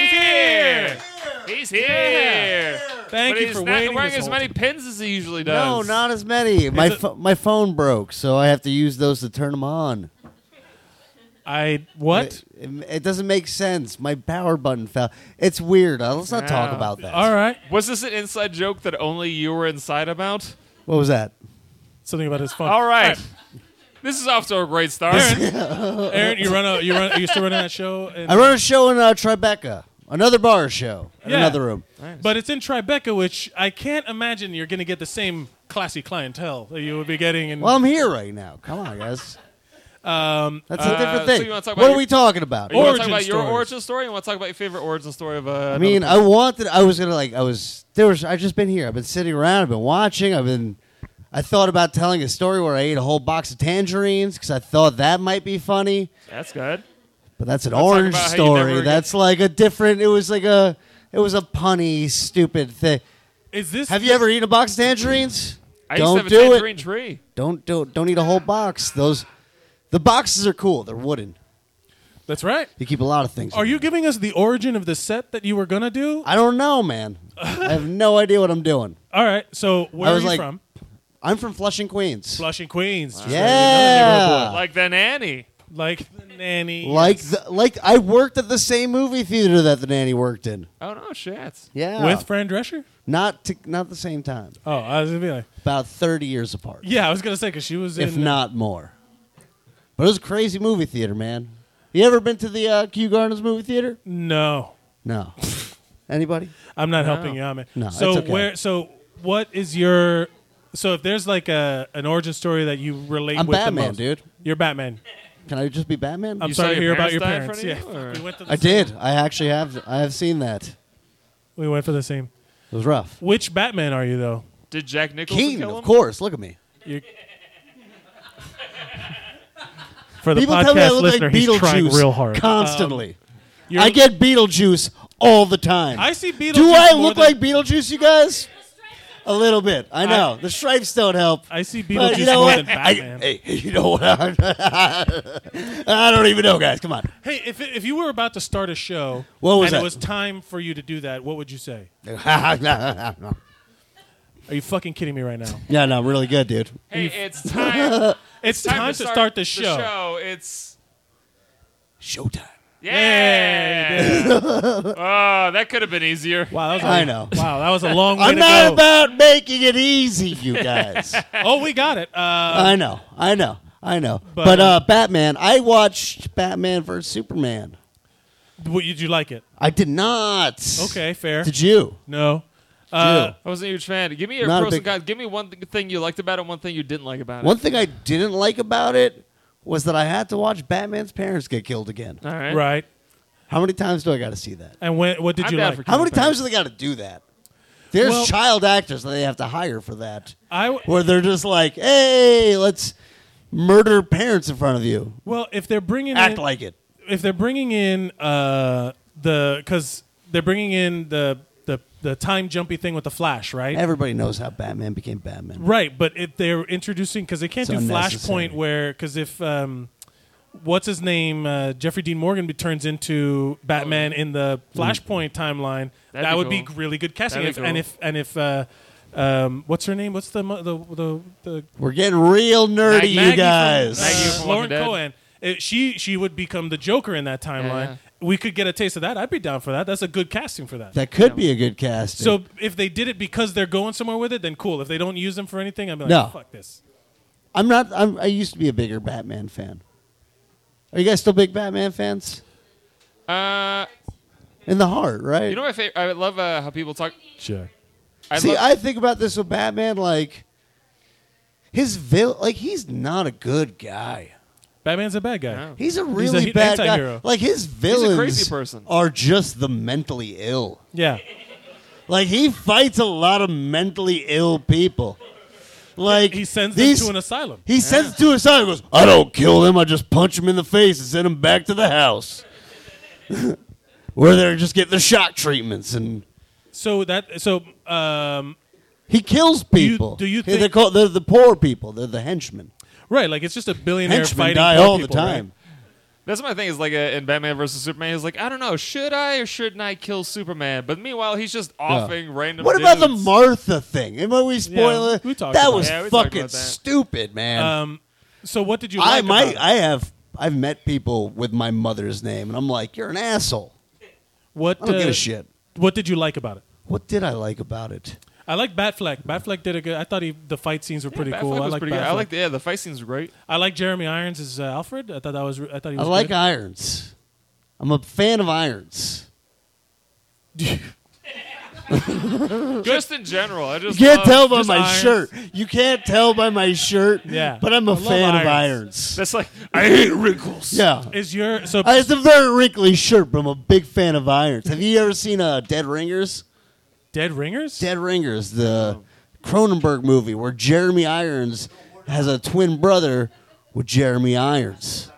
[SPEAKER 1] here.
[SPEAKER 2] He's here.
[SPEAKER 1] Thank
[SPEAKER 2] but
[SPEAKER 1] you
[SPEAKER 2] he's
[SPEAKER 1] for
[SPEAKER 2] not
[SPEAKER 1] waiting.
[SPEAKER 2] wearing
[SPEAKER 1] this
[SPEAKER 2] as
[SPEAKER 1] whole
[SPEAKER 2] many
[SPEAKER 1] time.
[SPEAKER 2] pins as he usually
[SPEAKER 3] No,
[SPEAKER 2] does.
[SPEAKER 3] not as many. My
[SPEAKER 1] It's a-
[SPEAKER 3] pho- my phone broke, so I have to use those to turn them on.
[SPEAKER 1] I what?
[SPEAKER 3] It, it doesn't make sense. My power button fell. It's weird. Uh, let's not talk
[SPEAKER 2] Wow.
[SPEAKER 3] about that.
[SPEAKER 1] All right.
[SPEAKER 2] Was this an inside joke that only you were inside about?
[SPEAKER 3] What was that?
[SPEAKER 1] Something about his phone.
[SPEAKER 2] All right. This is off to a great start.
[SPEAKER 1] Aaron, you run a you run you used to run that show, and,
[SPEAKER 3] I run a show in uh, Tribeca, another bar show, in
[SPEAKER 1] Yeah.
[SPEAKER 3] another room.
[SPEAKER 1] but it's in Tribeca, which I can't imagine you're going to get the same classy clientele that you would be getting in.
[SPEAKER 3] Well, I'm here right now. Come on, guys.
[SPEAKER 1] Um,
[SPEAKER 14] That's a different
[SPEAKER 2] Uh,
[SPEAKER 14] thing.
[SPEAKER 2] So you want to talk about
[SPEAKER 14] what
[SPEAKER 2] your,
[SPEAKER 14] are we talking about?
[SPEAKER 2] You want to talk about
[SPEAKER 1] Origin
[SPEAKER 2] your
[SPEAKER 1] stories.
[SPEAKER 2] origin story? You want to talk about your favorite origin story of uh,
[SPEAKER 14] I mean, I
[SPEAKER 2] another
[SPEAKER 14] wanted. I was gonna like. I was there. Was I just been here? I've been sitting around. I've been watching. I've been. I thought about telling a story where I ate a whole box of tangerines because I thought that might be funny.
[SPEAKER 2] person? that's good.
[SPEAKER 14] But that's an
[SPEAKER 2] Let's talk
[SPEAKER 14] orange
[SPEAKER 2] about how you never
[SPEAKER 14] story.
[SPEAKER 2] get-
[SPEAKER 14] That's like a different. It was like a. It was a punny, stupid thing.
[SPEAKER 1] Is this?
[SPEAKER 14] Have you ever eaten a box of tangerines?
[SPEAKER 2] I
[SPEAKER 14] Don't
[SPEAKER 2] used to have a
[SPEAKER 14] do
[SPEAKER 2] tangerine
[SPEAKER 14] it.
[SPEAKER 2] tree.
[SPEAKER 14] Don't do. Don't eat a whole box. Those. The boxes are cool. They're wooden.
[SPEAKER 1] That's right.
[SPEAKER 14] You keep a lot of things. in
[SPEAKER 1] Are you giving us the origin of the set that you were gonna do?
[SPEAKER 14] I don't know, man. I have no idea what I'm doing.
[SPEAKER 1] All right. So Oh, where
[SPEAKER 14] I was
[SPEAKER 1] are you
[SPEAKER 14] like-
[SPEAKER 1] from?
[SPEAKER 14] I'm from Flushing, Queens.
[SPEAKER 1] Flushing, Queens. Just
[SPEAKER 14] Yeah.
[SPEAKER 2] Like the nanny.
[SPEAKER 1] Like the nanny.
[SPEAKER 14] Like, the, like I worked at the same movie theater that the nanny worked in.
[SPEAKER 2] Oh no, shit.
[SPEAKER 14] Yeah.
[SPEAKER 1] with Fran Drescher.
[SPEAKER 14] not to, not the same time.
[SPEAKER 1] Oh, I was gonna be like,
[SPEAKER 14] About 30 years apart,
[SPEAKER 1] yeah, I was gonna say because she was
[SPEAKER 14] if
[SPEAKER 1] in.
[SPEAKER 14] not more. But it was a crazy movie theater, man. You ever been to the uh, Kew Gardens movie theater?
[SPEAKER 1] No,
[SPEAKER 14] No. Anybody?
[SPEAKER 1] I'm not helping you out, man.
[SPEAKER 14] No,
[SPEAKER 1] so
[SPEAKER 14] it's okay.
[SPEAKER 1] where? So what is your? So if there's like a an origin story that you relate
[SPEAKER 14] I'm
[SPEAKER 1] with
[SPEAKER 14] Batman,
[SPEAKER 1] the most,
[SPEAKER 14] dude.
[SPEAKER 1] You're Batman.
[SPEAKER 14] Can I just be Batman?
[SPEAKER 1] I'm
[SPEAKER 2] You saw
[SPEAKER 1] sorry to hear
[SPEAKER 2] your
[SPEAKER 1] about your
[SPEAKER 2] parents
[SPEAKER 1] parents.
[SPEAKER 2] die in
[SPEAKER 1] Yeah,
[SPEAKER 2] front of you,
[SPEAKER 1] fuck,
[SPEAKER 2] or-
[SPEAKER 1] we went to the
[SPEAKER 14] I
[SPEAKER 1] same-
[SPEAKER 14] did. I actually have. I have seen that. It
[SPEAKER 1] We went for the same.
[SPEAKER 14] was rough.
[SPEAKER 1] Which Batman are you though?
[SPEAKER 2] Did Jack Nicholson
[SPEAKER 14] Keaton,
[SPEAKER 2] kill
[SPEAKER 14] of
[SPEAKER 2] him?
[SPEAKER 14] course. Look at me.
[SPEAKER 1] You're- For the
[SPEAKER 14] People
[SPEAKER 1] podcast
[SPEAKER 14] tell me I look
[SPEAKER 1] listener,
[SPEAKER 14] like
[SPEAKER 1] he's trying
[SPEAKER 14] Beetlejuice
[SPEAKER 1] real hard.
[SPEAKER 14] constantly.
[SPEAKER 1] Um, You're-
[SPEAKER 14] I get Beetlejuice all the time.
[SPEAKER 1] I see Beetlejuice.
[SPEAKER 14] Do I
[SPEAKER 1] more
[SPEAKER 14] look
[SPEAKER 1] than-
[SPEAKER 14] like Beetlejuice, you guys? A little bit. I know. the stripes don't help.
[SPEAKER 1] I see
[SPEAKER 14] But
[SPEAKER 1] Beetlejuice
[SPEAKER 14] you know
[SPEAKER 1] more
[SPEAKER 14] what?
[SPEAKER 1] than Batman?
[SPEAKER 14] I, hey, you know what? I don't even know, guys. Come on.
[SPEAKER 1] Hey, if, if you were about to start a show
[SPEAKER 14] What was
[SPEAKER 1] and it
[SPEAKER 14] that?
[SPEAKER 1] was time for you to do that, what would you say?
[SPEAKER 14] yeah,
[SPEAKER 1] Are you fucking kidding me right now?
[SPEAKER 14] no, really good, dude.
[SPEAKER 2] Hey, it's time.
[SPEAKER 1] It's time, to start, the show.
[SPEAKER 2] It's
[SPEAKER 14] Showtime.
[SPEAKER 2] yeah. oh, that could have been easier.
[SPEAKER 1] Wow, that was a,
[SPEAKER 14] I know.
[SPEAKER 1] Wow, that was a long way
[SPEAKER 14] I'm
[SPEAKER 1] to
[SPEAKER 14] not
[SPEAKER 1] go.
[SPEAKER 14] about making it easy, you guys.
[SPEAKER 1] oh, we got it. Uh,
[SPEAKER 14] I know. I know. I know.
[SPEAKER 1] But- um,
[SPEAKER 14] But, uh, Batman, I watched Batman versus Superman.
[SPEAKER 1] what, did you like it?
[SPEAKER 14] I did not.
[SPEAKER 1] Okay, fair.
[SPEAKER 14] Did you?
[SPEAKER 1] no. Uh,
[SPEAKER 14] you?
[SPEAKER 2] I wasn't a huge fan. Give me your
[SPEAKER 14] Not a
[SPEAKER 2] pros and
[SPEAKER 14] big-
[SPEAKER 2] cons. Give me one th- thing you liked about it, one thing you didn't like about
[SPEAKER 14] One thing I didn't like about it was that I had to watch Batman's parents get killed again.
[SPEAKER 2] it. All right.
[SPEAKER 1] Right.
[SPEAKER 14] How many times do I got to see that?
[SPEAKER 1] And when, what did
[SPEAKER 2] I'm
[SPEAKER 1] you
[SPEAKER 2] down
[SPEAKER 1] like?
[SPEAKER 2] for-
[SPEAKER 14] How many
[SPEAKER 2] Batman.
[SPEAKER 14] times do they got to do that? There's
[SPEAKER 1] Well-
[SPEAKER 14] child actors that they have to hire for that,
[SPEAKER 1] I w-
[SPEAKER 14] where they're just like, "Hey, let's murder parents in front of you.
[SPEAKER 1] well, if they're bringing
[SPEAKER 14] Act
[SPEAKER 1] in,
[SPEAKER 14] like it."
[SPEAKER 1] if they're bringing in uh, the because they're bringing in the, the the time jumpy thing with the Flash, right?
[SPEAKER 14] Everybody knows how Batman became Batman.
[SPEAKER 1] Right, but if they're introducing because they can't
[SPEAKER 14] It's
[SPEAKER 1] do
[SPEAKER 14] unnecessary.
[SPEAKER 1] Flashpoint where because if um, what's his name uh, Jeffrey Dean Morgan be- turns into Batman in the Flashpoint timeline,
[SPEAKER 2] Oh. Mm. That'd
[SPEAKER 1] that
[SPEAKER 2] be
[SPEAKER 1] would be
[SPEAKER 2] cool.
[SPEAKER 1] g- really good casting.
[SPEAKER 2] That'd
[SPEAKER 1] If,
[SPEAKER 2] be
[SPEAKER 1] And
[SPEAKER 2] cool.
[SPEAKER 1] if and if uh, um, what's her name? What's the mo- the the, the
[SPEAKER 14] We're getting real nerdy,
[SPEAKER 2] Maggie
[SPEAKER 14] you guys.
[SPEAKER 2] from- Maggie from Walking
[SPEAKER 1] Lauren
[SPEAKER 2] Dead.
[SPEAKER 1] Cohen? It- she she would become the Joker in that timeline.
[SPEAKER 2] Yeah.
[SPEAKER 1] We could get a taste of that. I'd be down for that. That's a good casting for that.
[SPEAKER 14] that could be a good casting.
[SPEAKER 1] so if they did it because they're going somewhere with it, then cool. If they don't use them for anything, I'd be like,
[SPEAKER 14] No.
[SPEAKER 1] fuck this.
[SPEAKER 14] I'm not. I'm, I used to be a bigger Batman fan. Are you guys still big Batman fans?
[SPEAKER 2] Uh,
[SPEAKER 14] In the heart, right?
[SPEAKER 2] you know my favorite. I love uh, how people talk.
[SPEAKER 1] Sure.
[SPEAKER 2] I
[SPEAKER 14] See,
[SPEAKER 2] love,
[SPEAKER 14] I think about this with Batman, like his vil, like he's not a good guy.
[SPEAKER 1] Batman's a bad guy.
[SPEAKER 2] No.
[SPEAKER 14] He's a really bad
[SPEAKER 1] anti-hero.
[SPEAKER 14] guy. Like his villains
[SPEAKER 2] crazy person.
[SPEAKER 14] are just the mentally ill.
[SPEAKER 1] Yeah.
[SPEAKER 14] Like he fights a lot of mentally ill people. Like
[SPEAKER 1] He sends
[SPEAKER 14] these,
[SPEAKER 1] them to an asylum.
[SPEAKER 14] He sends to his son. He goes, I don't kill them. I just punch them in the face and send them back to the house, where they're just getting the shock treatments. And
[SPEAKER 1] So that so um
[SPEAKER 14] he kills
[SPEAKER 1] you-
[SPEAKER 14] people.
[SPEAKER 1] do you
[SPEAKER 14] They-
[SPEAKER 1] think-
[SPEAKER 14] they're called they're the poor people? They're the henchmen.
[SPEAKER 1] right, like it's just a billionaire
[SPEAKER 14] Henchmen
[SPEAKER 1] fighting
[SPEAKER 14] die
[SPEAKER 1] poor
[SPEAKER 14] all the
[SPEAKER 1] people, right?
[SPEAKER 14] time.
[SPEAKER 2] that's my thing. Is like uh, in Batman versus Superman. Is like I don't know. Should I or shouldn't I kill Superman? But meanwhile, he's just offing random.
[SPEAKER 14] What about the
[SPEAKER 2] dudes.
[SPEAKER 14] Martha thing? Am I we spoil
[SPEAKER 1] Yeah,
[SPEAKER 14] it?
[SPEAKER 1] we talked
[SPEAKER 14] that
[SPEAKER 1] about
[SPEAKER 14] was
[SPEAKER 2] it. Yeah, we talked
[SPEAKER 14] fucking
[SPEAKER 2] about that.
[SPEAKER 14] stupid, man.
[SPEAKER 1] Um so what did you
[SPEAKER 14] I
[SPEAKER 1] like
[SPEAKER 14] might.
[SPEAKER 1] about it?
[SPEAKER 14] I have. I've met people with my mother's name, and I'm like, you're an asshole.
[SPEAKER 1] what
[SPEAKER 14] I don't
[SPEAKER 1] uh,
[SPEAKER 14] give a shit.
[SPEAKER 1] What did you like about it?
[SPEAKER 14] What did I like about it?
[SPEAKER 1] I like Batfleck. Batfleck did a good I thought he, the fight scenes were pretty
[SPEAKER 2] Batfleck
[SPEAKER 1] cool.
[SPEAKER 2] was
[SPEAKER 1] I like
[SPEAKER 2] pretty
[SPEAKER 1] Batfleck.
[SPEAKER 2] good. I like the yeah. The fight scenes were great.
[SPEAKER 1] I like Jeremy Irons as uh, Alfred. I thought that was re- I thought he
[SPEAKER 14] I
[SPEAKER 1] was
[SPEAKER 14] like
[SPEAKER 1] good.
[SPEAKER 14] irons. I'm a fan of irons.
[SPEAKER 2] just in general, I
[SPEAKER 14] You
[SPEAKER 2] just
[SPEAKER 14] can't
[SPEAKER 2] love-
[SPEAKER 14] tell by
[SPEAKER 2] just
[SPEAKER 14] my
[SPEAKER 2] irons.
[SPEAKER 14] shirt. You can't tell by my shirt.
[SPEAKER 1] Yeah.
[SPEAKER 14] But I'm a
[SPEAKER 1] I
[SPEAKER 14] a
[SPEAKER 1] love
[SPEAKER 14] fan of
[SPEAKER 1] irons.
[SPEAKER 14] irons.
[SPEAKER 2] That's like I hate wrinkles.
[SPEAKER 14] Yeah.
[SPEAKER 1] Is your so
[SPEAKER 14] Uh, it's a very wrinkly shirt, but I'm a big fan of irons. Have you ever seen uh, Dead Ringers?
[SPEAKER 1] Dead Ringers?
[SPEAKER 14] Dead Ringers, the Cronenberg movie where Jeremy Irons has a twin brother with Jeremy Irons.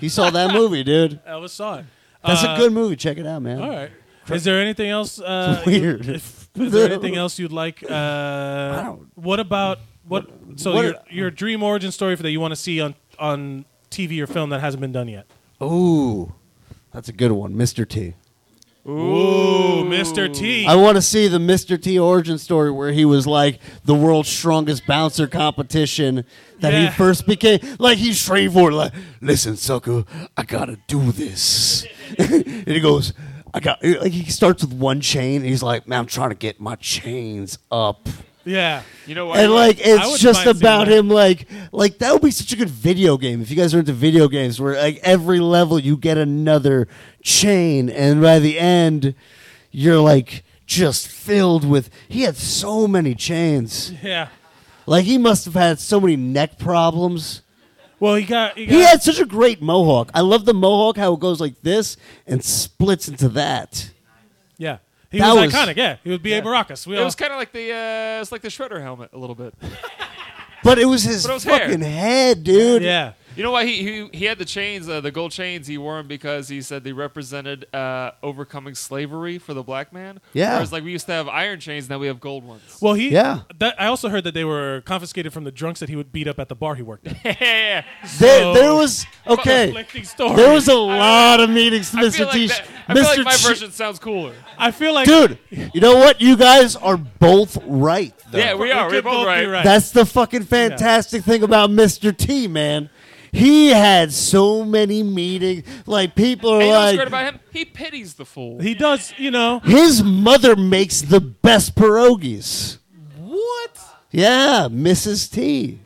[SPEAKER 14] You saw that movie, dude.
[SPEAKER 1] Elvis saw it.
[SPEAKER 14] That's
[SPEAKER 1] Uh,
[SPEAKER 14] a good movie. Check it out, man.
[SPEAKER 1] All right. Is there anything else? Uh,
[SPEAKER 14] It's weird.
[SPEAKER 1] you- if- is there anything else you'd like? Uh, What about what? So
[SPEAKER 14] what-
[SPEAKER 1] your your dream origin story for that you want to see on on TV or film that hasn't been done yet.
[SPEAKER 14] Ooh,
[SPEAKER 3] that's a good one, Mr. T.
[SPEAKER 1] Ooh, Mr. T.
[SPEAKER 14] I
[SPEAKER 3] I want to see the Mr. T origin story where he was like the world's strongest bouncer competition that
[SPEAKER 14] Yeah.
[SPEAKER 3] he first became. Like he's
[SPEAKER 14] Trey Ford, like, listen, sucker, I gotta do this. and he goes, I got. Like, he starts with one chain, and he's like, man, I'm trying to get my chains up.
[SPEAKER 1] Yeah.
[SPEAKER 2] You know
[SPEAKER 14] and like it's just about him like like that would be such a good
[SPEAKER 3] video game. If you guys are into video games, where like every level you get another chain, and by the end, you're like just filled with. He had so many chains.
[SPEAKER 1] Yeah.
[SPEAKER 3] Like he must have had so many neck problems.
[SPEAKER 1] Well, he got he,
[SPEAKER 3] had such a great mohawk. I love the mohawk how it goes like this and splits into that.
[SPEAKER 1] Yeah. He
[SPEAKER 3] That
[SPEAKER 1] was,
[SPEAKER 3] was-
[SPEAKER 1] iconic. Yeah. He was B.A. Baracus. We
[SPEAKER 2] it
[SPEAKER 1] all-
[SPEAKER 2] was kind of like the uh, it's like the Shredder helmet a little bit.
[SPEAKER 3] But it was his
[SPEAKER 2] But it was hair.
[SPEAKER 3] fucking head, dude.
[SPEAKER 1] Yeah.
[SPEAKER 2] You know why he he, he had the chains, uh, the gold chains he wore 'em because he said they represented uh, overcoming slavery for the black man.
[SPEAKER 1] Yeah.
[SPEAKER 2] Whereas like we used to have iron chains, now we have gold ones.
[SPEAKER 1] Well, he
[SPEAKER 2] yeah.
[SPEAKER 1] That, I also heard that they were confiscated from the drunks that he would beat up at the bar he worked at.
[SPEAKER 2] yeah.
[SPEAKER 14] There, there was okay.
[SPEAKER 1] Conflicting stories.
[SPEAKER 14] There was a lot of meetings, to
[SPEAKER 1] I feel
[SPEAKER 14] Mr.
[SPEAKER 1] like
[SPEAKER 14] T.
[SPEAKER 1] that-
[SPEAKER 2] I feel like
[SPEAKER 14] Mr.
[SPEAKER 2] my
[SPEAKER 14] T-
[SPEAKER 2] version sounds cooler.
[SPEAKER 1] I feel like
[SPEAKER 14] dude. You know what? You guys are both right. though.
[SPEAKER 2] Yeah, we are. We're both right.
[SPEAKER 14] That's the fucking fantastic thing about Mr. T, man. He had so many meetings. Like people are
[SPEAKER 2] And you know what's
[SPEAKER 14] like,
[SPEAKER 2] great about him? He pities the fool.
[SPEAKER 1] He does, you know.
[SPEAKER 14] His mother makes the best pierogies.
[SPEAKER 1] What?
[SPEAKER 14] Yeah, Mrs. T.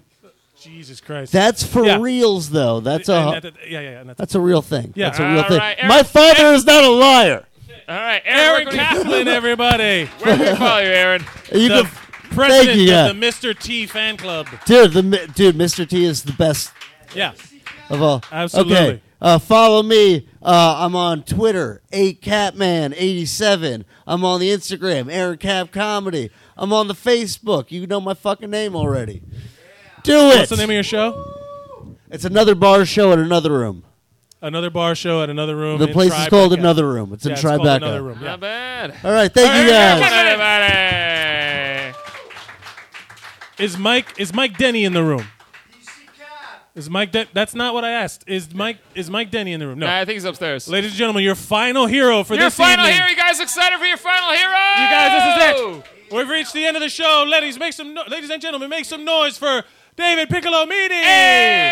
[SPEAKER 1] Jesus Christ.
[SPEAKER 14] That's for reals, though. That's a
[SPEAKER 1] And that- yeah, yeah, yeah, and
[SPEAKER 14] that's, a real thing.
[SPEAKER 1] Yeah.
[SPEAKER 14] that's a real
[SPEAKER 1] All
[SPEAKER 14] thing.
[SPEAKER 1] right, Eric-
[SPEAKER 14] My father is not a liar.
[SPEAKER 2] All right, Aaron
[SPEAKER 1] Kaplan, everybody.
[SPEAKER 2] Where can we follow you, Aaron?
[SPEAKER 14] You
[SPEAKER 1] the
[SPEAKER 14] can-
[SPEAKER 1] president
[SPEAKER 14] thank you, yeah.
[SPEAKER 1] of the Mr. T fan club.
[SPEAKER 14] Dude, the mi- dude, Mr. T is the best
[SPEAKER 1] Yeah.
[SPEAKER 14] of all.
[SPEAKER 1] Absolutely.
[SPEAKER 14] Okay. Uh, follow me. Uh, I'm on Twitter, 8catman87. I'm on the Instagram, Aaron Cap Comedy. I'm on the Facebook. You know my fucking name already. Do it.
[SPEAKER 1] What's the name of your show?
[SPEAKER 14] It's another bar show at another room.
[SPEAKER 1] Another bar show at another room.
[SPEAKER 14] The
[SPEAKER 1] in
[SPEAKER 14] place is
[SPEAKER 1] Tribeca.
[SPEAKER 14] called Another Room. It's in
[SPEAKER 1] yeah, called
[SPEAKER 14] Tribeca.
[SPEAKER 1] Another room. Yeah.
[SPEAKER 2] Not bad.
[SPEAKER 14] All right, thank you guys.
[SPEAKER 2] Everybody.
[SPEAKER 1] Is Mike is Mike Denny in the room? Is Mike? Den- that's not what I asked. Is Mike? Is Mike Denny in the room? No,
[SPEAKER 2] Nah, I think he's upstairs.
[SPEAKER 1] Ladies and gentlemen, your final hero for
[SPEAKER 2] your
[SPEAKER 1] this
[SPEAKER 2] final
[SPEAKER 1] evening.
[SPEAKER 2] hero, you guys excited for your final hero?
[SPEAKER 1] You guys, this is it. We've reached the end of the show. Ladies, make some no- ladies and gentlemen, make some noise for David Piccolo Meaty.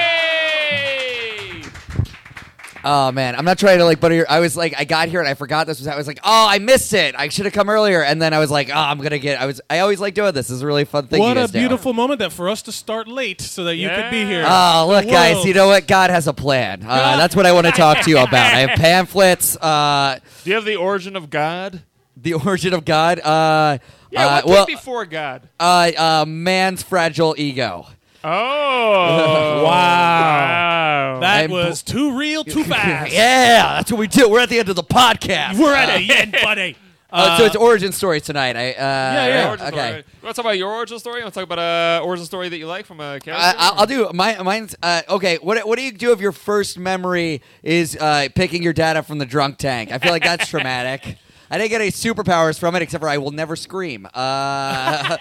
[SPEAKER 15] Oh man, I'm not trying to like butter your. I was like, I got here and I forgot this was. I was like, oh, I missed it. I should have come earlier. And then I was like, oh, I'm gonna get. I was. I always like doing this. This is a really fun thing.
[SPEAKER 1] What
[SPEAKER 15] you
[SPEAKER 1] a
[SPEAKER 15] guys do.
[SPEAKER 1] beautiful moment that for us to start late so that you could be here.
[SPEAKER 15] Oh,
[SPEAKER 1] The
[SPEAKER 15] look, guys,
[SPEAKER 1] world.
[SPEAKER 15] you know what? God has a plan. Uh, that's what I want to talk to you about. I have pamphlets. Uh,
[SPEAKER 2] Do you have the origin of God?
[SPEAKER 15] The origin of God? Uh,
[SPEAKER 2] Yeah,
[SPEAKER 15] uh,
[SPEAKER 2] what came
[SPEAKER 15] well,
[SPEAKER 2] before God?
[SPEAKER 15] Uh, uh, man's fragile ego.
[SPEAKER 2] Oh.
[SPEAKER 1] Wow. That
[SPEAKER 15] I'm-
[SPEAKER 1] was too real, too fast.
[SPEAKER 15] Yeah, that's what we do. We're at the end of the podcast.
[SPEAKER 1] We're at
[SPEAKER 15] Uh,
[SPEAKER 1] it, end, buddy.
[SPEAKER 15] uh, so it's origin story tonight. I uh,
[SPEAKER 2] yeah, yeah. Origin
[SPEAKER 15] Okay.
[SPEAKER 2] story. You want to talk about your origin story? You want to talk about uh, origin story that you like from uh, a character?
[SPEAKER 15] Uh, I, I'll- I'll do my mine's uh, okay. What what do you do if your first memory is uh, picking your dad up from the drunk tank? I feel like that's traumatic. I didn't get any superpowers from it except for I will never scream, uh,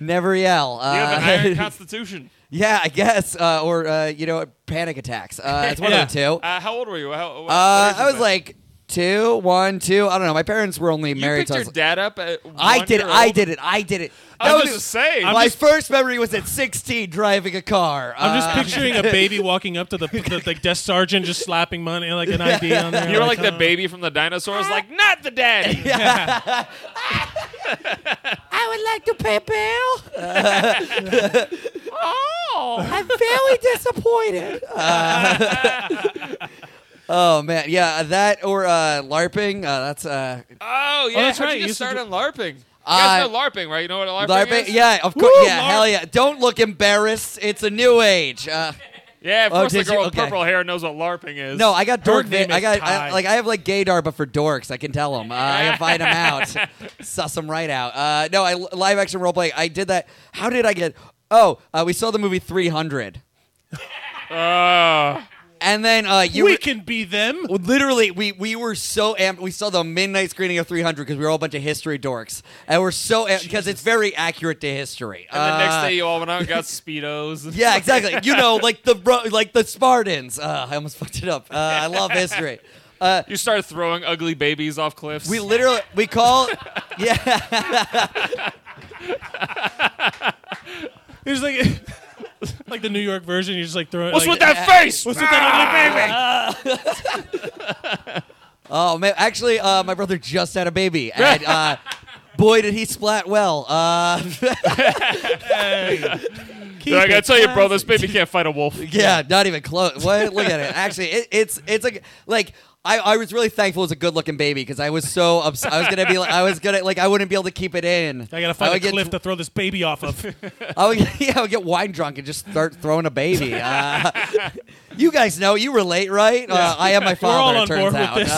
[SPEAKER 15] never yell.
[SPEAKER 2] you have
[SPEAKER 15] uh,
[SPEAKER 2] an iron constitution.
[SPEAKER 15] yeah, I guess, uh, or uh, you know, panic attacks. Uh, it's one
[SPEAKER 2] Yeah.
[SPEAKER 15] of the two.
[SPEAKER 2] Uh, how old were you? How, what,
[SPEAKER 15] Uh,
[SPEAKER 2] what
[SPEAKER 15] I was like two, one, two. I don't know. My parents were only
[SPEAKER 2] you
[SPEAKER 15] married.
[SPEAKER 2] picked
[SPEAKER 15] till I
[SPEAKER 2] your
[SPEAKER 15] was-
[SPEAKER 2] dad up at one
[SPEAKER 15] I did.
[SPEAKER 2] year
[SPEAKER 15] it, I
[SPEAKER 2] old?
[SPEAKER 15] did it. I did it.
[SPEAKER 2] I was
[SPEAKER 15] That
[SPEAKER 2] just saying. I'm
[SPEAKER 15] My
[SPEAKER 2] just-
[SPEAKER 15] first memory was at 16, driving a car.
[SPEAKER 1] I'm just
[SPEAKER 15] Uh,
[SPEAKER 1] picturing a baby walking up to the, the, the desk sergeant just slapping money like an ID on there.
[SPEAKER 2] You were like
[SPEAKER 1] like uh,
[SPEAKER 2] the baby from the dinosaurs, like not the daddy.
[SPEAKER 15] I would like to pay bill.
[SPEAKER 2] oh,
[SPEAKER 15] I'm very disappointed. Uh, Oh man, yeah, that or uh, LARPing. Uh, that's uh,
[SPEAKER 2] Oh yeah,
[SPEAKER 15] that's
[SPEAKER 2] how'd
[SPEAKER 15] right,
[SPEAKER 2] you
[SPEAKER 15] you
[SPEAKER 2] get
[SPEAKER 15] used to
[SPEAKER 2] started on LARPing? You
[SPEAKER 15] Uh,
[SPEAKER 2] guys know LARPing, right? You know what LARPing,
[SPEAKER 15] LARPing.
[SPEAKER 2] is?
[SPEAKER 15] Yeah, of course. Yeah, hell yeah. Don't look embarrassed. It's a new age. Uh,
[SPEAKER 2] Yeah, of
[SPEAKER 15] oh,
[SPEAKER 2] course the
[SPEAKER 15] did
[SPEAKER 2] girl
[SPEAKER 15] you?
[SPEAKER 2] with
[SPEAKER 15] Okay.
[SPEAKER 2] purple hair knows what LARPing is.
[SPEAKER 15] No, I got
[SPEAKER 2] Her
[SPEAKER 15] dork.
[SPEAKER 2] name
[SPEAKER 15] I
[SPEAKER 2] is
[SPEAKER 15] got
[SPEAKER 2] Kai.
[SPEAKER 15] I, like I have like gaydar, but for dorks. I can tell them. Uh, I can find them out, suss them right out. Uh, no, I live action role play. I did that. How did I get? Oh, uh, we saw the movie Three Hundred. And then uh, you
[SPEAKER 1] We
[SPEAKER 15] can be them. Literally, we we were so amped. We saw the midnight screening of 300 because we were all a bunch of history dorks, and we're so amped because it's very accurate to history.
[SPEAKER 2] and the
[SPEAKER 15] Uh,
[SPEAKER 2] next day you all went out and got speedos.
[SPEAKER 15] yeah, exactly. You know, like the Ro- like the Spartans. Uh, I almost fucked it up. Uh, I love history. Uh,
[SPEAKER 2] you start throwing ugly babies off cliffs.
[SPEAKER 15] We literally we call yeah.
[SPEAKER 1] It's like like the New York version. You're just like throwing.
[SPEAKER 2] What's
[SPEAKER 1] like, uh,
[SPEAKER 2] with that face? Ah!
[SPEAKER 1] What's with that ugly baby?
[SPEAKER 15] oh man, actually, uh, my brother just had a baby, and uh, boy, did he splat well. Uh,
[SPEAKER 2] Dude, I gotta tell you, bro, this baby can't fight a wolf.
[SPEAKER 15] Yeah, not even close. What? Look at it. Actually, it, it's it's like like I, I was really thankful it was a good looking baby because I was so upset. I was gonna be like I was gonna like I wouldn't be able to keep it in.
[SPEAKER 1] I gotta find
[SPEAKER 15] would
[SPEAKER 1] a
[SPEAKER 15] get,
[SPEAKER 1] cliff to throw this baby off of.
[SPEAKER 15] I would, yeah, I would get wine drunk and just start throwing a baby. Uh, you guys know you relate, right?
[SPEAKER 1] Yeah.
[SPEAKER 15] Uh, I am my
[SPEAKER 1] We're all
[SPEAKER 15] father.
[SPEAKER 1] on
[SPEAKER 15] it turns
[SPEAKER 1] board with
[SPEAKER 15] out.
[SPEAKER 1] this.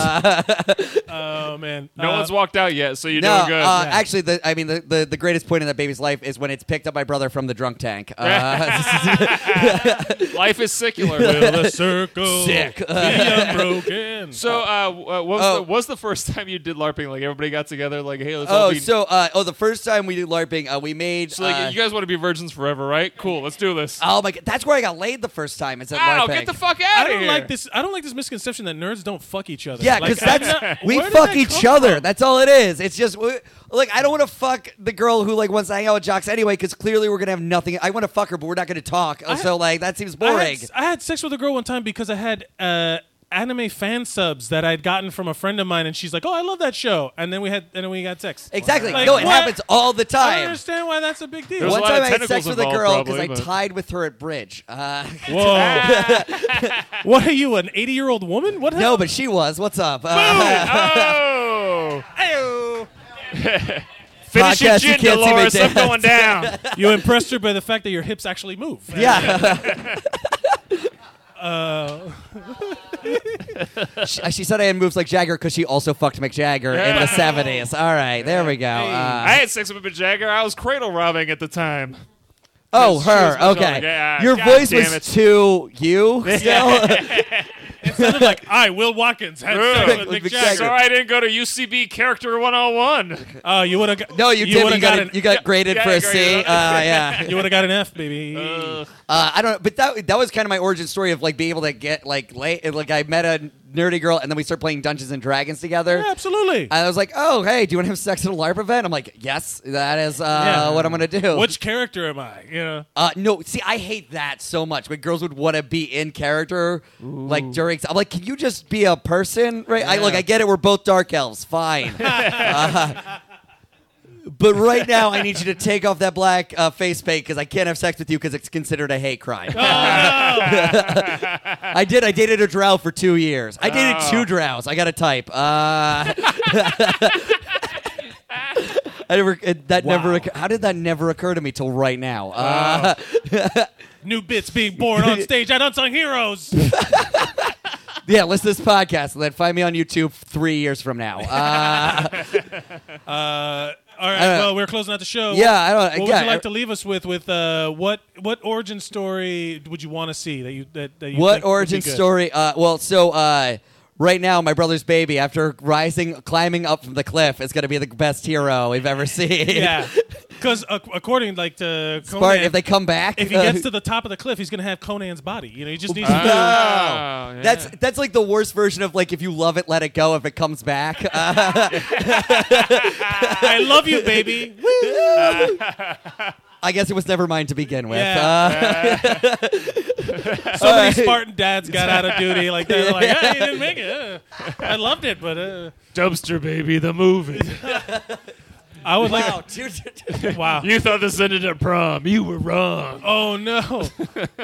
[SPEAKER 15] Uh,
[SPEAKER 1] oh man,
[SPEAKER 2] No
[SPEAKER 1] Uh,
[SPEAKER 2] one's walked out yet, so you're
[SPEAKER 15] no,
[SPEAKER 2] doing good.
[SPEAKER 15] uh, actually, the, I mean, the, the, the greatest point in that baby's life is when it's picked up by brother from the drunk tank. Uh,
[SPEAKER 2] Life is secular.
[SPEAKER 15] Will the circle Sick. be
[SPEAKER 1] unbroken?
[SPEAKER 2] So, uh, w- uh, what was,
[SPEAKER 15] Oh.
[SPEAKER 2] the, what was the first time you did LARPing? Like everybody got together, like, hey, let's all
[SPEAKER 15] oh,
[SPEAKER 2] be.
[SPEAKER 15] so uh, oh, the first time we did LARPing, uh, we made.
[SPEAKER 2] so, like,
[SPEAKER 15] uh,
[SPEAKER 2] you guys want to be virgins forever, right? Cool, let's do this.
[SPEAKER 15] Oh my god, that's where I got laid the first time. It's at
[SPEAKER 2] Ow, get
[SPEAKER 15] LARPing.
[SPEAKER 2] the fuck out
[SPEAKER 1] I
[SPEAKER 2] of
[SPEAKER 1] don't
[SPEAKER 2] here!
[SPEAKER 1] like this. I don't like this misconception that nerds don't fuck each other.
[SPEAKER 15] Yeah,
[SPEAKER 1] Like,
[SPEAKER 15] because
[SPEAKER 1] I'm
[SPEAKER 15] that's
[SPEAKER 1] not-
[SPEAKER 15] we
[SPEAKER 1] where did
[SPEAKER 15] fuck
[SPEAKER 1] that
[SPEAKER 15] each
[SPEAKER 1] come
[SPEAKER 15] other.
[SPEAKER 1] from?
[SPEAKER 15] That's all it is. It's just we- like I don't want to fuck the girl who like wants to hang out with jocks anyway because clearly we're gonna have nothing. I want to fuck her, but we're not gonna talk. Uh, so like that seems
[SPEAKER 1] I
[SPEAKER 15] boring.
[SPEAKER 1] had, I had sex with a girl one time because I had uh, anime fan subs that I'd gotten from a friend of mine, and she's like, "Oh, I love that show," and then we had, and then we got sex.
[SPEAKER 15] Exactly.
[SPEAKER 1] Like,
[SPEAKER 15] no, it
[SPEAKER 1] what?
[SPEAKER 15] happens all the
[SPEAKER 1] I don't
[SPEAKER 15] time.
[SPEAKER 1] understand why that's a big deal.
[SPEAKER 15] One time I had sex with a girl because I tied with her at bridge. Uh,
[SPEAKER 1] Whoa. what are you, an 80 year old woman? What?
[SPEAKER 15] No, but she was. What's up? Uh,
[SPEAKER 2] oh.
[SPEAKER 1] Finish
[SPEAKER 15] your Podcast, you gin, can't see me Dolores. I'm dance. going
[SPEAKER 2] down.
[SPEAKER 1] you impressed her by the fact that your hips actually move.
[SPEAKER 15] Yeah.
[SPEAKER 1] uh,
[SPEAKER 15] she, she said I had moves like Jagger because she also fucked Mick Jagger in
[SPEAKER 2] Yeah.
[SPEAKER 15] the seventies. All right, there we go. Uh,
[SPEAKER 2] I had sex with a Jagger. I was cradle robbing at the time.
[SPEAKER 15] Oh,
[SPEAKER 2] She was
[SPEAKER 15] her.
[SPEAKER 2] my dog.
[SPEAKER 15] Okay.
[SPEAKER 2] Yeah,
[SPEAKER 15] Your
[SPEAKER 2] God
[SPEAKER 15] voice
[SPEAKER 2] damn
[SPEAKER 15] was
[SPEAKER 2] it.
[SPEAKER 15] too you still.
[SPEAKER 1] it sounded like I, Will Watkins, had sex with Mick Jagger.
[SPEAKER 2] Sorry I didn't go to UCB Character 101.
[SPEAKER 1] Oh, you would have.
[SPEAKER 15] No, you did,
[SPEAKER 1] would've
[SPEAKER 15] you got it- you got
[SPEAKER 1] Yeah,
[SPEAKER 15] graded for a C.
[SPEAKER 1] graded.
[SPEAKER 15] Uh, yeah.
[SPEAKER 1] you would have got an F, baby.
[SPEAKER 15] Uh, I don't. But that that was kind of my origin story of like being able to get like late. Like I met a nerdy girl, and then we started playing Dungeons and Dragons together.
[SPEAKER 1] Yeah, absolutely.
[SPEAKER 15] And I was like, oh hey, do you want to have sex at a LARP event? I'm like, yes, that is uh,
[SPEAKER 1] Yeah.
[SPEAKER 15] what I'm gonna do.
[SPEAKER 1] Which character am I? You know.
[SPEAKER 15] Uh, no, see, I hate that so much. When girls would want to be in character, like during, I'm like, can you just be a person? Right? I look, I get it. We're both dark elves, fine. Uh, but right now, I need you to take off that black uh, face paint because I can't have sex with you because it's considered a hate crime. I did. I dated a drow for two years. I dated
[SPEAKER 12] Oh.
[SPEAKER 15] two drows. I got a type. Uh, I never. It, that never. Occur, how did that never occur to me till right now? Uh,
[SPEAKER 1] New bits being born on stage at Unsung Heroes.
[SPEAKER 15] Uh, Yeah, listen to this podcast and then find me on YouTube three years from now. Uh,
[SPEAKER 1] Uh, all right.
[SPEAKER 15] I don't-
[SPEAKER 1] well, we're closing out the show.
[SPEAKER 15] Yeah, I don't-
[SPEAKER 1] What
[SPEAKER 15] yeah,
[SPEAKER 1] would you like
[SPEAKER 15] I-
[SPEAKER 1] to leave us with? With uh, what what origin story would you want to see that you that, that you
[SPEAKER 15] what
[SPEAKER 1] think would be
[SPEAKER 15] origin
[SPEAKER 1] good?
[SPEAKER 15] story? Uh, well, so uh, right now, my brother's baby, after rising, climbing up from the cliff, is going to be the best hero we've ever seen.
[SPEAKER 1] Yeah, because according like to Conan,
[SPEAKER 15] Spartan, if they come back,
[SPEAKER 1] if he
[SPEAKER 15] uh,
[SPEAKER 1] gets to the top of the cliff, he's gonna have Conan's body. You know, he just needs
[SPEAKER 15] No.
[SPEAKER 1] to.
[SPEAKER 15] That's that's like the worst version of like if you love it, let it go. If it comes back, Uh,
[SPEAKER 1] I love you, baby. Uh,
[SPEAKER 15] I guess it was never mine to begin with.
[SPEAKER 1] Yeah.
[SPEAKER 15] Uh,
[SPEAKER 1] so many
[SPEAKER 15] Alright.
[SPEAKER 1] Spartan dads got out of duty like that. Like, hey, you didn't make it. Uh, I loved it, but uh,
[SPEAKER 2] Dumpster Baby, the movie.
[SPEAKER 1] I would like.
[SPEAKER 15] Wow, dude.
[SPEAKER 1] wow.
[SPEAKER 2] You thought this ended at prom. You were wrong.
[SPEAKER 1] Oh no!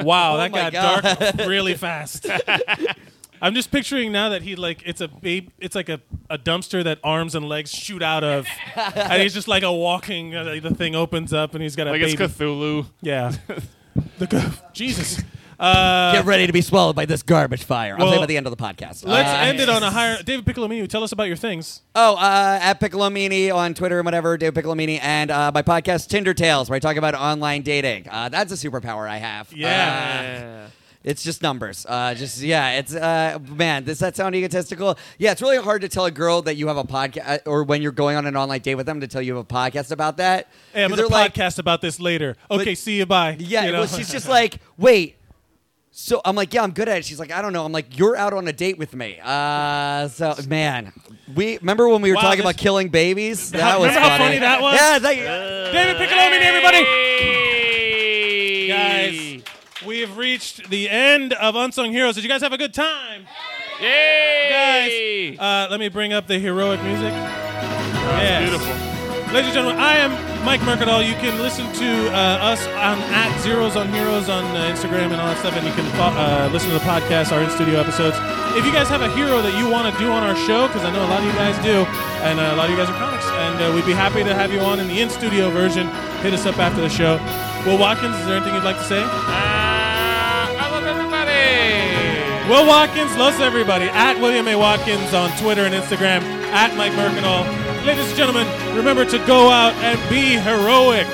[SPEAKER 1] Wow, that
[SPEAKER 15] my
[SPEAKER 1] got
[SPEAKER 15] God.
[SPEAKER 1] dark really fast. I'm just picturing now that he like it's a babe, it's like a, a dumpster that arms and legs shoot out of, and he's just like a walking. Uh, the thing opens up and he's got a
[SPEAKER 2] Like it's
[SPEAKER 1] baby.
[SPEAKER 2] Cthulhu.
[SPEAKER 1] Yeah, the, c- Jesus. Uh,
[SPEAKER 15] Get ready to be swallowed by this garbage fire. I'll say
[SPEAKER 1] well,
[SPEAKER 15] by the end of the podcast.
[SPEAKER 1] Let's
[SPEAKER 15] Uh,
[SPEAKER 1] end it on a higher. David Piccolomini, tell us about your things.
[SPEAKER 15] Oh, uh, at Piccolomini on Twitter and whatever, Dave Piccolomini, and uh, my podcast Tinder Tales, where I talk about online dating. Uh, that's a superpower I have.
[SPEAKER 1] Yeah.
[SPEAKER 15] Uh, it's just numbers. Uh, just yeah. It's uh, man. Does that sound egotistical? Yeah. It's really hard to tell a girl that you have a podcast, or when you're going on an online date with them, to tell you have a podcast about that.
[SPEAKER 1] Hey, I'm
[SPEAKER 15] 'Cause
[SPEAKER 1] gonna
[SPEAKER 15] they're like-
[SPEAKER 1] podcast about this later. Okay,
[SPEAKER 15] Like-
[SPEAKER 1] see you. Bye.
[SPEAKER 15] yeah,
[SPEAKER 1] You know?
[SPEAKER 15] well, she's just like, wait. So I'm like, yeah, I'm good at it. She's like, I don't know. I'm like, you're out on a date with me. Uh, so man, we remember when we were
[SPEAKER 1] Wow,
[SPEAKER 15] talking
[SPEAKER 1] this-
[SPEAKER 15] about killing babies. That was Uh,
[SPEAKER 1] remember how funny that was?
[SPEAKER 15] Yeah, thank you.
[SPEAKER 1] David Piccolomini, everybody. Guys, we have reached the end of Unsung Heroes. Did you guys have a good time? Yay! Guys, uh, let me bring up the heroic music. Yes. beautiful. Ladies and gentlemen, I am Mike Mercadal. You can listen to uh, us on at Zeros on Heroes on uh, Instagram and all that stuff, and you can fo- uh, listen to the podcast, our in-studio episodes. If you guys have a hero that you want to do on our show, because I know a lot of you guys do, and uh, a lot of you guys are comics, and uh, we'd be happy to have you on in the in-studio version. Hit us up after the show. Will Watkins, is there anything you'd like to say?
[SPEAKER 2] I love everybody.
[SPEAKER 1] Will Watkins loves everybody. At William A. Watkins on Twitter and Instagram. At Mike Merkinall. Ladies and gentlemen, remember to go out and be heroic.